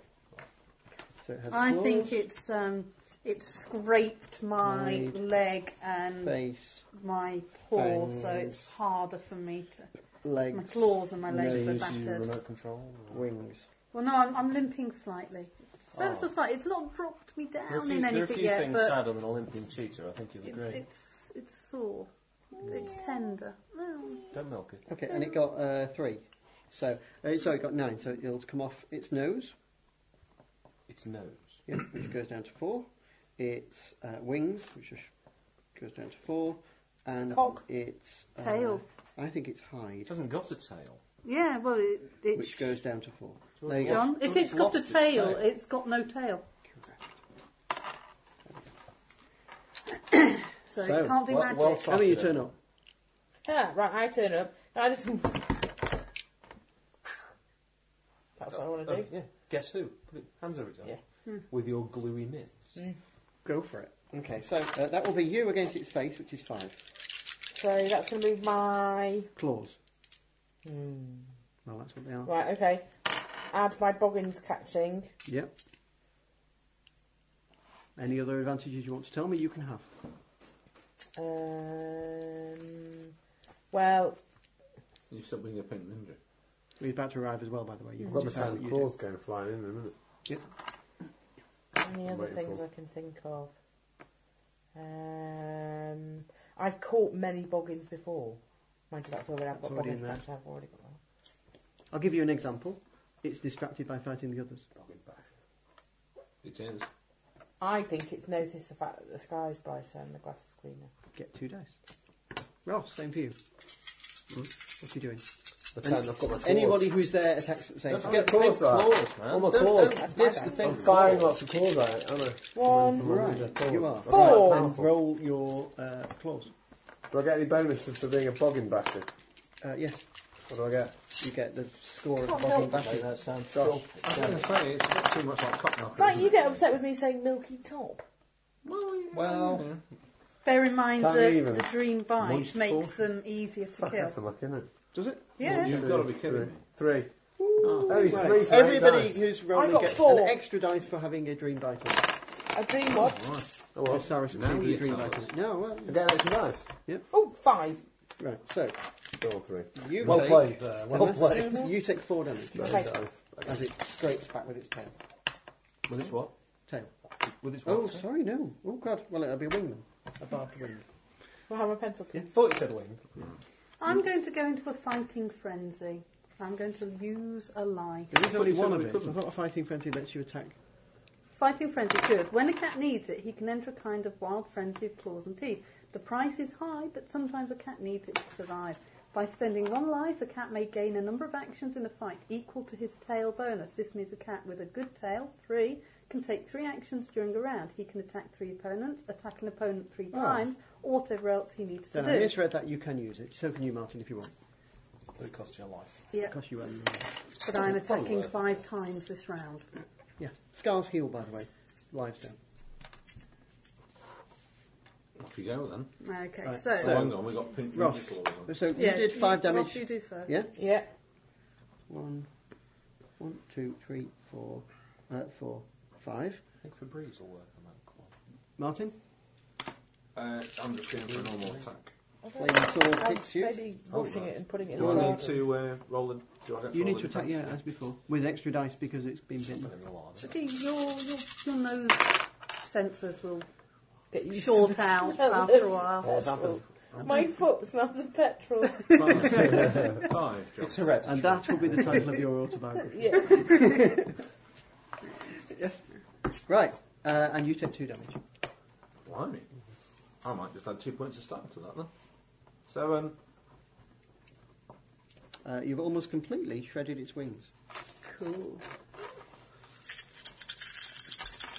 [SPEAKER 2] So it has
[SPEAKER 9] I
[SPEAKER 2] claws,
[SPEAKER 9] think it's um, it scraped my
[SPEAKER 2] Right.
[SPEAKER 9] leg and
[SPEAKER 2] face,
[SPEAKER 9] my paw, so
[SPEAKER 2] Fangs.
[SPEAKER 9] it's harder for me to.
[SPEAKER 2] legs,
[SPEAKER 9] My claws and my legs are
[SPEAKER 2] nose,
[SPEAKER 11] Do you
[SPEAKER 9] battered.
[SPEAKER 11] remote control? or-
[SPEAKER 2] wings.
[SPEAKER 9] Well, no, I'm, I'm limping slightly. So it's
[SPEAKER 11] Oh.
[SPEAKER 9] just like it's not dropped me down
[SPEAKER 11] There are a few,
[SPEAKER 9] in
[SPEAKER 11] there are a
[SPEAKER 9] anything
[SPEAKER 11] few
[SPEAKER 9] yet,
[SPEAKER 11] things
[SPEAKER 9] but
[SPEAKER 11] sad on an Olympian cheater. I think you'll
[SPEAKER 9] it,
[SPEAKER 11] agree.
[SPEAKER 9] it's it's sore. It's tender. Oh.
[SPEAKER 11] Don't milk it.
[SPEAKER 2] Okay, and it got uh, three. So, uh, sorry, it got nine. So it'll come off its nose,
[SPEAKER 11] It's nose.
[SPEAKER 2] yeah, which goes down to four. Its uh, wings, which is, goes down to four. And
[SPEAKER 9] Cock.
[SPEAKER 2] its uh,
[SPEAKER 9] Tail.
[SPEAKER 2] I think it's
[SPEAKER 11] It
[SPEAKER 2] hide,
[SPEAKER 11] hasn't got a tail.
[SPEAKER 9] Yeah, well, it, it
[SPEAKER 2] which goes down to four. There you go.
[SPEAKER 9] John, if
[SPEAKER 11] it's
[SPEAKER 9] it's got a
[SPEAKER 11] lost its tail.
[SPEAKER 9] tail, it's got no tail. so,
[SPEAKER 2] So,
[SPEAKER 9] it can't do
[SPEAKER 11] well-
[SPEAKER 9] magic.
[SPEAKER 11] well
[SPEAKER 2] How many you
[SPEAKER 11] Farted
[SPEAKER 2] turn
[SPEAKER 11] it.
[SPEAKER 2] up?
[SPEAKER 7] Ah, right, I turn up. I just... That's what I want to do.
[SPEAKER 11] Oh, yeah. Guess who? Put it, hands over his eye.
[SPEAKER 7] Yeah.
[SPEAKER 9] Hmm.
[SPEAKER 11] With your gluey mitts.
[SPEAKER 2] Go for it. Okay, so uh, that will be you against its face, which is five.
[SPEAKER 7] So that's going to be my...
[SPEAKER 2] Claws. Hmm. Well, that's what they are.
[SPEAKER 7] Right, okay. Add my boggins catching.
[SPEAKER 2] Yep. Any other advantages you want to tell me? You can have.
[SPEAKER 7] Um, well,
[SPEAKER 6] You still being a pink ninja.
[SPEAKER 2] We're about to arrive as well, by the way. You
[SPEAKER 5] I've
[SPEAKER 2] can
[SPEAKER 5] got my
[SPEAKER 2] decide
[SPEAKER 5] ten
[SPEAKER 2] what you do.
[SPEAKER 5] claws going flying in in a minute.
[SPEAKER 7] any other
[SPEAKER 5] waiting
[SPEAKER 7] things
[SPEAKER 5] for-
[SPEAKER 7] I can think of? Um, I've caught many boggins before. Mind you, that's already I've got
[SPEAKER 2] It's already
[SPEAKER 7] boggins
[SPEAKER 2] in there.
[SPEAKER 7] catch. I've already got that.
[SPEAKER 2] I'll give you an example. It's distracted by fighting the others.
[SPEAKER 6] It is.
[SPEAKER 7] I think it's noticed the fact that the sky is brighter and the grass is greener.
[SPEAKER 2] Get two dice. Ross, same for you. Hmm? What are you doing?
[SPEAKER 5] The ten, I've got my claws.
[SPEAKER 2] Anybody who's there attacks at the same
[SPEAKER 11] Don't
[SPEAKER 2] time.
[SPEAKER 11] forget the big
[SPEAKER 5] claws are.
[SPEAKER 11] claws, man.
[SPEAKER 5] Oh, my
[SPEAKER 11] Don't-
[SPEAKER 5] claws.
[SPEAKER 11] don't diss the
[SPEAKER 7] I'm
[SPEAKER 11] thing.
[SPEAKER 5] I'm firing lots of claws at it, am I?
[SPEAKER 7] One.
[SPEAKER 5] From my
[SPEAKER 2] Right,
[SPEAKER 5] ninja claws.
[SPEAKER 2] you are.
[SPEAKER 5] That's
[SPEAKER 7] Four.
[SPEAKER 5] quite
[SPEAKER 2] And
[SPEAKER 5] powerful.
[SPEAKER 2] roll your uh, claws.
[SPEAKER 5] Do I get any bonuses for being a boggin basher?
[SPEAKER 2] Uh, yes,
[SPEAKER 5] What do I get?
[SPEAKER 2] you get the Ah, score of
[SPEAKER 7] Can't
[SPEAKER 2] Boggin
[SPEAKER 7] help
[SPEAKER 2] Basher.
[SPEAKER 11] that sounds
[SPEAKER 5] Gosh.
[SPEAKER 11] cool.
[SPEAKER 6] I was going to say, it's a bit too much like cock knocker.
[SPEAKER 7] It's like
[SPEAKER 6] isn't
[SPEAKER 7] you
[SPEAKER 6] it?
[SPEAKER 7] get upset with me saying milky top.
[SPEAKER 6] Well,
[SPEAKER 9] Bear in mind
[SPEAKER 5] Can't
[SPEAKER 9] that
[SPEAKER 5] even.
[SPEAKER 9] the dream bite
[SPEAKER 6] Moist
[SPEAKER 9] makes them easier to
[SPEAKER 5] Fuck,
[SPEAKER 9] kill.
[SPEAKER 5] that's a luck, isn't it?
[SPEAKER 2] Does it?
[SPEAKER 9] Yeah.
[SPEAKER 6] you've got to be kidding me.
[SPEAKER 5] Three. Only
[SPEAKER 2] Right.
[SPEAKER 5] three for
[SPEAKER 2] Everybody
[SPEAKER 5] eight dice.
[SPEAKER 2] who's rolling
[SPEAKER 7] I got
[SPEAKER 2] gets
[SPEAKER 7] four.
[SPEAKER 2] an extra dice for having a dream vital.
[SPEAKER 7] A dream what?
[SPEAKER 5] Oh, well.
[SPEAKER 2] Osiris
[SPEAKER 6] Now
[SPEAKER 2] achieved
[SPEAKER 6] you
[SPEAKER 2] a dream
[SPEAKER 6] tell
[SPEAKER 2] vital.
[SPEAKER 6] us.
[SPEAKER 2] No, well,
[SPEAKER 5] I get an extra dice.
[SPEAKER 7] Oh, five.
[SPEAKER 2] right. So
[SPEAKER 5] Still three.
[SPEAKER 2] you
[SPEAKER 4] Well
[SPEAKER 2] take
[SPEAKER 4] played there. Well
[SPEAKER 2] Unless-
[SPEAKER 4] played.
[SPEAKER 2] You take four damage
[SPEAKER 5] Nice
[SPEAKER 7] Okay.
[SPEAKER 5] dice. Okay.
[SPEAKER 2] as it scrapes back with its tail.
[SPEAKER 6] With its what?
[SPEAKER 2] Tail.
[SPEAKER 6] With its what?
[SPEAKER 2] Oh, sorry, no. Oh God. Well, it'll be a wingman, a barbed wing.
[SPEAKER 7] Well, have a pencil.
[SPEAKER 4] You thought you said wing.
[SPEAKER 9] I'm going to go into a fighting frenzy. I'm going to use a lie.
[SPEAKER 2] There is
[SPEAKER 6] thought
[SPEAKER 2] only
[SPEAKER 6] you said
[SPEAKER 2] one
[SPEAKER 6] that
[SPEAKER 2] of
[SPEAKER 6] we
[SPEAKER 2] it. I
[SPEAKER 6] couldn't.
[SPEAKER 2] thought a fighting frenzy lets you attack.
[SPEAKER 9] Fighting frenzy, good. When a cat needs it, he can enter a kind of wild frenzy of claws and teeth. The price is high, but sometimes a cat needs it to survive. By spending one life, a cat may gain a number of actions in a fight equal to his tail bonus. This means a cat with a good tail, three, can take three actions during a round. He can attack three opponents, attack an opponent three
[SPEAKER 2] Ah.
[SPEAKER 9] times, or whatever else he needs to
[SPEAKER 2] Then I
[SPEAKER 9] do.
[SPEAKER 2] misread that. You can use it. So can you, Martin, if you want.
[SPEAKER 11] But it costs you a life.
[SPEAKER 9] Yeah,
[SPEAKER 2] Of course you will.
[SPEAKER 9] but I'm attacking
[SPEAKER 11] Probably.
[SPEAKER 9] five times this round.
[SPEAKER 2] Yeah. Scars heal, by the way. Lives down.
[SPEAKER 6] Off you go then.
[SPEAKER 9] Okay,
[SPEAKER 2] Right,
[SPEAKER 9] so,
[SPEAKER 6] So, hang on, we've got pink
[SPEAKER 2] Ross.
[SPEAKER 6] magical all over.
[SPEAKER 2] So
[SPEAKER 9] yeah,
[SPEAKER 2] you did five
[SPEAKER 9] you-
[SPEAKER 2] damage.
[SPEAKER 9] Ross, you do first.
[SPEAKER 2] Yeah.
[SPEAKER 7] Yeah.
[SPEAKER 2] One, one, two, three, four, uh, four, five.
[SPEAKER 11] I think Febreze will work on that. Come on.
[SPEAKER 2] Martin,
[SPEAKER 6] Uh, I'm just going for a normal attack.
[SPEAKER 2] flaming sword
[SPEAKER 7] I
[SPEAKER 2] hits
[SPEAKER 7] was
[SPEAKER 2] you.
[SPEAKER 7] maybe washing it and putting it in
[SPEAKER 6] Do
[SPEAKER 7] the
[SPEAKER 6] I
[SPEAKER 7] jar.
[SPEAKER 6] need to uh, roll the? Do I get
[SPEAKER 2] You
[SPEAKER 6] roll
[SPEAKER 2] need to
[SPEAKER 6] the
[SPEAKER 2] attack,
[SPEAKER 6] damage?
[SPEAKER 2] yeah, as before, with extra dice because it's been bitten.
[SPEAKER 11] Put it in the larder.
[SPEAKER 9] Okay, your, your, your nose sensors will
[SPEAKER 7] Get used to
[SPEAKER 9] short
[SPEAKER 7] the
[SPEAKER 9] out
[SPEAKER 7] smell
[SPEAKER 9] after a
[SPEAKER 7] of
[SPEAKER 9] while.
[SPEAKER 5] What's happened?
[SPEAKER 7] My foot smells of petrol.
[SPEAKER 6] Five. Five. John.
[SPEAKER 11] It's hereditary.
[SPEAKER 2] And that will be the title of your autobiography.
[SPEAKER 7] yeah.
[SPEAKER 2] Right, uh, and you take two damage.
[SPEAKER 6] Blimey. I might just add two points of style to that then. um, Seven.
[SPEAKER 2] Uh, you've almost completely shredded its wings.
[SPEAKER 9] Cool.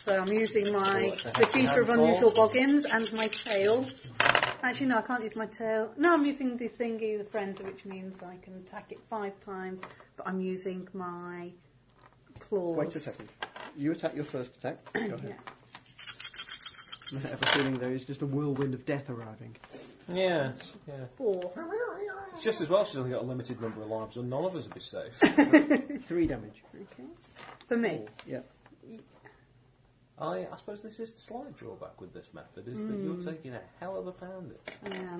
[SPEAKER 9] So I'm using my
[SPEAKER 11] that's a
[SPEAKER 9] Diffuser of
[SPEAKER 11] handful.
[SPEAKER 9] Unusual Boggins and my tail. Actually, no, I can't use my tail. No, I'm using the thingy, the frenzy, which means I can attack it five times, but I'm using my claws.
[SPEAKER 2] Wait a second. You attack your first attack. Go ahead.
[SPEAKER 9] Yeah.
[SPEAKER 2] I have a feeling there is just a whirlwind of death arriving.
[SPEAKER 11] Yeah, yeah.
[SPEAKER 9] Four.
[SPEAKER 11] It's just as well she's only got a limited number of lives, and none of us would be safe.
[SPEAKER 2] Three damage.
[SPEAKER 9] Okay. For me.
[SPEAKER 2] Yeah.
[SPEAKER 11] I, I suppose this is the slight drawback with this method, is that
[SPEAKER 9] Hmm.
[SPEAKER 11] you're taking a hell of a pounding.
[SPEAKER 9] Yeah.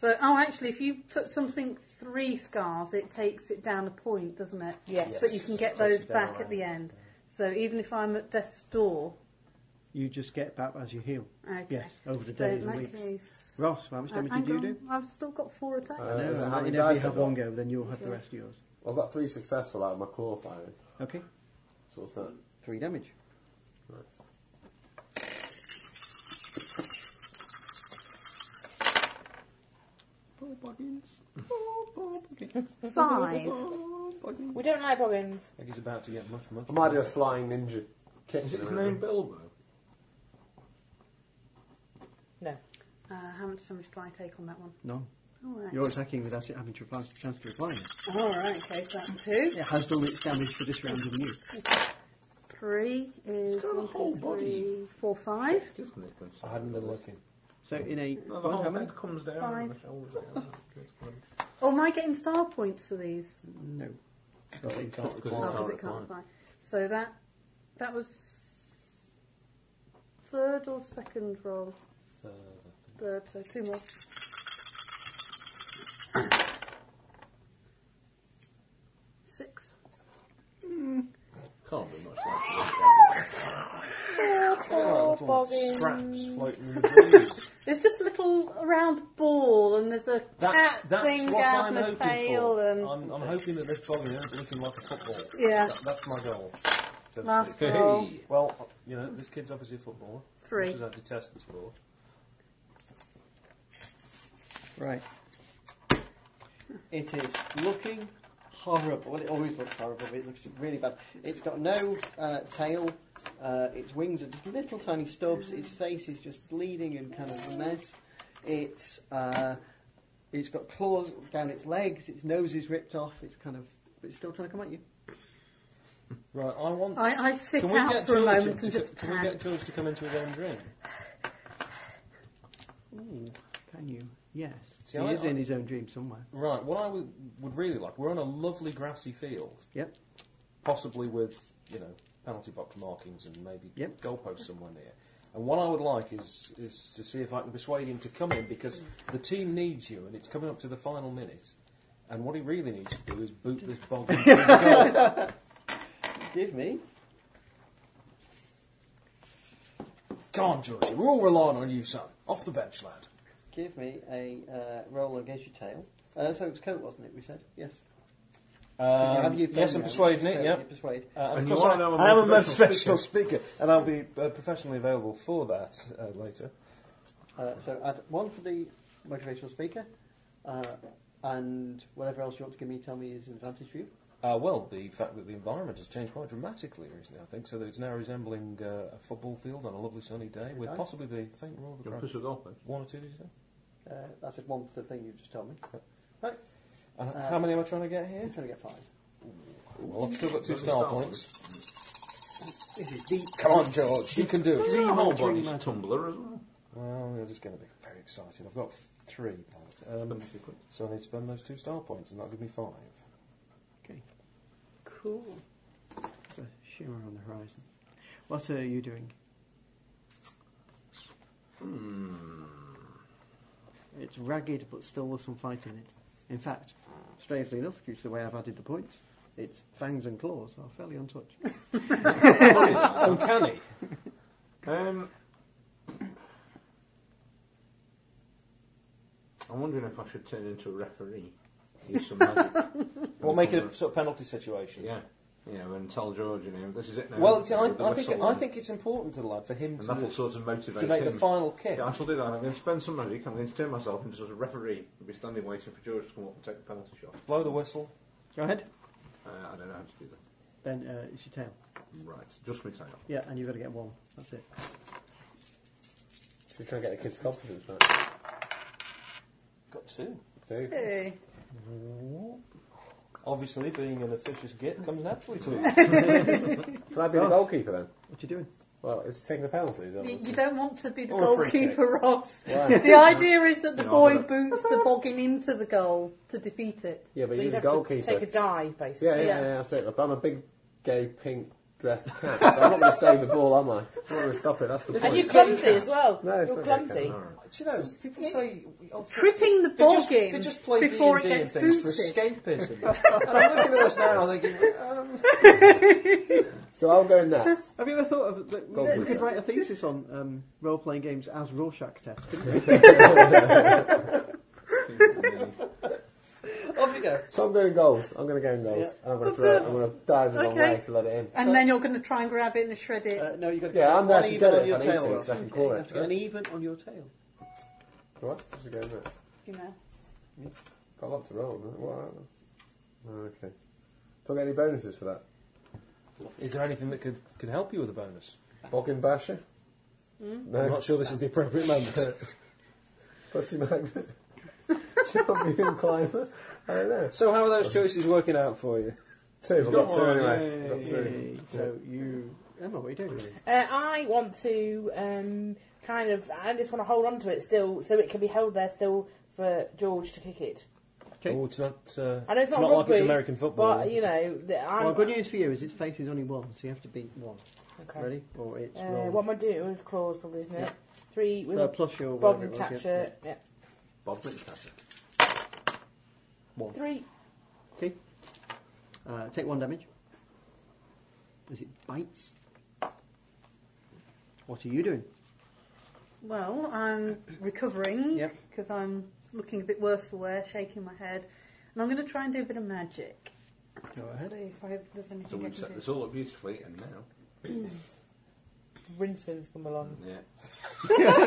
[SPEAKER 9] So, oh, actually, if you put something three scars, it takes it down a point, doesn't it?
[SPEAKER 7] Yes.
[SPEAKER 9] But you can get
[SPEAKER 11] Takes
[SPEAKER 9] those
[SPEAKER 11] it down
[SPEAKER 9] back
[SPEAKER 11] a
[SPEAKER 9] at the end. So even if I'm at death's door,
[SPEAKER 2] You just get back as you heal.
[SPEAKER 9] okay.
[SPEAKER 2] Yes, over the
[SPEAKER 9] So
[SPEAKER 2] days and
[SPEAKER 9] in that
[SPEAKER 2] weeks.
[SPEAKER 9] case,
[SPEAKER 2] Ross, how much
[SPEAKER 9] uh,
[SPEAKER 2] damage
[SPEAKER 9] hang
[SPEAKER 2] did you
[SPEAKER 9] on,
[SPEAKER 2] do?
[SPEAKER 9] I've still got four attacks.
[SPEAKER 5] Uh, is
[SPEAKER 2] no,
[SPEAKER 5] it how
[SPEAKER 2] you
[SPEAKER 5] many
[SPEAKER 2] never
[SPEAKER 5] dice
[SPEAKER 2] have
[SPEAKER 5] I've got?
[SPEAKER 2] one go, then you'll have the rest of yours.
[SPEAKER 5] Well, I've got three successful out of my claw firing.
[SPEAKER 2] Okay,
[SPEAKER 5] So what's that?
[SPEAKER 2] three damage.
[SPEAKER 5] Nice.
[SPEAKER 2] Oh, buggins. Oh, buggins.
[SPEAKER 9] Five.
[SPEAKER 2] Oh, buggins.
[SPEAKER 7] We don't like boggins.
[SPEAKER 11] I think he's about to get much, much.
[SPEAKER 5] I might do a
[SPEAKER 11] worse.
[SPEAKER 5] flying ninja kick.
[SPEAKER 6] Is it his
[SPEAKER 5] now.
[SPEAKER 6] name Bilbo?
[SPEAKER 7] No.
[SPEAKER 9] Uh, how much damage do I take on that one?
[SPEAKER 2] No,
[SPEAKER 9] All right.
[SPEAKER 2] you're attacking without it having to reply, chance to reply.
[SPEAKER 9] All right. Okay. So that's two.
[SPEAKER 2] It has done its damage for this round of you.
[SPEAKER 9] Three is
[SPEAKER 6] got a
[SPEAKER 9] one,
[SPEAKER 6] whole
[SPEAKER 9] two, three,
[SPEAKER 6] body.
[SPEAKER 9] four, five.
[SPEAKER 6] Isn't it? Quincy?
[SPEAKER 11] I hadn't been looking.
[SPEAKER 2] So in a
[SPEAKER 6] No, the
[SPEAKER 2] well, how
[SPEAKER 6] whole
[SPEAKER 2] many?
[SPEAKER 6] head comes down oh, and the
[SPEAKER 9] Five.
[SPEAKER 6] shoulders down. It's fine.
[SPEAKER 9] Oh, am I getting star points for these?
[SPEAKER 2] No.
[SPEAKER 11] you can't
[SPEAKER 6] Because
[SPEAKER 11] reply.
[SPEAKER 9] Oh, 'cause
[SPEAKER 6] Can't
[SPEAKER 9] it can't
[SPEAKER 6] reply.
[SPEAKER 9] fly. So that that was third or second roll.
[SPEAKER 11] Uh,
[SPEAKER 9] Third, so two more. Six.
[SPEAKER 6] Can't be much like it.
[SPEAKER 7] Oh, boggins.
[SPEAKER 11] Scraps floating in the breeze.
[SPEAKER 9] There's just a little round ball, and there's a
[SPEAKER 11] That's,
[SPEAKER 9] cat
[SPEAKER 11] that's
[SPEAKER 9] thing
[SPEAKER 11] what
[SPEAKER 9] down
[SPEAKER 11] I'm
[SPEAKER 9] the
[SPEAKER 11] hoping
[SPEAKER 9] tail,
[SPEAKER 11] for.
[SPEAKER 9] and
[SPEAKER 11] I'm, I'm hoping that this bogging isn't looking like a football.
[SPEAKER 9] Yeah.
[SPEAKER 11] That, that's my goal. so to
[SPEAKER 9] last
[SPEAKER 11] speak.
[SPEAKER 9] roll
[SPEAKER 6] Hey.
[SPEAKER 11] Well, uh, you know, this kid's obviously a footballer.
[SPEAKER 9] Three.
[SPEAKER 11] Because I detest the sport.
[SPEAKER 2] Right. It is looking horrible. Well, it always looks horrible, but it looks really bad. It's got no uh, tail. Uh, its wings are just little tiny stubs. Its face is just bleeding and kind of a mess. It's uh, it's got claws down its legs. Its nose is ripped off. It's kind of but it's still trying to come at you.
[SPEAKER 4] Right, I want.
[SPEAKER 9] I- I sit
[SPEAKER 4] can we
[SPEAKER 9] out
[SPEAKER 4] get
[SPEAKER 9] for a
[SPEAKER 4] George
[SPEAKER 9] moment
[SPEAKER 4] in
[SPEAKER 9] and
[SPEAKER 4] to
[SPEAKER 9] just
[SPEAKER 4] Can we
[SPEAKER 9] pan.
[SPEAKER 4] get George to come into his own dream?
[SPEAKER 2] Ooh, can you? Yes.
[SPEAKER 4] See,
[SPEAKER 2] he
[SPEAKER 4] I-
[SPEAKER 2] is in
[SPEAKER 4] I-
[SPEAKER 2] his own dream somewhere.
[SPEAKER 4] Right, what I would, would really like, we're on a lovely grassy field,
[SPEAKER 2] Yep.
[SPEAKER 4] possibly with, you know, penalty box markings and maybe
[SPEAKER 2] Yep.
[SPEAKER 4] goalposts somewhere near. And what I would like is, is to see if I can persuade him to come in because the team needs you and it's coming up to the final minute. And what he really needs to do is boot this bog into the goal.
[SPEAKER 2] Give me.
[SPEAKER 4] Come on, Georgie, we're all relying on you, son. Off the bench, lad.
[SPEAKER 2] Give me a uh, roll against your tail. Uh, so it was coat, wasn't it? We said yes. 'Cause you have your
[SPEAKER 4] Um, yes,
[SPEAKER 2] phone
[SPEAKER 4] I'm
[SPEAKER 2] now,
[SPEAKER 4] persuading
[SPEAKER 2] so
[SPEAKER 4] it, yeah.
[SPEAKER 2] you Persuade.
[SPEAKER 4] Uh, and
[SPEAKER 6] And
[SPEAKER 4] of
[SPEAKER 6] you
[SPEAKER 4] course,
[SPEAKER 6] are
[SPEAKER 4] I,
[SPEAKER 6] now a
[SPEAKER 4] I am a
[SPEAKER 6] motivational
[SPEAKER 4] motivational speaker, and I'll be uh, professionally available for that uh, later.
[SPEAKER 2] Uh, so add one for the motivational speaker, uh, and whatever else you want to give me, tell me is an advantage for you.
[SPEAKER 4] Uh, well, the fact that the environment has changed quite dramatically recently, I think, so that it's now resembling uh, a football field on a lovely sunny day with
[SPEAKER 2] Nice.
[SPEAKER 4] possibly the faint roar of the
[SPEAKER 6] You're
[SPEAKER 4] crowd.
[SPEAKER 6] pissed with golf, eh?
[SPEAKER 4] One or two, did you say?
[SPEAKER 2] Uh, that's just one for the thing you've just told me. Right,
[SPEAKER 4] And
[SPEAKER 2] Uh,
[SPEAKER 4] how many am I trying to get
[SPEAKER 2] I'm
[SPEAKER 4] here?
[SPEAKER 2] trying to get five.
[SPEAKER 4] Well, I've still got two
[SPEAKER 6] Lovely
[SPEAKER 4] star
[SPEAKER 6] start,
[SPEAKER 4] points.
[SPEAKER 2] This is deep.
[SPEAKER 4] Come on, George, you can do it.
[SPEAKER 6] Three whole bodies
[SPEAKER 2] Dream
[SPEAKER 6] tumbler as well.
[SPEAKER 4] Well, you're just going to be very excited. I've got f- three. Um,
[SPEAKER 6] Spend a few quid.
[SPEAKER 4] so I need to spend those two star points, and that'll give me five.
[SPEAKER 2] Okay, cool. There's a shimmer on the horizon. What are you doing? Hmm. It's ragged, but still with some fight in it. In fact, strangely enough, due to the way I've added the points, its fangs and claws are fairly untouched.
[SPEAKER 6] Oh,
[SPEAKER 4] Uncanny.
[SPEAKER 6] Um, I'm wondering if I should turn into a referee. Use some magic.
[SPEAKER 4] Well, make it a sort of penalty situation.
[SPEAKER 6] Yeah, yeah, and tell George, you know, this is it now.
[SPEAKER 4] Well, it's- I,
[SPEAKER 6] The
[SPEAKER 4] I think
[SPEAKER 6] whistle
[SPEAKER 4] I
[SPEAKER 6] and-
[SPEAKER 4] think it's important to the lad for him
[SPEAKER 6] And
[SPEAKER 4] to,
[SPEAKER 6] that'll sort of motivate
[SPEAKER 4] to make the
[SPEAKER 6] him.
[SPEAKER 4] final kick.
[SPEAKER 6] Yeah, I shall do that. I'm going to spend some magic. I'm going to turn myself into sort of referee. I'll be standing waiting for George to come up and take the penalty shot.
[SPEAKER 4] Blow the whistle.
[SPEAKER 2] Go ahead.
[SPEAKER 6] Uh, I don't know how to do that.
[SPEAKER 2] Then uh, it's your tail.
[SPEAKER 6] Right, just me tail.
[SPEAKER 2] Yeah, and you've got to get one. That's it.
[SPEAKER 5] Should we try and get the kid's confidence back?
[SPEAKER 4] Got two.
[SPEAKER 5] Two.
[SPEAKER 9] Hey.
[SPEAKER 4] Obviously, being an officious git comes naturally to him.
[SPEAKER 5] Can I be the
[SPEAKER 2] Yes.
[SPEAKER 5] goalkeeper then?
[SPEAKER 2] What are you doing?
[SPEAKER 5] Well, is he taking the penalty? Is that
[SPEAKER 9] You,
[SPEAKER 5] what-
[SPEAKER 9] you don't want to be the
[SPEAKER 5] Or a free
[SPEAKER 9] goalkeeper, Ross.
[SPEAKER 5] Why?
[SPEAKER 9] The idea is that the
[SPEAKER 6] Yeah,
[SPEAKER 9] boy
[SPEAKER 6] I've got
[SPEAKER 9] boots the bogging into the goal to defeat it.
[SPEAKER 5] Yeah, but
[SPEAKER 7] So
[SPEAKER 5] you're
[SPEAKER 7] you'd
[SPEAKER 5] the
[SPEAKER 7] have to
[SPEAKER 5] goalkeeper.
[SPEAKER 7] Take a dive, basically.
[SPEAKER 5] Yeah, yeah, yeah,
[SPEAKER 9] Yeah.
[SPEAKER 5] that's it. But I'm a big gay pink dressed cat, so I'm not going to save the ball, am I? I'm not going to stop it. That's the point.
[SPEAKER 7] And you're clumsy as well.
[SPEAKER 5] No, it's
[SPEAKER 7] You're
[SPEAKER 5] not very
[SPEAKER 7] clumsy.
[SPEAKER 6] All right.
[SPEAKER 4] Do you know, people say oh,
[SPEAKER 9] Tripping the
[SPEAKER 4] they just,
[SPEAKER 9] ballgame
[SPEAKER 4] They just play D
[SPEAKER 9] before
[SPEAKER 4] and
[SPEAKER 9] it
[SPEAKER 4] D and
[SPEAKER 9] gets
[SPEAKER 4] things for
[SPEAKER 9] booted.
[SPEAKER 4] escapism. and I'm looking at this now, thinking, um,
[SPEAKER 5] So I'll go next.
[SPEAKER 2] Have you ever thought of that? We
[SPEAKER 5] Goalkeeper.
[SPEAKER 2] could write a thesis on um, role playing games as Rorschach tests, couldn't we? Off you go.
[SPEAKER 5] So I'm going goals. I'm going to go in goals.
[SPEAKER 2] Yeah.
[SPEAKER 5] And I'm going to throw it. I'm going to dive the wrong
[SPEAKER 9] Okay.
[SPEAKER 5] way to let it in.
[SPEAKER 9] And then you're going to try and grab it and shred it.
[SPEAKER 2] Uh, no, you've got to
[SPEAKER 5] Yeah,
[SPEAKER 2] get
[SPEAKER 5] I'm
[SPEAKER 2] an
[SPEAKER 5] there to
[SPEAKER 2] even
[SPEAKER 5] get
[SPEAKER 2] on
[SPEAKER 5] it
[SPEAKER 2] your
[SPEAKER 5] if I need
[SPEAKER 2] tail.
[SPEAKER 5] to,
[SPEAKER 2] Ross.
[SPEAKER 5] so I can
[SPEAKER 2] Okay,
[SPEAKER 5] claw
[SPEAKER 2] you
[SPEAKER 5] it.
[SPEAKER 2] have to get an even on your tail.
[SPEAKER 5] What? Just go next.
[SPEAKER 9] you know.
[SPEAKER 5] Got a lot to roll. Isn't it? What happened? Oh, okay. Do I get any bonuses for that?
[SPEAKER 4] is there anything that could, could help you with a bonus?
[SPEAKER 5] Boggin basher? No.
[SPEAKER 4] I'm not sure this is the appropriate moment.
[SPEAKER 5] Pussy magnet? Champion climber? I don't know.
[SPEAKER 4] so, how are those choices working out for you?
[SPEAKER 5] Two. I've got two
[SPEAKER 6] one,
[SPEAKER 5] anyway. I've got two.
[SPEAKER 2] Yay. So you, Emma, what are you doing?
[SPEAKER 7] Uh, I want to um, kind of, I just want to hold on to it still, so it can be held there still for George to kick it.
[SPEAKER 2] Okay.
[SPEAKER 4] Oh, it's not. Uh,
[SPEAKER 7] I know
[SPEAKER 4] it's
[SPEAKER 7] it's, not,
[SPEAKER 4] not like
[SPEAKER 7] rugby,
[SPEAKER 4] it's American football.
[SPEAKER 7] but you know, the, I'm,
[SPEAKER 2] Well, good news for you is its face is only one, so you have to beat one.
[SPEAKER 7] Okay.
[SPEAKER 2] Ready? Or it's
[SPEAKER 7] Uh,
[SPEAKER 2] roll.
[SPEAKER 7] what am I doing with claws? Probably isn't it?
[SPEAKER 2] Yeah.
[SPEAKER 7] Three with
[SPEAKER 2] Uh, plus your
[SPEAKER 7] Bob
[SPEAKER 2] whatever it
[SPEAKER 7] and
[SPEAKER 2] was,
[SPEAKER 7] Thatcher.
[SPEAKER 2] yeah.
[SPEAKER 7] Yeah.
[SPEAKER 6] Bob Fitzpatrick.
[SPEAKER 7] Three.
[SPEAKER 2] Okay. Uh, take one damage. Is it bites? What are you doing?
[SPEAKER 9] Well, I'm recovering
[SPEAKER 2] Yep.
[SPEAKER 9] because I'm looking a bit worse for wear, shaking my head, and I'm going to try and do a bit of magic.
[SPEAKER 2] Go ahead.
[SPEAKER 9] See if I, there's anything
[SPEAKER 6] So
[SPEAKER 9] I
[SPEAKER 6] we've
[SPEAKER 9] can
[SPEAKER 6] set
[SPEAKER 9] do.
[SPEAKER 6] this all up beautifully, and now,
[SPEAKER 7] Rinsman's come along.
[SPEAKER 6] yeah,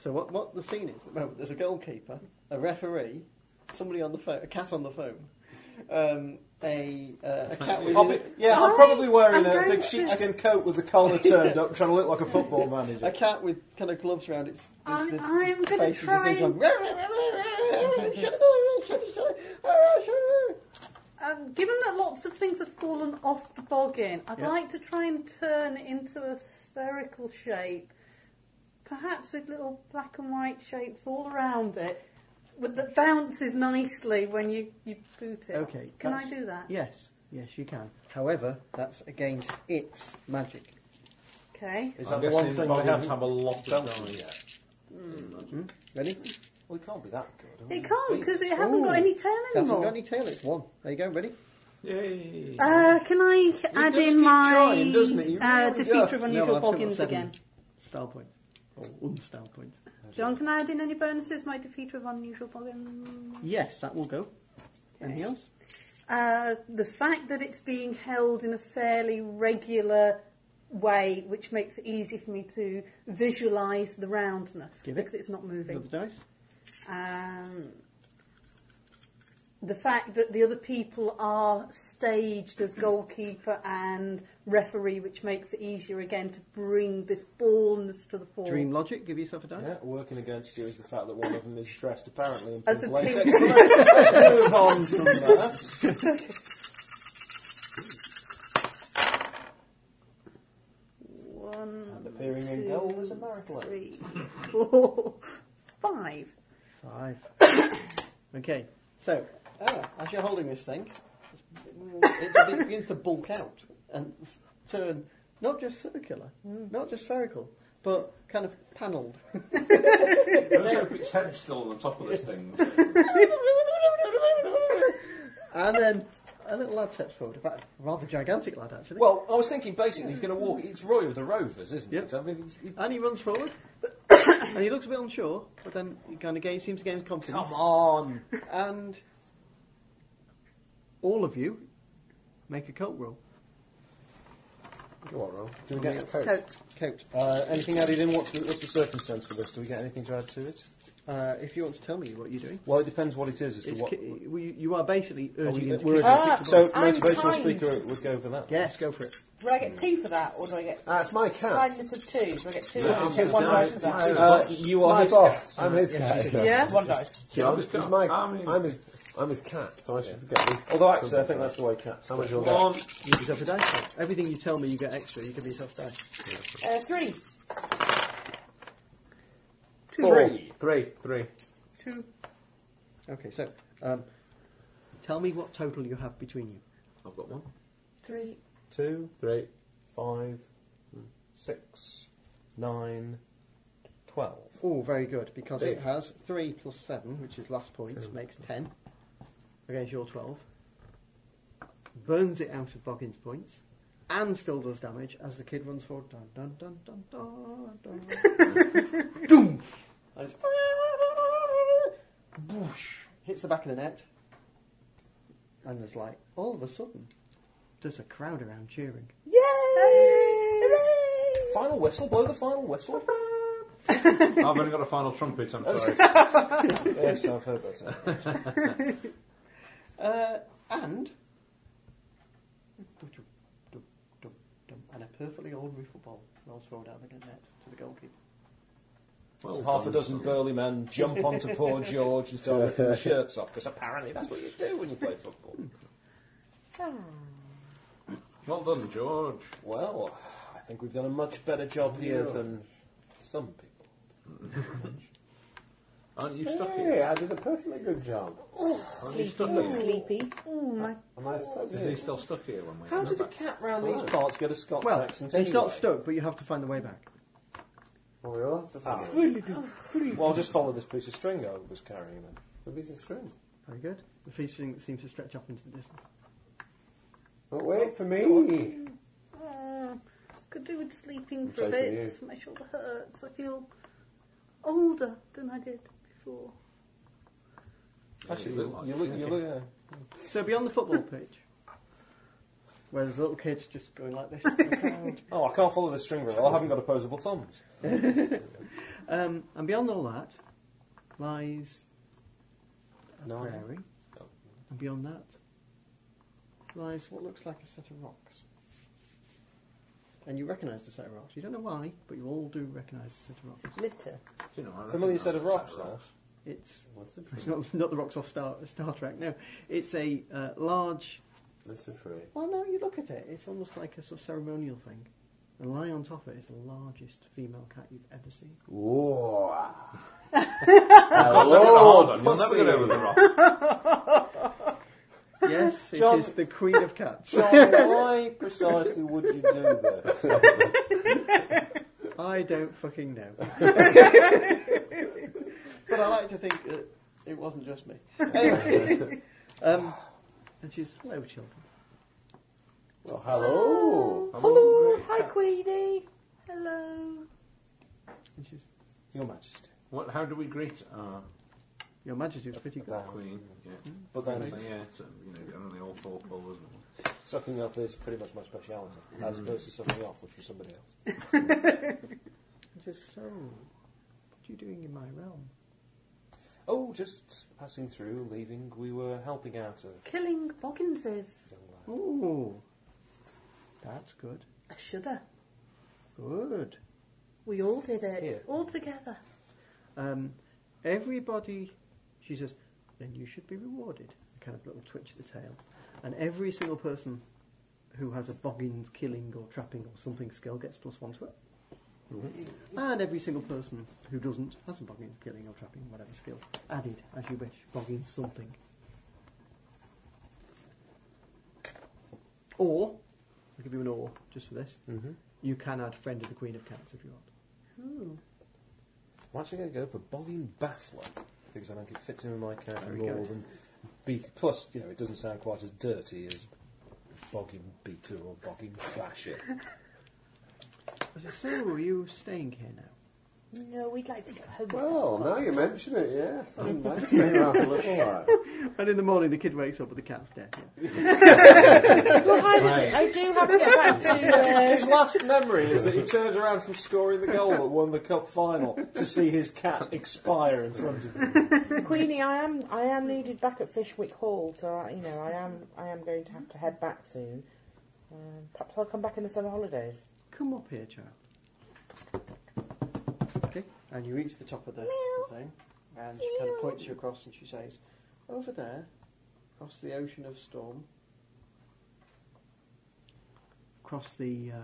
[SPEAKER 2] So what, what the scene is at the moment, there's a goalkeeper, a referee, somebody on the phone, a cat on the phone, um, a, uh, a cat with
[SPEAKER 4] I'll be, yeah, I'm probably wearing
[SPEAKER 2] I'm
[SPEAKER 4] a
[SPEAKER 2] going
[SPEAKER 4] big
[SPEAKER 2] to-
[SPEAKER 4] sheepskin coat with the collar turned up, trying to look like a football manager.
[SPEAKER 2] a cat with kind of gloves around its. the-
[SPEAKER 9] I-
[SPEAKER 2] the
[SPEAKER 9] I am gonna
[SPEAKER 2] face is
[SPEAKER 9] try
[SPEAKER 2] this
[SPEAKER 9] and-
[SPEAKER 2] one. Shut up, shut up, shut up, shut up.
[SPEAKER 9] Um, given that lots of things have fallen off the boggin, I'd
[SPEAKER 2] Yeah.
[SPEAKER 9] like to try and turn it into a spherical shape, perhaps with little black and white shapes all around it, with that bounces nicely when you, you boot it.
[SPEAKER 2] Okay,
[SPEAKER 9] Can I
[SPEAKER 2] that's-
[SPEAKER 9] do that?
[SPEAKER 2] Yes, yes, you can. However, that's against its magic.
[SPEAKER 9] Okay.
[SPEAKER 4] Is
[SPEAKER 6] I'm
[SPEAKER 4] that the one
[SPEAKER 6] guessing
[SPEAKER 4] thing
[SPEAKER 6] Bobby
[SPEAKER 4] they have?
[SPEAKER 6] have a lot of dice.
[SPEAKER 2] Ready?
[SPEAKER 11] We can't be that
[SPEAKER 4] Oh,
[SPEAKER 11] good.
[SPEAKER 9] It can't because it hasn't
[SPEAKER 2] Ooh.
[SPEAKER 9] got any tail
[SPEAKER 2] It hasn't got
[SPEAKER 9] anymore.
[SPEAKER 2] any tail. It's one. There you go. Ready?
[SPEAKER 6] Yay!
[SPEAKER 9] Uh, can I add
[SPEAKER 4] does keep
[SPEAKER 9] in my
[SPEAKER 4] trying, doesn't it? He
[SPEAKER 9] uh,
[SPEAKER 4] really
[SPEAKER 9] defeater
[SPEAKER 4] does.
[SPEAKER 9] of
[SPEAKER 2] No,
[SPEAKER 9] unusual
[SPEAKER 2] I've still got
[SPEAKER 9] boggins
[SPEAKER 2] seven
[SPEAKER 9] again?
[SPEAKER 2] Style points or unstyle points?
[SPEAKER 9] John, can I add in any bonuses? My defeater of unusual boggins.
[SPEAKER 2] Yes, that will go. Anything else?
[SPEAKER 9] Uh, the fact that it's being held in a fairly regular way, which makes it easy for me to visualise the roundness
[SPEAKER 2] Give it.
[SPEAKER 9] because it's not
[SPEAKER 2] Another
[SPEAKER 9] moving.
[SPEAKER 2] dice.
[SPEAKER 9] Um, the fact that the other people are staged as goalkeeper and referee, which makes it easier again to bring this ballness to the fore.
[SPEAKER 2] Dream logic. Give yourself a dice.
[SPEAKER 4] Yeah, working against you is the fact that one of them is dressed apparently in
[SPEAKER 9] As
[SPEAKER 4] pink
[SPEAKER 9] a
[SPEAKER 4] latex.
[SPEAKER 9] pink-
[SPEAKER 4] But let's, let's move on from that.
[SPEAKER 9] One,
[SPEAKER 4] And appearing in
[SPEAKER 9] two,
[SPEAKER 4] goal was a miracle.
[SPEAKER 9] three, four, five.
[SPEAKER 2] Five. okay, so ah, as you're holding this thing, it's, it begins to bulk out and s- turn not just circular, not just spherical, but kind of panelled.
[SPEAKER 6] Let's hope its head's still on the top of this thing.
[SPEAKER 2] and then a little lad steps forward, in fact, a rather gigantic lad actually.
[SPEAKER 11] Well, I was thinking basically he's going to walk. It's Roy of the Rovers, isn't
[SPEAKER 2] Yep.
[SPEAKER 11] it? I mean, he's, he's,
[SPEAKER 2] and he runs forward, and he looks a bit unsure, but then he kind of gain, seems to gain his confidence.
[SPEAKER 11] come on.
[SPEAKER 2] And all of you make a coat roll.
[SPEAKER 4] Go on, Ron.
[SPEAKER 5] Do we get a coat?
[SPEAKER 9] Coat.
[SPEAKER 2] Coat.
[SPEAKER 4] Uh, anything added in? What's the, what's the circumstance for this? Do we get anything to add to it?
[SPEAKER 2] Uh, if you want to tell me what you're doing.
[SPEAKER 4] Well, it depends what it is as to
[SPEAKER 2] It's
[SPEAKER 4] what.
[SPEAKER 2] ki- well, you, you are basically
[SPEAKER 4] Are
[SPEAKER 2] urging
[SPEAKER 4] we-
[SPEAKER 2] him to
[SPEAKER 4] we're-
[SPEAKER 2] kick
[SPEAKER 7] Ah,
[SPEAKER 2] the- kick the
[SPEAKER 4] so,
[SPEAKER 2] ball.
[SPEAKER 7] I'm
[SPEAKER 4] motivational
[SPEAKER 7] kind.
[SPEAKER 4] speaker would go for that.
[SPEAKER 2] yes, go for it.
[SPEAKER 7] Do I get two for that, or do I get
[SPEAKER 5] Ah, it's my cat.
[SPEAKER 7] kindness of two? Do I get two? or do I get
[SPEAKER 5] it's
[SPEAKER 7] one
[SPEAKER 5] a
[SPEAKER 7] dice for that.
[SPEAKER 4] Uh, you
[SPEAKER 5] my
[SPEAKER 4] are his cat.
[SPEAKER 5] boss. I'm his cat.
[SPEAKER 9] Yeah?
[SPEAKER 7] One dice.
[SPEAKER 5] John,
[SPEAKER 6] his
[SPEAKER 5] he's
[SPEAKER 6] cat.
[SPEAKER 5] my,
[SPEAKER 6] I'm his-
[SPEAKER 5] I'm, his, I'm his cat, so I should get this.
[SPEAKER 4] Although actually, I think that's the way cats.
[SPEAKER 5] How much
[SPEAKER 4] work.
[SPEAKER 5] you'll get?
[SPEAKER 2] Give yourself a dice. roll. Everything you tell me, you get extra. You give yourself a dice.
[SPEAKER 7] Uh, three.
[SPEAKER 4] Three.
[SPEAKER 5] Three, three.
[SPEAKER 9] Two.
[SPEAKER 2] Okay, so um, tell me what total you have between you.
[SPEAKER 6] I've got one.
[SPEAKER 9] Three.
[SPEAKER 4] Two,
[SPEAKER 5] Three.
[SPEAKER 4] five, six, nine, twelve.
[SPEAKER 2] Oh, very good, because it has three plus seven, which is last point, makes ten against your twelve. Burns it out of Boggins' points, and still does damage as the kid runs forward. Dun dun dun dun dun dun. Doom. And it's- Whoosh. Hits the back of the net, and there's like all of a sudden, there's a crowd around cheering.
[SPEAKER 9] Yay! Hooray!
[SPEAKER 11] Final whistle. Blow the final whistle.
[SPEAKER 6] I've only got a final trumpet, I'm sorry.
[SPEAKER 4] yes, I've heard that. sound.
[SPEAKER 2] Uh, and and a perfectly ordinary football rolls forward out of the net to the goalkeeper.
[SPEAKER 6] Well
[SPEAKER 4] half a
[SPEAKER 6] done,
[SPEAKER 4] dozen
[SPEAKER 6] son.
[SPEAKER 4] burly men jump onto poor George and start ripping the shirts off because apparently that's what you do when you play football.
[SPEAKER 6] Well done, George.
[SPEAKER 4] Well, I think we've done a much better job here than some people.
[SPEAKER 6] Aren't you stuck
[SPEAKER 5] Hey,
[SPEAKER 6] here?
[SPEAKER 5] I did a perfectly good job.
[SPEAKER 6] Aren't you stuck here?
[SPEAKER 7] Sleepy.
[SPEAKER 9] Oh my!
[SPEAKER 5] Am I supposed
[SPEAKER 6] Is he still stuck here when we
[SPEAKER 4] How
[SPEAKER 6] go
[SPEAKER 4] did a
[SPEAKER 6] back?
[SPEAKER 4] cat round these parts get a Scots
[SPEAKER 2] Well,
[SPEAKER 4] accent
[SPEAKER 2] it's not
[SPEAKER 4] anyway?
[SPEAKER 2] stuck, but you have to find the way back.
[SPEAKER 5] Well, we all have to find it.
[SPEAKER 4] Well, just follow this piece of string I was carrying then.
[SPEAKER 5] The piece of string.
[SPEAKER 2] Very good. The featuring seems to stretch off into the distance.
[SPEAKER 5] But wait for me.
[SPEAKER 9] Oh, could do with sleeping for
[SPEAKER 5] I'm
[SPEAKER 9] a
[SPEAKER 5] chasing
[SPEAKER 9] bit. My shoulder hurts. I feel older than I did before.
[SPEAKER 4] Actually,
[SPEAKER 6] you
[SPEAKER 4] you
[SPEAKER 6] look like
[SPEAKER 4] you look, you look, yeah.
[SPEAKER 2] So beyond the football pitch, where there's little kids just going like this, in the crowd,
[SPEAKER 4] Oh, I can't follow the string very well. I haven't got opposable thumbs.
[SPEAKER 2] um, and beyond all that lies a
[SPEAKER 4] No, I
[SPEAKER 2] prairie, and beyond that lies what looks like a set of rocks. And you recognise the set of rocks. You don't know why, but you all do recognise the set of rocks.
[SPEAKER 7] Litter.
[SPEAKER 6] Do you know, I
[SPEAKER 4] Familiar
[SPEAKER 6] recognise
[SPEAKER 4] set of
[SPEAKER 6] that
[SPEAKER 4] rocks,
[SPEAKER 6] rock.
[SPEAKER 2] It's,
[SPEAKER 5] What's a
[SPEAKER 2] it's
[SPEAKER 5] tree?
[SPEAKER 2] not, not the rocks off Star, Star Trek, no. It's a uh, large.
[SPEAKER 5] That's a tree.
[SPEAKER 2] Well, no, you look at it, it's almost like a sort of ceremonial thing. And lying on top of it is the largest female cat you've ever seen.
[SPEAKER 5] Whoa.
[SPEAKER 6] Hold on, you'll never get over the rock.
[SPEAKER 2] Yes, it
[SPEAKER 4] John-
[SPEAKER 2] is the queen of cats.
[SPEAKER 4] John, why precisely would you do this?
[SPEAKER 2] I don't fucking know. but I like to think that it wasn't just me. Anyway, um, and she's, hello, children.
[SPEAKER 5] Well, Oh, hello.
[SPEAKER 7] Hello, hi Queenie. Hello.
[SPEAKER 2] And she's,
[SPEAKER 4] Your Majesty.
[SPEAKER 6] What, how do we greet our
[SPEAKER 2] Your Majesty was pretty good.
[SPEAKER 6] queen? Yeah.
[SPEAKER 4] Um, But
[SPEAKER 6] So,
[SPEAKER 4] then,
[SPEAKER 6] yeah, so, you know, and they all four pillars. and-
[SPEAKER 4] sucking up is pretty much my speciality, as
[SPEAKER 2] Mm.
[SPEAKER 4] opposed to sucking off, which was somebody else.
[SPEAKER 2] And she's, so, what are you doing in my realm?
[SPEAKER 4] Oh, just passing through, leaving, we were helping out a
[SPEAKER 9] Killing Bogginses.
[SPEAKER 4] young lad.
[SPEAKER 2] Ooh, that's good.
[SPEAKER 9] I shudder.
[SPEAKER 2] Good.
[SPEAKER 9] We all did it.
[SPEAKER 4] Yeah.
[SPEAKER 9] All together.
[SPEAKER 2] Um, everybody, she says, then you should be rewarded. A kind of little twitch of the tail. And every single person who has a boggins, killing, or trapping, or something skill gets plus one to it. And every single person who doesn't has a boggins, killing, or trapping, whatever skill added as you wish. Boggins something. Or, I'll give you an or just for this. You can add friend of the Queen of Cats if you want.
[SPEAKER 4] I'm actually going to go for Bogging Baffler, because I think it fits in with my character
[SPEAKER 2] Very
[SPEAKER 4] more
[SPEAKER 2] good.
[SPEAKER 4] than Beat. Plus, you know, it doesn't sound quite as dirty as Bogging Beater or Bogging Basher.
[SPEAKER 2] I said, so are you staying here now?
[SPEAKER 7] No, we'd like to get home.
[SPEAKER 5] Well, now you mention it, yes. I didn't like staying around for a little while.
[SPEAKER 2] And in the morning, the kid wakes up with the cat's dead. Yeah.
[SPEAKER 7] Well, I, just, I do have to get back to. uh,
[SPEAKER 4] His last memory is that he turns around from scoring the goal that won the cup final to see his cat expire in front of him.
[SPEAKER 7] Uh, Queenie, I am I am needed back at Fishwick Hall, so I, you know I am I am going to have to head back soon. Um, perhaps I'll come back in the summer holidays.
[SPEAKER 2] Come up here, child. Okay. And you reach the top of the, the thing, and she kind of points you across, and she says, "Over there, across the ocean of storm, across the uh,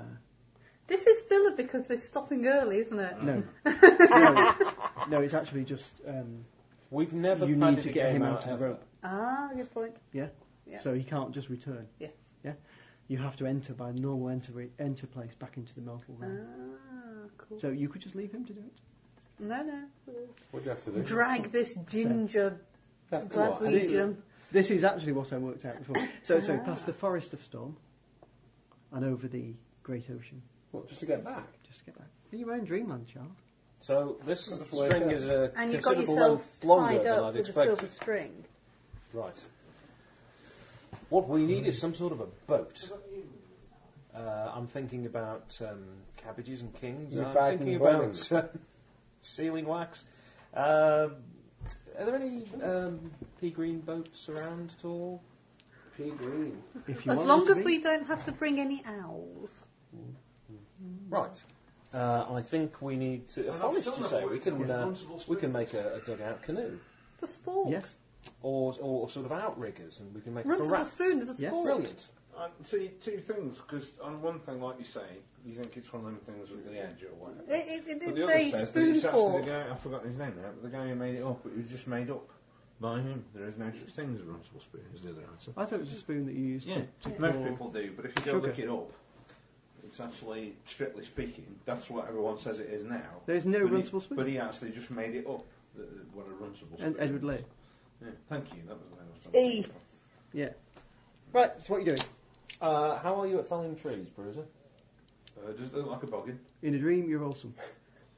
[SPEAKER 9] This is filler because we're stopping early, isn't it?
[SPEAKER 2] no, no, no. It's actually just um,
[SPEAKER 4] We've never
[SPEAKER 2] you
[SPEAKER 4] padded
[SPEAKER 2] need to
[SPEAKER 4] a
[SPEAKER 2] get
[SPEAKER 4] game
[SPEAKER 2] him out of
[SPEAKER 4] ever.
[SPEAKER 2] the rope,
[SPEAKER 9] Ah, good point.
[SPEAKER 2] yeah?
[SPEAKER 9] Yeah.
[SPEAKER 2] So he can't just return.
[SPEAKER 9] Yes.
[SPEAKER 2] Yeah, you have to enter by the normal enter enter place back into the mortal
[SPEAKER 9] Ah,
[SPEAKER 2] realm.
[SPEAKER 9] cool.
[SPEAKER 2] So you could just leave him to do it.
[SPEAKER 9] no, no.
[SPEAKER 5] What do you have to do?
[SPEAKER 9] Drag this ginger Glaswegian.
[SPEAKER 2] This is actually what I worked out before. So,
[SPEAKER 9] Ah.
[SPEAKER 2] so past the forest of storm and over the great ocean,
[SPEAKER 5] What, just to get back?
[SPEAKER 2] just to get back. Are you in dreamland, child?
[SPEAKER 4] So this
[SPEAKER 5] That's way
[SPEAKER 4] string
[SPEAKER 5] better.
[SPEAKER 4] is a
[SPEAKER 9] And you've got
[SPEAKER 4] considerable
[SPEAKER 9] yourself
[SPEAKER 4] length longer
[SPEAKER 9] tied
[SPEAKER 4] than
[SPEAKER 9] up
[SPEAKER 4] I'd
[SPEAKER 9] with a silver
[SPEAKER 4] expected.
[SPEAKER 9] string.
[SPEAKER 4] Right. What we need is some sort of a boat. Uh, I'm thinking about um, cabbages and kings.
[SPEAKER 5] You're
[SPEAKER 4] I'm
[SPEAKER 5] bagging
[SPEAKER 4] thinking
[SPEAKER 5] bones.
[SPEAKER 4] about uh, sealing wax. Um, are there any um, pea green boats around at all?
[SPEAKER 5] Pea green.
[SPEAKER 2] If you
[SPEAKER 9] As
[SPEAKER 2] want
[SPEAKER 9] long
[SPEAKER 2] to
[SPEAKER 9] as
[SPEAKER 2] be.
[SPEAKER 9] we don't have to bring any owls.
[SPEAKER 4] Right. Uh, I think we need to. If
[SPEAKER 6] I've
[SPEAKER 4] honest
[SPEAKER 6] still
[SPEAKER 4] to
[SPEAKER 6] not
[SPEAKER 4] say, we
[SPEAKER 6] worked out
[SPEAKER 4] can uh,
[SPEAKER 6] responsible
[SPEAKER 4] we can make a, a dugout canoe
[SPEAKER 9] It's a sport.
[SPEAKER 2] Yes.
[SPEAKER 4] or, or sort of outriggers, and we can make
[SPEAKER 9] Run
[SPEAKER 4] a
[SPEAKER 9] to the
[SPEAKER 4] raft.
[SPEAKER 9] spoon is a
[SPEAKER 2] Yes.
[SPEAKER 9] sport.
[SPEAKER 4] Brilliant.
[SPEAKER 6] Um, see, two things, because on one thing, like you say, you think it's one of them things with the edge or whatever.
[SPEAKER 9] It, it, it,
[SPEAKER 6] But
[SPEAKER 9] it's
[SPEAKER 6] the other
[SPEAKER 9] a
[SPEAKER 6] says that it's actually
[SPEAKER 9] spoonful.
[SPEAKER 6] the guy, I've forgotten his name now, but the guy who made it up, it was just made up by him. There is no such thing as a runcible spoon, is the other answer.
[SPEAKER 2] I thought it was a spoon that you used.
[SPEAKER 6] Yeah,
[SPEAKER 2] To, to
[SPEAKER 6] most
[SPEAKER 2] pour-
[SPEAKER 6] people do, but if you go
[SPEAKER 2] Sugar.
[SPEAKER 6] look it up, it's actually, strictly speaking, that's what everyone says it is now.
[SPEAKER 2] There's no
[SPEAKER 6] But he-
[SPEAKER 2] runcible spoon.
[SPEAKER 6] But he actually just made it up, that, what a runcible spoon
[SPEAKER 2] And Edward
[SPEAKER 6] is.
[SPEAKER 2] Lay.
[SPEAKER 6] Yeah, thank you, that was the name I was trying to
[SPEAKER 9] E.
[SPEAKER 6] think of.
[SPEAKER 2] Yeah. Right. So what are you doing?
[SPEAKER 4] Uh, how are you at felling trees, Bruiser?
[SPEAKER 6] Uh, does it look like a boggin?
[SPEAKER 2] In a dream, you're awesome.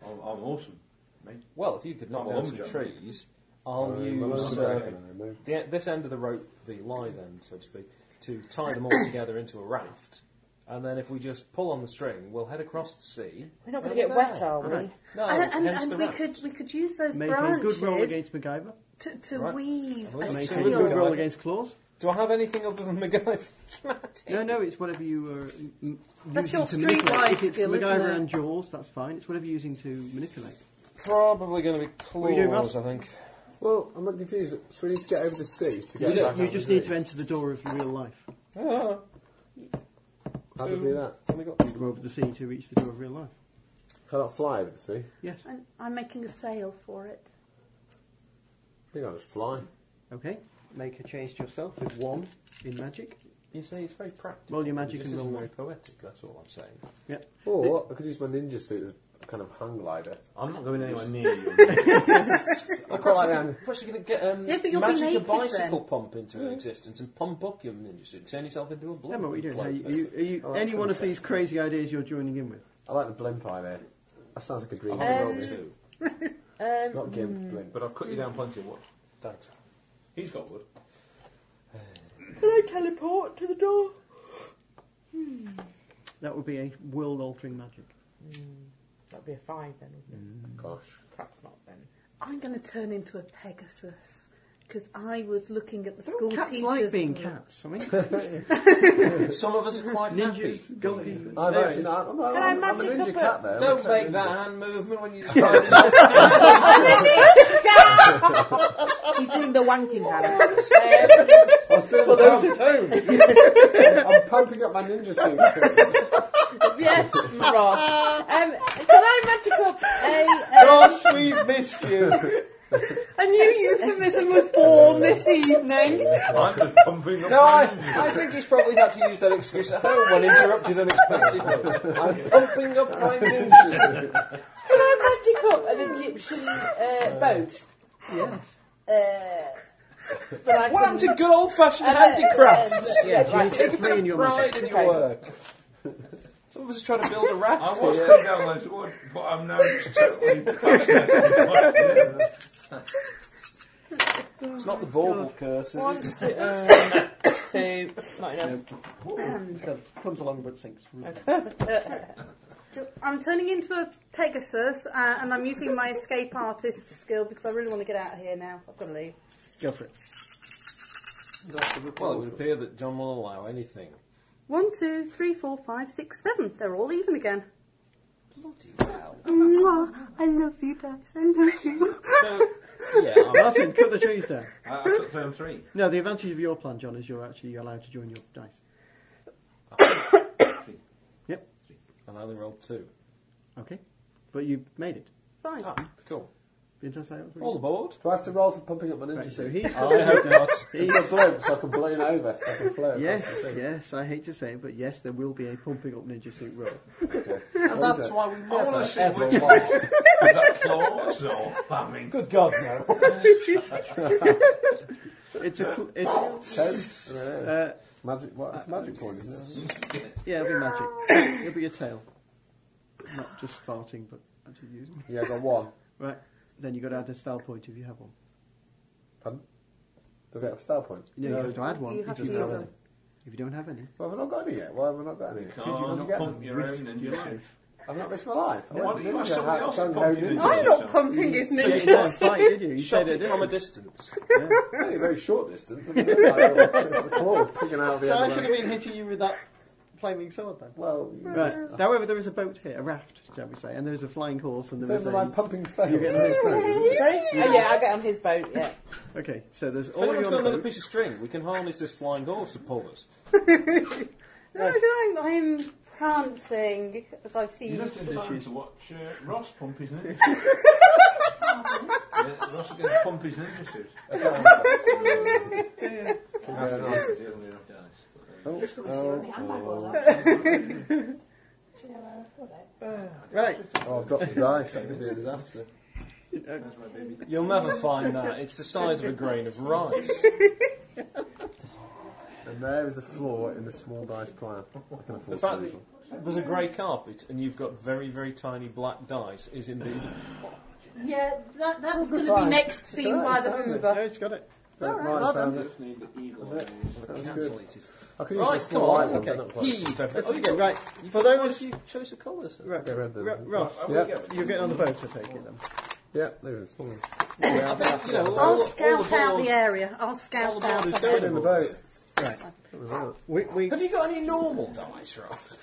[SPEAKER 6] I'm, I'm awesome, mate.
[SPEAKER 4] Well, if you could knock
[SPEAKER 6] Oh,
[SPEAKER 4] down
[SPEAKER 6] I'm
[SPEAKER 4] some
[SPEAKER 6] jumping.
[SPEAKER 4] trees, I'll
[SPEAKER 5] Uh,
[SPEAKER 4] use
[SPEAKER 5] well, I'm
[SPEAKER 4] uh,
[SPEAKER 5] back and I move.
[SPEAKER 4] the, this end of the rope, the live end, so to speak, to tie them all together into a raft. And then if we just pull on the string, we'll head across the sea.
[SPEAKER 7] We're not
[SPEAKER 4] and
[SPEAKER 7] going to get
[SPEAKER 4] we're
[SPEAKER 7] wet,
[SPEAKER 4] there.
[SPEAKER 7] are we?
[SPEAKER 2] Right.
[SPEAKER 4] No,
[SPEAKER 9] and and,
[SPEAKER 4] hence
[SPEAKER 9] and
[SPEAKER 4] the
[SPEAKER 9] we
[SPEAKER 4] raft.
[SPEAKER 9] could we could use those
[SPEAKER 2] Make a
[SPEAKER 9] branches
[SPEAKER 2] good roll against MacGyver.
[SPEAKER 9] to, to
[SPEAKER 4] Right.
[SPEAKER 9] weave
[SPEAKER 4] Right.
[SPEAKER 9] a
[SPEAKER 2] Make
[SPEAKER 4] So
[SPEAKER 2] a
[SPEAKER 4] we
[SPEAKER 2] good
[SPEAKER 4] go
[SPEAKER 2] roll
[SPEAKER 4] like-
[SPEAKER 9] seal.
[SPEAKER 2] against claws.
[SPEAKER 4] Do I have anything other than MacGyver?
[SPEAKER 2] No, no, it's whatever you are. m-
[SPEAKER 9] That's
[SPEAKER 2] using
[SPEAKER 9] your
[SPEAKER 2] to manipulate.
[SPEAKER 9] streetlight
[SPEAKER 2] If it's
[SPEAKER 9] skill, isn't
[SPEAKER 2] MacGyver
[SPEAKER 9] it?
[SPEAKER 2] and Jaws, that's fine. It's whatever you're using to manipulate.
[SPEAKER 4] Probably going to be
[SPEAKER 2] What are you doing,
[SPEAKER 4] claws, I think.
[SPEAKER 5] Well, I'm not confused. So we need to get over the sea to
[SPEAKER 2] You,
[SPEAKER 5] get
[SPEAKER 2] don't-
[SPEAKER 5] back
[SPEAKER 2] you
[SPEAKER 5] on
[SPEAKER 2] just
[SPEAKER 5] the
[SPEAKER 2] need to
[SPEAKER 5] sea.
[SPEAKER 2] enter the door of your real life.
[SPEAKER 4] Ah,
[SPEAKER 5] How do we do that?
[SPEAKER 4] have we got
[SPEAKER 2] You go over the sea to reach the door of real life.
[SPEAKER 5] Cannot fly over the sea.
[SPEAKER 2] Yes.
[SPEAKER 9] I'm, I'm making a sale for it.
[SPEAKER 5] I think I'll just fly.
[SPEAKER 2] Okay. Make a change to yourself with one in magic.
[SPEAKER 4] You say it's very practical.
[SPEAKER 2] Roll your magic
[SPEAKER 4] It just
[SPEAKER 2] and
[SPEAKER 4] isn't
[SPEAKER 2] roll
[SPEAKER 4] very poetic. That's all I'm saying.
[SPEAKER 5] Or what? I could use my ninja suit as a kind of hang glider.
[SPEAKER 6] I'm not going anywhere near you.
[SPEAKER 5] I quite
[SPEAKER 4] Perhaps, I
[SPEAKER 5] like the
[SPEAKER 4] can,
[SPEAKER 5] hang-
[SPEAKER 4] perhaps you can get um,
[SPEAKER 9] Yeah, but you'll be
[SPEAKER 4] magic a
[SPEAKER 9] naked Mm.
[SPEAKER 4] bicycle pump into existence and pump up your ninja suit, turn yourself into a blob.
[SPEAKER 2] Emma, what are you doing? Are you,
[SPEAKER 4] Float.
[SPEAKER 2] are you,
[SPEAKER 5] Oh, that's
[SPEAKER 2] any one of these crazy ideas you're joining in with?
[SPEAKER 5] I like the blimp idea. That sounds like a
[SPEAKER 4] Oh,
[SPEAKER 5] dream.
[SPEAKER 6] I'm on roll
[SPEAKER 7] Um,
[SPEAKER 6] two,
[SPEAKER 7] Um,
[SPEAKER 5] not gimp, blimp.
[SPEAKER 6] but I've cut you
[SPEAKER 9] Mm.
[SPEAKER 6] down plenty of wood.
[SPEAKER 4] Thanks.
[SPEAKER 6] He's got wood.
[SPEAKER 7] can I teleport to the door?
[SPEAKER 2] That would be a world-altering magic.
[SPEAKER 7] That'd be a five then, wouldn't it?
[SPEAKER 5] Gosh.
[SPEAKER 7] Perhaps not then.
[SPEAKER 9] I'm going to turn into a Pegasus because I was looking at the
[SPEAKER 2] Don't
[SPEAKER 9] school
[SPEAKER 2] cats
[SPEAKER 9] teachers.
[SPEAKER 2] like being
[SPEAKER 9] book.
[SPEAKER 2] cats. I mean,
[SPEAKER 4] Some of us are quite happy.
[SPEAKER 2] ninjas, golden.
[SPEAKER 5] I've
[SPEAKER 2] there.
[SPEAKER 5] actually not. I'm, I'm,
[SPEAKER 7] I
[SPEAKER 5] I'm, a
[SPEAKER 7] magic
[SPEAKER 5] ninja
[SPEAKER 7] up
[SPEAKER 5] cat
[SPEAKER 7] it?
[SPEAKER 5] though.
[SPEAKER 4] Don't
[SPEAKER 5] I'm
[SPEAKER 4] make
[SPEAKER 5] a
[SPEAKER 4] that hand movement when you describe
[SPEAKER 7] He's doing the wanking hand.
[SPEAKER 5] I
[SPEAKER 7] Um,
[SPEAKER 5] was doing the
[SPEAKER 2] Those at home.
[SPEAKER 5] I'm, I'm pumping up my ninja suit.
[SPEAKER 7] yes, Rob. Um, can I magic up a... Um,
[SPEAKER 2] Gosh, we've missed you.
[SPEAKER 7] a new euphemism was born this evening.
[SPEAKER 6] I'm just pumping up.
[SPEAKER 4] No, I, I think he's probably had to use that excuse at home when interrupted unexpectedly. I'm pumping up my ninja suit.
[SPEAKER 7] Can I magic up an Egyptian uh, boat?
[SPEAKER 2] yes.
[SPEAKER 7] Uh,
[SPEAKER 4] What happened to good old-fashioned
[SPEAKER 7] And, uh,
[SPEAKER 4] handicrafts?
[SPEAKER 9] um,
[SPEAKER 7] and, uh, Yeah, right.
[SPEAKER 4] Take a
[SPEAKER 2] it's
[SPEAKER 4] bit
[SPEAKER 2] me and
[SPEAKER 4] of
[SPEAKER 2] your
[SPEAKER 4] pride in your
[SPEAKER 7] Okay.
[SPEAKER 4] work. Some of us are trying to build a raft.
[SPEAKER 6] I was cut down less wood, but I'm now just totally fascinated.
[SPEAKER 4] It's not the bauble curse, is it?
[SPEAKER 7] One, two, um, two, not enough.
[SPEAKER 2] Comes along but sinks.
[SPEAKER 9] Ju- I'm turning into a Pegasus uh, and I'm using my escape artist skill because I really want to get out of here now. I've got to leave.
[SPEAKER 2] Go for it.
[SPEAKER 4] Well, it would appear that John will allow anything.
[SPEAKER 9] One, two, three, four, five, six, seven. They're all even again.
[SPEAKER 4] Bloody hell.
[SPEAKER 9] Mwah, I love you guys. I love you.
[SPEAKER 4] So, yeah, I'm,
[SPEAKER 2] Martin, cut the trees down.
[SPEAKER 6] I, I cut down three.
[SPEAKER 2] No, the advantage of your plan, John, is you're actually allowed to join your dice. Yep.
[SPEAKER 4] and I only rolled two.
[SPEAKER 2] Okay. But you made it.
[SPEAKER 9] Fine.
[SPEAKER 4] Ah, cool.
[SPEAKER 2] Didn't I say that? was
[SPEAKER 4] All aboard.
[SPEAKER 5] Do I have to roll for pumping up my ninja
[SPEAKER 2] Right, so
[SPEAKER 5] suit?
[SPEAKER 2] he's
[SPEAKER 4] I hope not.
[SPEAKER 5] He's a blimp, so I can balloon over, so I can float.
[SPEAKER 2] Yes,
[SPEAKER 5] across the sea.
[SPEAKER 2] yes, I hate to say it, but yes, there will be a pumping up ninja suit roll.
[SPEAKER 4] And
[SPEAKER 5] What is
[SPEAKER 4] that's
[SPEAKER 5] it?
[SPEAKER 4] why we
[SPEAKER 6] wanna
[SPEAKER 4] never,
[SPEAKER 6] see
[SPEAKER 4] ever
[SPEAKER 6] which-
[SPEAKER 4] laugh.
[SPEAKER 6] Is that claws or? I mean,
[SPEAKER 4] Good God, no.
[SPEAKER 2] It's a, cl- it's,
[SPEAKER 5] Ten? I don't know.
[SPEAKER 2] uh,
[SPEAKER 5] Magic, what? It's magic point, isn't it?
[SPEAKER 2] yeah, it'll be magic. It'll be a tail. Not just farting, but actually using it.
[SPEAKER 5] Yeah, I got one.
[SPEAKER 2] Right, then you've got to add a style point if you have one.
[SPEAKER 5] Pardon? Do I get a star point?
[SPEAKER 2] You know, you have to add one
[SPEAKER 9] you
[SPEAKER 2] if
[SPEAKER 9] have
[SPEAKER 2] you
[SPEAKER 9] to
[SPEAKER 2] don't
[SPEAKER 9] use
[SPEAKER 2] have
[SPEAKER 9] them.
[SPEAKER 2] any. If you don't have any,
[SPEAKER 5] Well, have I not got any yet? Why have I Oh, not got any?
[SPEAKER 6] can't
[SPEAKER 5] Did you get
[SPEAKER 6] pump
[SPEAKER 5] them?
[SPEAKER 6] your own ninja suit.
[SPEAKER 5] I've not missed my life. I
[SPEAKER 6] Why
[SPEAKER 5] went
[SPEAKER 6] don't you
[SPEAKER 5] ninja
[SPEAKER 6] ask somebody
[SPEAKER 5] hat, Kung
[SPEAKER 6] else to
[SPEAKER 5] Ho
[SPEAKER 6] pump you
[SPEAKER 5] ninja.
[SPEAKER 6] into
[SPEAKER 9] I'm not pumping his
[SPEAKER 2] you
[SPEAKER 9] ninja.
[SPEAKER 2] didn't fight, did you? You
[SPEAKER 4] Shot
[SPEAKER 2] said it
[SPEAKER 4] it from a
[SPEAKER 2] didn't.
[SPEAKER 4] distance.
[SPEAKER 5] Only a very short distance. I mean, the claws picking out the
[SPEAKER 2] So I
[SPEAKER 5] other
[SPEAKER 2] should
[SPEAKER 5] end.
[SPEAKER 2] have been hitting you with that flaming sword then.
[SPEAKER 5] Well, you
[SPEAKER 2] Right.
[SPEAKER 5] just-
[SPEAKER 2] However, there is a boat here, a raft, shall we say, and there is a flying horse, and there
[SPEAKER 5] Don't
[SPEAKER 2] is
[SPEAKER 5] know why
[SPEAKER 2] a.
[SPEAKER 5] pumping failed.
[SPEAKER 2] You get another
[SPEAKER 5] It's
[SPEAKER 7] Sorry? Oh, yeah, I get on his boat, yeah.
[SPEAKER 2] Okay, so there's
[SPEAKER 4] If
[SPEAKER 2] all
[SPEAKER 4] anyone's
[SPEAKER 2] your
[SPEAKER 4] got another
[SPEAKER 2] boat.
[SPEAKER 4] piece of string, we can harness this flying horse to pull us.
[SPEAKER 9] No, no, I'm, I'm prancing as I've seen.
[SPEAKER 6] You just in time to watch uh, Ross pump his ninja suit. yeah, Ross is going to pump his ninja suit. That's the answer, he hasn't enough dice.
[SPEAKER 2] Right.
[SPEAKER 5] Oh, I've dropped the dice. That could be a disaster.
[SPEAKER 4] You'll never find that. It's the size of a grain of rice.
[SPEAKER 5] And there is the flaw in the small dice plan. I can
[SPEAKER 4] The
[SPEAKER 5] afford
[SPEAKER 4] fact
[SPEAKER 5] to
[SPEAKER 4] that
[SPEAKER 5] lose one.
[SPEAKER 4] there's a grey carpet and you've got very, very tiny black dice is indeed.
[SPEAKER 9] Yeah, that, that's going to be
[SPEAKER 5] Fine.
[SPEAKER 9] next seen by the
[SPEAKER 5] Fine.
[SPEAKER 9] Hoover.
[SPEAKER 2] No, she's got it.
[SPEAKER 5] That
[SPEAKER 9] right,
[SPEAKER 5] might
[SPEAKER 9] well
[SPEAKER 5] have found it.
[SPEAKER 6] need the eagle.
[SPEAKER 5] That's it. That was
[SPEAKER 4] Cancel
[SPEAKER 5] good.
[SPEAKER 4] it.
[SPEAKER 5] I could use
[SPEAKER 4] Right,
[SPEAKER 5] the
[SPEAKER 4] come
[SPEAKER 5] small light
[SPEAKER 4] on.
[SPEAKER 5] ones.
[SPEAKER 4] Okay.
[SPEAKER 5] I'm not quite-
[SPEAKER 4] Heave
[SPEAKER 2] Let's
[SPEAKER 4] everything.
[SPEAKER 2] go. Right. For
[SPEAKER 4] Why
[SPEAKER 2] those.
[SPEAKER 4] do you chose the colours?
[SPEAKER 2] Right,
[SPEAKER 5] Get rid of them.
[SPEAKER 2] Ro- Ross,
[SPEAKER 5] Yeah,
[SPEAKER 2] you're getting on the boat, I take it then.
[SPEAKER 5] yeah, there it is. Hold on. Well,
[SPEAKER 6] think, you know, all,
[SPEAKER 9] I'll
[SPEAKER 6] all
[SPEAKER 9] scout
[SPEAKER 6] the
[SPEAKER 9] out
[SPEAKER 6] boards-
[SPEAKER 9] the area. I'll
[SPEAKER 6] all
[SPEAKER 9] scout
[SPEAKER 6] the board
[SPEAKER 9] out
[SPEAKER 6] is
[SPEAKER 9] the
[SPEAKER 6] down
[SPEAKER 5] in
[SPEAKER 6] in
[SPEAKER 5] the
[SPEAKER 6] the
[SPEAKER 5] boat.
[SPEAKER 2] Right. We, we,
[SPEAKER 4] Have you got any normal dice, Ross?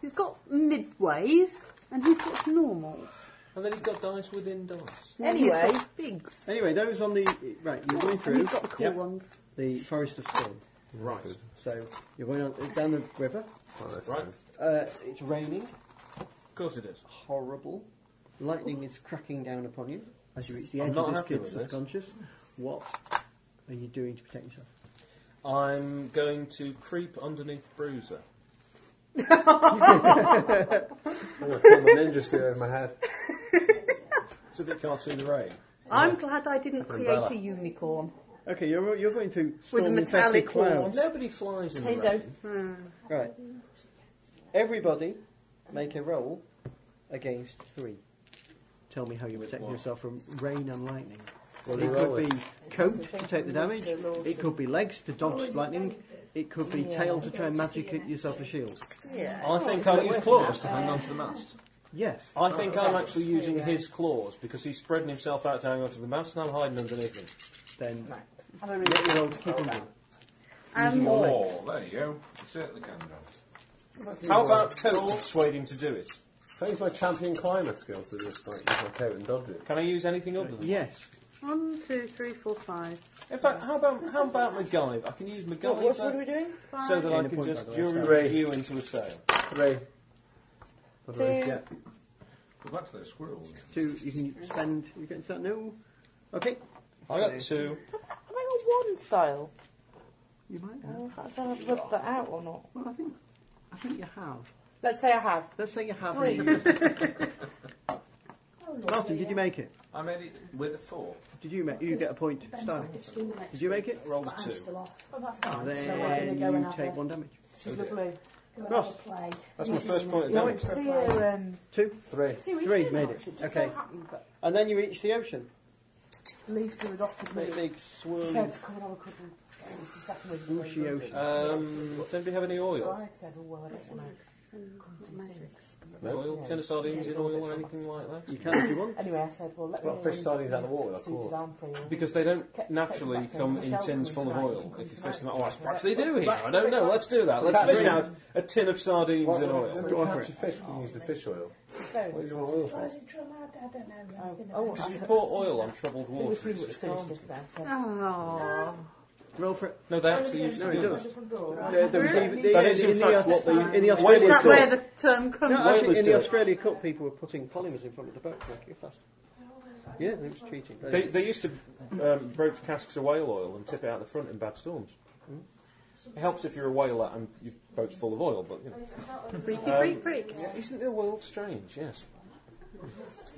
[SPEAKER 9] He's got midways and he's got normals.
[SPEAKER 4] And then he's got dice within dice.
[SPEAKER 9] And he's
[SPEAKER 7] Anyway.
[SPEAKER 9] got bigs.
[SPEAKER 2] anyway, those on the right, you're going
[SPEAKER 9] And
[SPEAKER 2] through
[SPEAKER 9] he's got the cool
[SPEAKER 6] Yep.
[SPEAKER 9] ones.
[SPEAKER 2] the Forest of Storm.
[SPEAKER 6] Right,
[SPEAKER 2] So you're going on, down the river.
[SPEAKER 5] Oh,
[SPEAKER 6] right.
[SPEAKER 2] Uh, it's raining,
[SPEAKER 6] Of course it is.
[SPEAKER 2] horrible. Lightning is cracking down upon you as you reach the
[SPEAKER 4] I'm
[SPEAKER 2] edge
[SPEAKER 4] not
[SPEAKER 2] of this
[SPEAKER 4] happy
[SPEAKER 2] kid's
[SPEAKER 4] with this.
[SPEAKER 2] subconscious. What are you doing to protect yourself?
[SPEAKER 4] I'm going to creep underneath Bruiser. Oh,
[SPEAKER 5] I'm going to put my ninja suit in my head.
[SPEAKER 4] It's a bit cartoon rain.
[SPEAKER 9] I'm glad I didn't create
[SPEAKER 4] umbrella.
[SPEAKER 9] a unicorn.
[SPEAKER 2] Okay, you're you're going through
[SPEAKER 9] With
[SPEAKER 2] storm
[SPEAKER 9] metallic
[SPEAKER 2] infested clouds.
[SPEAKER 4] Nobody flies in the
[SPEAKER 7] Hey,
[SPEAKER 4] rain.
[SPEAKER 7] Zoe.
[SPEAKER 2] Right. Everybody, make a roll against three. Tell me how you protect yourself from rain and lightning.
[SPEAKER 5] What
[SPEAKER 2] it
[SPEAKER 5] are we
[SPEAKER 2] could
[SPEAKER 5] rolling?
[SPEAKER 2] be coat to take the damage. It could be legs to dodge lightning. It could be tail to try and magic it yourself a shield.
[SPEAKER 9] Oh,
[SPEAKER 7] Yeah.
[SPEAKER 4] I think I'll use claws to hang on to the mast.
[SPEAKER 2] Yes.
[SPEAKER 4] I think I'm actually using his claws because he's spreading himself out to hang onto the mast and I'm hiding underneath him.
[SPEAKER 2] Then
[SPEAKER 7] Have a
[SPEAKER 2] make
[SPEAKER 7] read.
[SPEAKER 2] your roll to keep under.
[SPEAKER 9] And
[SPEAKER 6] Oh, there you go. You certainly can, John.
[SPEAKER 4] How about Coat to persuade him to do it?
[SPEAKER 5] I use my champion climber skills to just like use my coat and dodge it.
[SPEAKER 4] Can I use anything other than that?
[SPEAKER 2] Yes.
[SPEAKER 9] One, two, three, four, five.
[SPEAKER 4] In fact, how about how about MacGyver? I can use
[SPEAKER 7] What, what, what are
[SPEAKER 4] MacGyver
[SPEAKER 7] we doing?
[SPEAKER 4] so that I
[SPEAKER 2] Gain a
[SPEAKER 4] can
[SPEAKER 2] point,
[SPEAKER 4] just
[SPEAKER 2] by the way,
[SPEAKER 4] jury
[SPEAKER 2] sorry.
[SPEAKER 4] review into a sale.
[SPEAKER 5] Three. What do I
[SPEAKER 7] Two.
[SPEAKER 5] get?
[SPEAKER 6] Go back to those squirrels.
[SPEAKER 2] Two. You can spend. You can start. No. Okay.
[SPEAKER 4] I got two.
[SPEAKER 7] Have I got one style?
[SPEAKER 2] You might have.
[SPEAKER 7] I don't know if I've rubbed that out or not.
[SPEAKER 2] Well, I think. I think you have.
[SPEAKER 7] Let's say I have.
[SPEAKER 2] Let's say you have.
[SPEAKER 7] Three.
[SPEAKER 2] Martin, did you make it?
[SPEAKER 6] I made it with a four.
[SPEAKER 2] Did you make? You get a point, Stanley. Did you make it?
[SPEAKER 4] Rolled a two.
[SPEAKER 2] Oh, Then you take one damage.
[SPEAKER 7] She's lovely.
[SPEAKER 2] Ross,
[SPEAKER 4] That's my first point of
[SPEAKER 7] You
[SPEAKER 4] damage.
[SPEAKER 7] went to see her um,
[SPEAKER 2] two,
[SPEAKER 5] Three.
[SPEAKER 7] two weeks
[SPEAKER 2] Three,
[SPEAKER 7] ago.
[SPEAKER 2] made
[SPEAKER 7] now.
[SPEAKER 2] it.
[SPEAKER 7] She just
[SPEAKER 2] Okay.
[SPEAKER 7] so happened that
[SPEAKER 2] and then you reach the ocean.
[SPEAKER 7] Lisa had offered me
[SPEAKER 2] Big,
[SPEAKER 7] said
[SPEAKER 2] big
[SPEAKER 7] to
[SPEAKER 2] swirling.
[SPEAKER 7] come and have a cup of um, some second
[SPEAKER 2] Bushy ocean.
[SPEAKER 4] Um, does anybody have any oil?
[SPEAKER 7] I said, oh, well, I don't want to come to Madrid.
[SPEAKER 4] No oil, tin of sardines in oil or anything like that?
[SPEAKER 2] You can if you want.
[SPEAKER 7] Anyway, I said, well, let
[SPEAKER 5] Well,
[SPEAKER 7] me...
[SPEAKER 5] fish sardines out of the water, of course.
[SPEAKER 7] course.
[SPEAKER 4] Because they don't naturally come in tins full of oil. If you fish them out, oh, perhaps they do here. I don't know. Let's do that. Let's fish out a tin of sardines in oil.
[SPEAKER 2] Go
[SPEAKER 5] Go
[SPEAKER 2] on for
[SPEAKER 5] catch your fish when you use the fish oil. What do you want oil for?
[SPEAKER 7] Oh, I
[SPEAKER 4] You
[SPEAKER 7] said-
[SPEAKER 4] pour oil on troubled
[SPEAKER 7] I think we
[SPEAKER 4] water.
[SPEAKER 7] pretty much finished this now. so-
[SPEAKER 9] Oh.
[SPEAKER 2] Roll for it.
[SPEAKER 4] No, they actually used
[SPEAKER 2] No,
[SPEAKER 4] to
[SPEAKER 2] it
[SPEAKER 4] do
[SPEAKER 2] does.
[SPEAKER 4] that.
[SPEAKER 2] There, there was even,
[SPEAKER 4] That is in
[SPEAKER 2] in, the,
[SPEAKER 4] fact what the
[SPEAKER 2] in the
[SPEAKER 4] whalers
[SPEAKER 2] Australia
[SPEAKER 9] Is that
[SPEAKER 4] do.
[SPEAKER 9] where
[SPEAKER 2] Cup.
[SPEAKER 9] the term comes
[SPEAKER 2] No, actually,
[SPEAKER 4] Whalers
[SPEAKER 2] in the
[SPEAKER 4] do.
[SPEAKER 2] Australia Cup, people were putting polymers in front of the boat to make it faster. Yeah, it was cheating.
[SPEAKER 4] They, they used to um, broach casks of whale oil and tip it out the front in bad storms.
[SPEAKER 5] Hmm?
[SPEAKER 4] It helps if you're a whaler and your boat's full of oil, but you know.
[SPEAKER 7] Um,
[SPEAKER 9] Freaky,
[SPEAKER 5] Um,
[SPEAKER 9] freak, freak.
[SPEAKER 4] Isn't the world strange? Yes.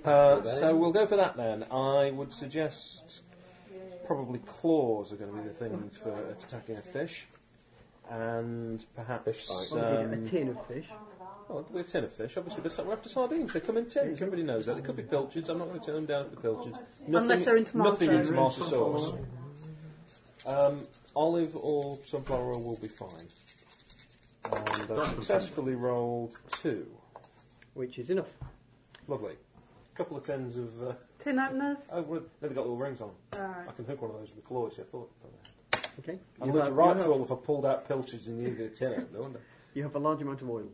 [SPEAKER 4] Uh, so we'll go for that then. I would suggest probably claws are going to be the things for attacking a fish, and perhaps
[SPEAKER 2] a
[SPEAKER 4] um,
[SPEAKER 2] tin of fish.
[SPEAKER 4] oh, we're a tin of fish. Obviously, they're- we're after sardines. They come in tins. Everybody knows that. They could be pilchards. I'm not going to turn them down for the pilchards. Nothing,
[SPEAKER 9] Unless they're in tomato.
[SPEAKER 4] Nothing in tomato sauce. Um, olive or sunflower oil will be fine. And I successfully rolled two.
[SPEAKER 2] Which is enough.
[SPEAKER 4] Lovely. couple of tens of. Uh,
[SPEAKER 9] Tin openers.
[SPEAKER 4] oh, well, they've got little rings on.
[SPEAKER 9] Alright.
[SPEAKER 4] I can hook one of those with claws. I thought.
[SPEAKER 2] Okay.
[SPEAKER 4] I'd
[SPEAKER 2] You
[SPEAKER 4] live
[SPEAKER 2] have-
[SPEAKER 4] right
[SPEAKER 2] you have-
[SPEAKER 4] full if I pulled out pilchards and needed a tin opener, wouldn't I?
[SPEAKER 2] You have a large amount of oil.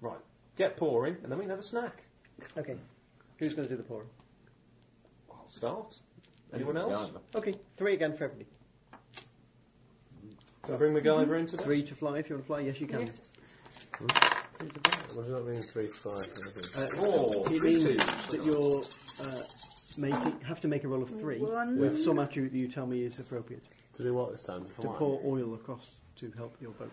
[SPEAKER 4] Right. Get pouring, and then we can have a snack.
[SPEAKER 2] Okay. Who's going to do the pouring?
[SPEAKER 4] I'll start. Anyone else?
[SPEAKER 2] Okay, three again for everybody.
[SPEAKER 4] So bring MacGyver into
[SPEAKER 2] Three to fly if you want to fly. Yes, you can.
[SPEAKER 5] What does that mean, three to five?
[SPEAKER 2] Uh,
[SPEAKER 6] Oh,
[SPEAKER 2] it
[SPEAKER 6] three
[SPEAKER 2] means
[SPEAKER 6] twos.
[SPEAKER 2] that you're uh, making have to make a roll of three
[SPEAKER 9] One.
[SPEAKER 2] with some attribute that you tell me is appropriate
[SPEAKER 5] To do what this time? To
[SPEAKER 2] to pour oil across to help your boat.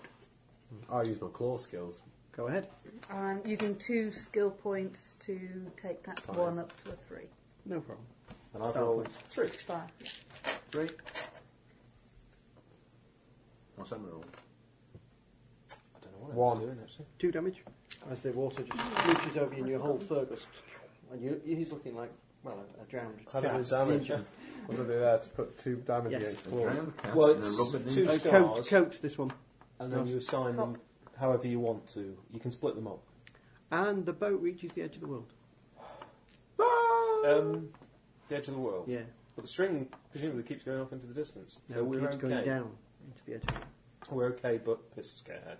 [SPEAKER 5] I use my claw skills.
[SPEAKER 2] Go ahead.
[SPEAKER 9] I'm using two skill points to take that one up to a three.
[SPEAKER 2] No problem.
[SPEAKER 4] And I've
[SPEAKER 2] Start
[SPEAKER 4] rolled
[SPEAKER 2] with.
[SPEAKER 4] three.
[SPEAKER 9] Five.
[SPEAKER 4] Three.
[SPEAKER 6] What's that roll?
[SPEAKER 4] I don't know what
[SPEAKER 5] One.
[SPEAKER 4] I was doing actually.
[SPEAKER 2] Two damage as the water just splooshes over you and your whole third goes. And you, he's looking like, well, a, a drowned
[SPEAKER 5] How do I
[SPEAKER 2] cat.
[SPEAKER 5] damage them? What do I do there to put two damage
[SPEAKER 2] Yes.
[SPEAKER 5] against claw?
[SPEAKER 6] Drown the cat
[SPEAKER 4] Well,
[SPEAKER 6] in a
[SPEAKER 4] it's
[SPEAKER 6] rubber
[SPEAKER 4] two
[SPEAKER 2] Uh,
[SPEAKER 6] ninja.
[SPEAKER 2] coat,
[SPEAKER 4] stars,
[SPEAKER 2] coat this one.
[SPEAKER 4] and then you assign them however you want to. You can split them up.
[SPEAKER 2] And the boat reaches the edge of the world.
[SPEAKER 4] Um, the edge of the world.
[SPEAKER 2] Yeah.
[SPEAKER 4] But the string presumably keeps going off into the distance.
[SPEAKER 2] No,
[SPEAKER 4] so
[SPEAKER 2] it
[SPEAKER 4] we're
[SPEAKER 2] keeps
[SPEAKER 4] okay.
[SPEAKER 2] going down into the edge. of it.
[SPEAKER 4] We're okay, but piss scared.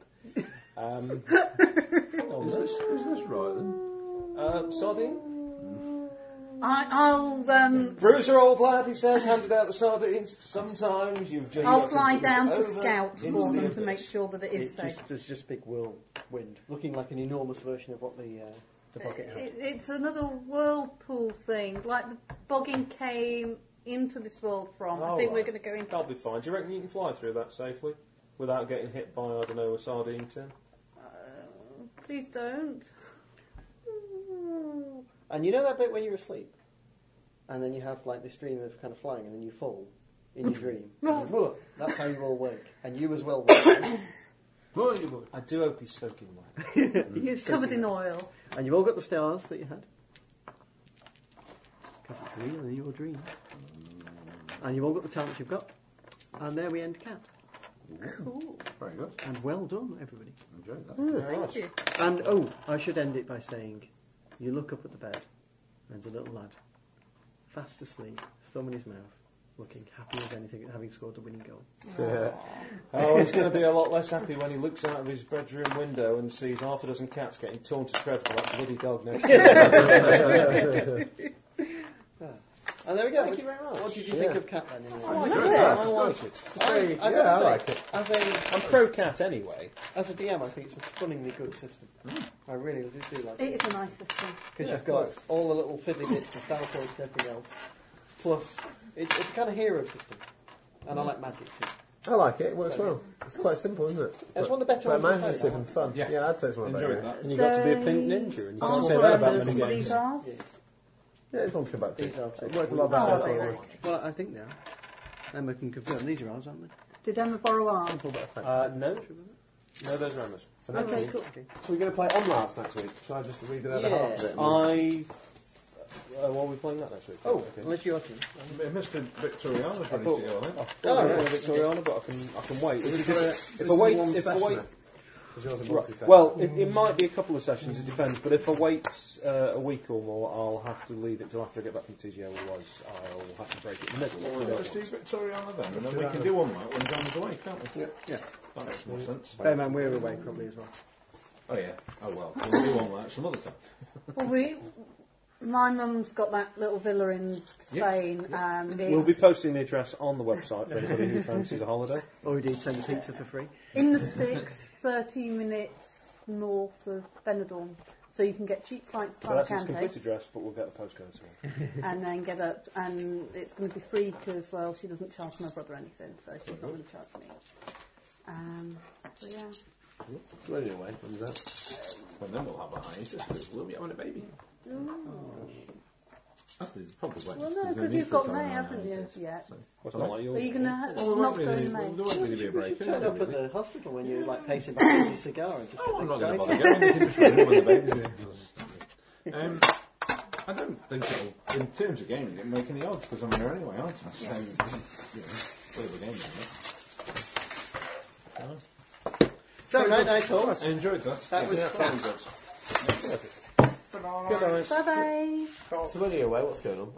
[SPEAKER 4] Um,
[SPEAKER 6] Is this, is this right then?
[SPEAKER 4] uh, sardine?
[SPEAKER 9] I, I'll um,
[SPEAKER 5] Bruiser, old lad, he says, handed out the sardines. Sometimes you've just.
[SPEAKER 9] I'll
[SPEAKER 5] got
[SPEAKER 9] fly
[SPEAKER 5] put
[SPEAKER 9] down
[SPEAKER 5] it
[SPEAKER 9] to
[SPEAKER 5] over
[SPEAKER 9] scout
[SPEAKER 5] into
[SPEAKER 9] for
[SPEAKER 5] the
[SPEAKER 9] them to make
[SPEAKER 5] abyss.
[SPEAKER 9] sure that it is
[SPEAKER 2] It
[SPEAKER 9] safe.
[SPEAKER 2] just, there's just big whirlwind, looking like an enormous version of what the uh, the bucket had.
[SPEAKER 9] It, it's another whirlpool thing, like the bogging came into this world from. I
[SPEAKER 4] Oh,
[SPEAKER 9] think we're
[SPEAKER 4] right.
[SPEAKER 9] going to go into.
[SPEAKER 4] That'll be fine. Do you reckon you can fly through that safely without getting hit by, I don't know, a sardine tin?
[SPEAKER 9] uh, Please don't.
[SPEAKER 2] And you know that bit when you're asleep, and then you have like this dream of kind of flying, and then you fall in your dream. And you- "Whoa," That's how you're all awake, and you as well. Wake.
[SPEAKER 6] Right, you boy.
[SPEAKER 4] I do hope he's soaking wet.
[SPEAKER 2] He is
[SPEAKER 9] Covered
[SPEAKER 2] soaking
[SPEAKER 9] in
[SPEAKER 2] wet.
[SPEAKER 9] oil.
[SPEAKER 2] And you've all got the stars that you had. Because it's real in your dreams. And you've all got the talents you've got. And there we end Cat.
[SPEAKER 9] Cool.
[SPEAKER 6] Very good.
[SPEAKER 2] And well done, everybody.
[SPEAKER 6] Enjoyed that.
[SPEAKER 9] Thank you.
[SPEAKER 2] And oh, I should end it by saying you look up at the bed, and there's a little lad, fast asleep, thumb in his mouth, looking happy as anything at having scored the winning goal.
[SPEAKER 4] Oh, he's going to be a lot less happy when he looks out of his bedroom window and sees half a dozen cats getting torn to shreds by that bloody dog next to him.
[SPEAKER 2] And Oh, there we go.
[SPEAKER 4] Thank you very much.
[SPEAKER 2] What did you think of Cat then? in the end?
[SPEAKER 4] I like it.
[SPEAKER 5] Very-
[SPEAKER 2] I've
[SPEAKER 5] yeah,
[SPEAKER 2] got
[SPEAKER 5] I
[SPEAKER 2] to
[SPEAKER 5] like
[SPEAKER 2] say,
[SPEAKER 5] it.
[SPEAKER 2] As a,
[SPEAKER 4] I'm pro cat anyway.
[SPEAKER 2] as a DM, I think it's a stunningly good system. I really do, do like it.
[SPEAKER 9] It is a nice system.
[SPEAKER 2] Because you've got all the little fiddly bits and style points and everything else. Plus, it's, it's a kind of hero system. And I like magic too.
[SPEAKER 5] I like it, it works well. It's quite simple, isn't it?
[SPEAKER 2] It's one of the better
[SPEAKER 5] But
[SPEAKER 2] ones we've
[SPEAKER 5] imaginative
[SPEAKER 2] played,
[SPEAKER 5] and fun.
[SPEAKER 6] Yeah.
[SPEAKER 5] Yeah. I'd say it's one of the
[SPEAKER 6] Enjoyed
[SPEAKER 5] better
[SPEAKER 6] that.
[SPEAKER 4] And you got to be a pink ninja, and you can't say
[SPEAKER 9] Oh,
[SPEAKER 4] that about
[SPEAKER 9] those
[SPEAKER 4] many
[SPEAKER 9] bloody
[SPEAKER 4] games.
[SPEAKER 9] bars.
[SPEAKER 5] Yeah, it's one to about two.
[SPEAKER 2] These are two.
[SPEAKER 5] It works a lot better.
[SPEAKER 9] Oh,
[SPEAKER 5] than
[SPEAKER 9] they
[SPEAKER 5] I
[SPEAKER 9] were.
[SPEAKER 5] thought.
[SPEAKER 2] Well, I think they are. Emma can confirm. These are ours, aren't they?
[SPEAKER 9] Did Emma borrow ours?
[SPEAKER 5] Simple but effective.
[SPEAKER 4] Uh, no. No, those are Emma's.
[SPEAKER 5] So now
[SPEAKER 9] Okay,
[SPEAKER 5] we-
[SPEAKER 9] cool.
[SPEAKER 5] So we're going to play Onlaughs next week. Shall I just read the other
[SPEAKER 2] Yeah.
[SPEAKER 5] half of it?
[SPEAKER 4] I. Uh, well, we're playing that next week.
[SPEAKER 2] Oh,
[SPEAKER 4] okay.
[SPEAKER 2] unless you're watching.
[SPEAKER 6] Mr. Victoriano's ready to go, I think.
[SPEAKER 4] Oh,
[SPEAKER 2] Oh,
[SPEAKER 4] right.
[SPEAKER 2] right.
[SPEAKER 4] Victoriana, but I can, I can wait. If,
[SPEAKER 5] Victoria-
[SPEAKER 4] if,
[SPEAKER 5] this
[SPEAKER 4] I
[SPEAKER 5] is
[SPEAKER 4] wait,
[SPEAKER 5] one
[SPEAKER 4] if I
[SPEAKER 5] session
[SPEAKER 4] wait,
[SPEAKER 5] then. 'Cause yours is
[SPEAKER 4] Right.
[SPEAKER 5] multi-session.
[SPEAKER 4] Well, it, it might be a couple of sessions, it depends, but if I wait uh, a week or more, I'll have to leave it till after I get back from TGO, otherwise I'll have to break it in the middle.
[SPEAKER 6] Let's do Victoriana then, and then we can do one like when John's away, can't we? Yeah.
[SPEAKER 2] Yeah.
[SPEAKER 6] That makes more sense.
[SPEAKER 2] Bear in mind, we're away probably as well.
[SPEAKER 6] Oh, yeah. Oh, well. We'll do one like some other time.
[SPEAKER 9] Well, we, my mum's got that little villa in Spain, and it's
[SPEAKER 4] We'll be posting the address on the website for anybody who fancies a holiday.
[SPEAKER 2] Or indeed send a pizza for free.
[SPEAKER 9] in the sticks, 30 minutes north of Benidorm. So you can get cheap flights to
[SPEAKER 4] So that's his
[SPEAKER 9] Alicante.
[SPEAKER 4] complete address, but we'll get the postcode to him.
[SPEAKER 9] and then get up, and it's going to be free because, well, she doesn't charge my brother anything, so she's not going to charge me. Um, so yeah.
[SPEAKER 5] So anyway, when's that?
[SPEAKER 6] And then we'll have a hiatus because we'll be having a baby. That's the probably way.
[SPEAKER 9] Well, no, because you've got May, haven't you? Yet.
[SPEAKER 4] What's not like
[SPEAKER 9] Are you
[SPEAKER 4] you?
[SPEAKER 9] going to ha-
[SPEAKER 6] Well,
[SPEAKER 9] not
[SPEAKER 6] not
[SPEAKER 9] go
[SPEAKER 6] really,
[SPEAKER 9] in
[SPEAKER 6] well,
[SPEAKER 9] May?
[SPEAKER 6] there won't really be a break.
[SPEAKER 2] Turn
[SPEAKER 6] is there,
[SPEAKER 2] up at
[SPEAKER 6] really?
[SPEAKER 2] the hospital when you're like pacing back with your cigar and just
[SPEAKER 6] Oh, I'm not going to
[SPEAKER 2] dice
[SPEAKER 6] bother
[SPEAKER 2] it.
[SPEAKER 6] going. You can just remove when the baby's here. Um, I don't think it'll, in terms of gaming, it'll make any odds because I'm here anyway, aren't I? So, you know, play the game. Right?
[SPEAKER 2] So, night, night, all.
[SPEAKER 6] I enjoyed that.
[SPEAKER 2] That was fun.
[SPEAKER 6] good.
[SPEAKER 9] Bye bye.
[SPEAKER 5] So anyway, what's going on?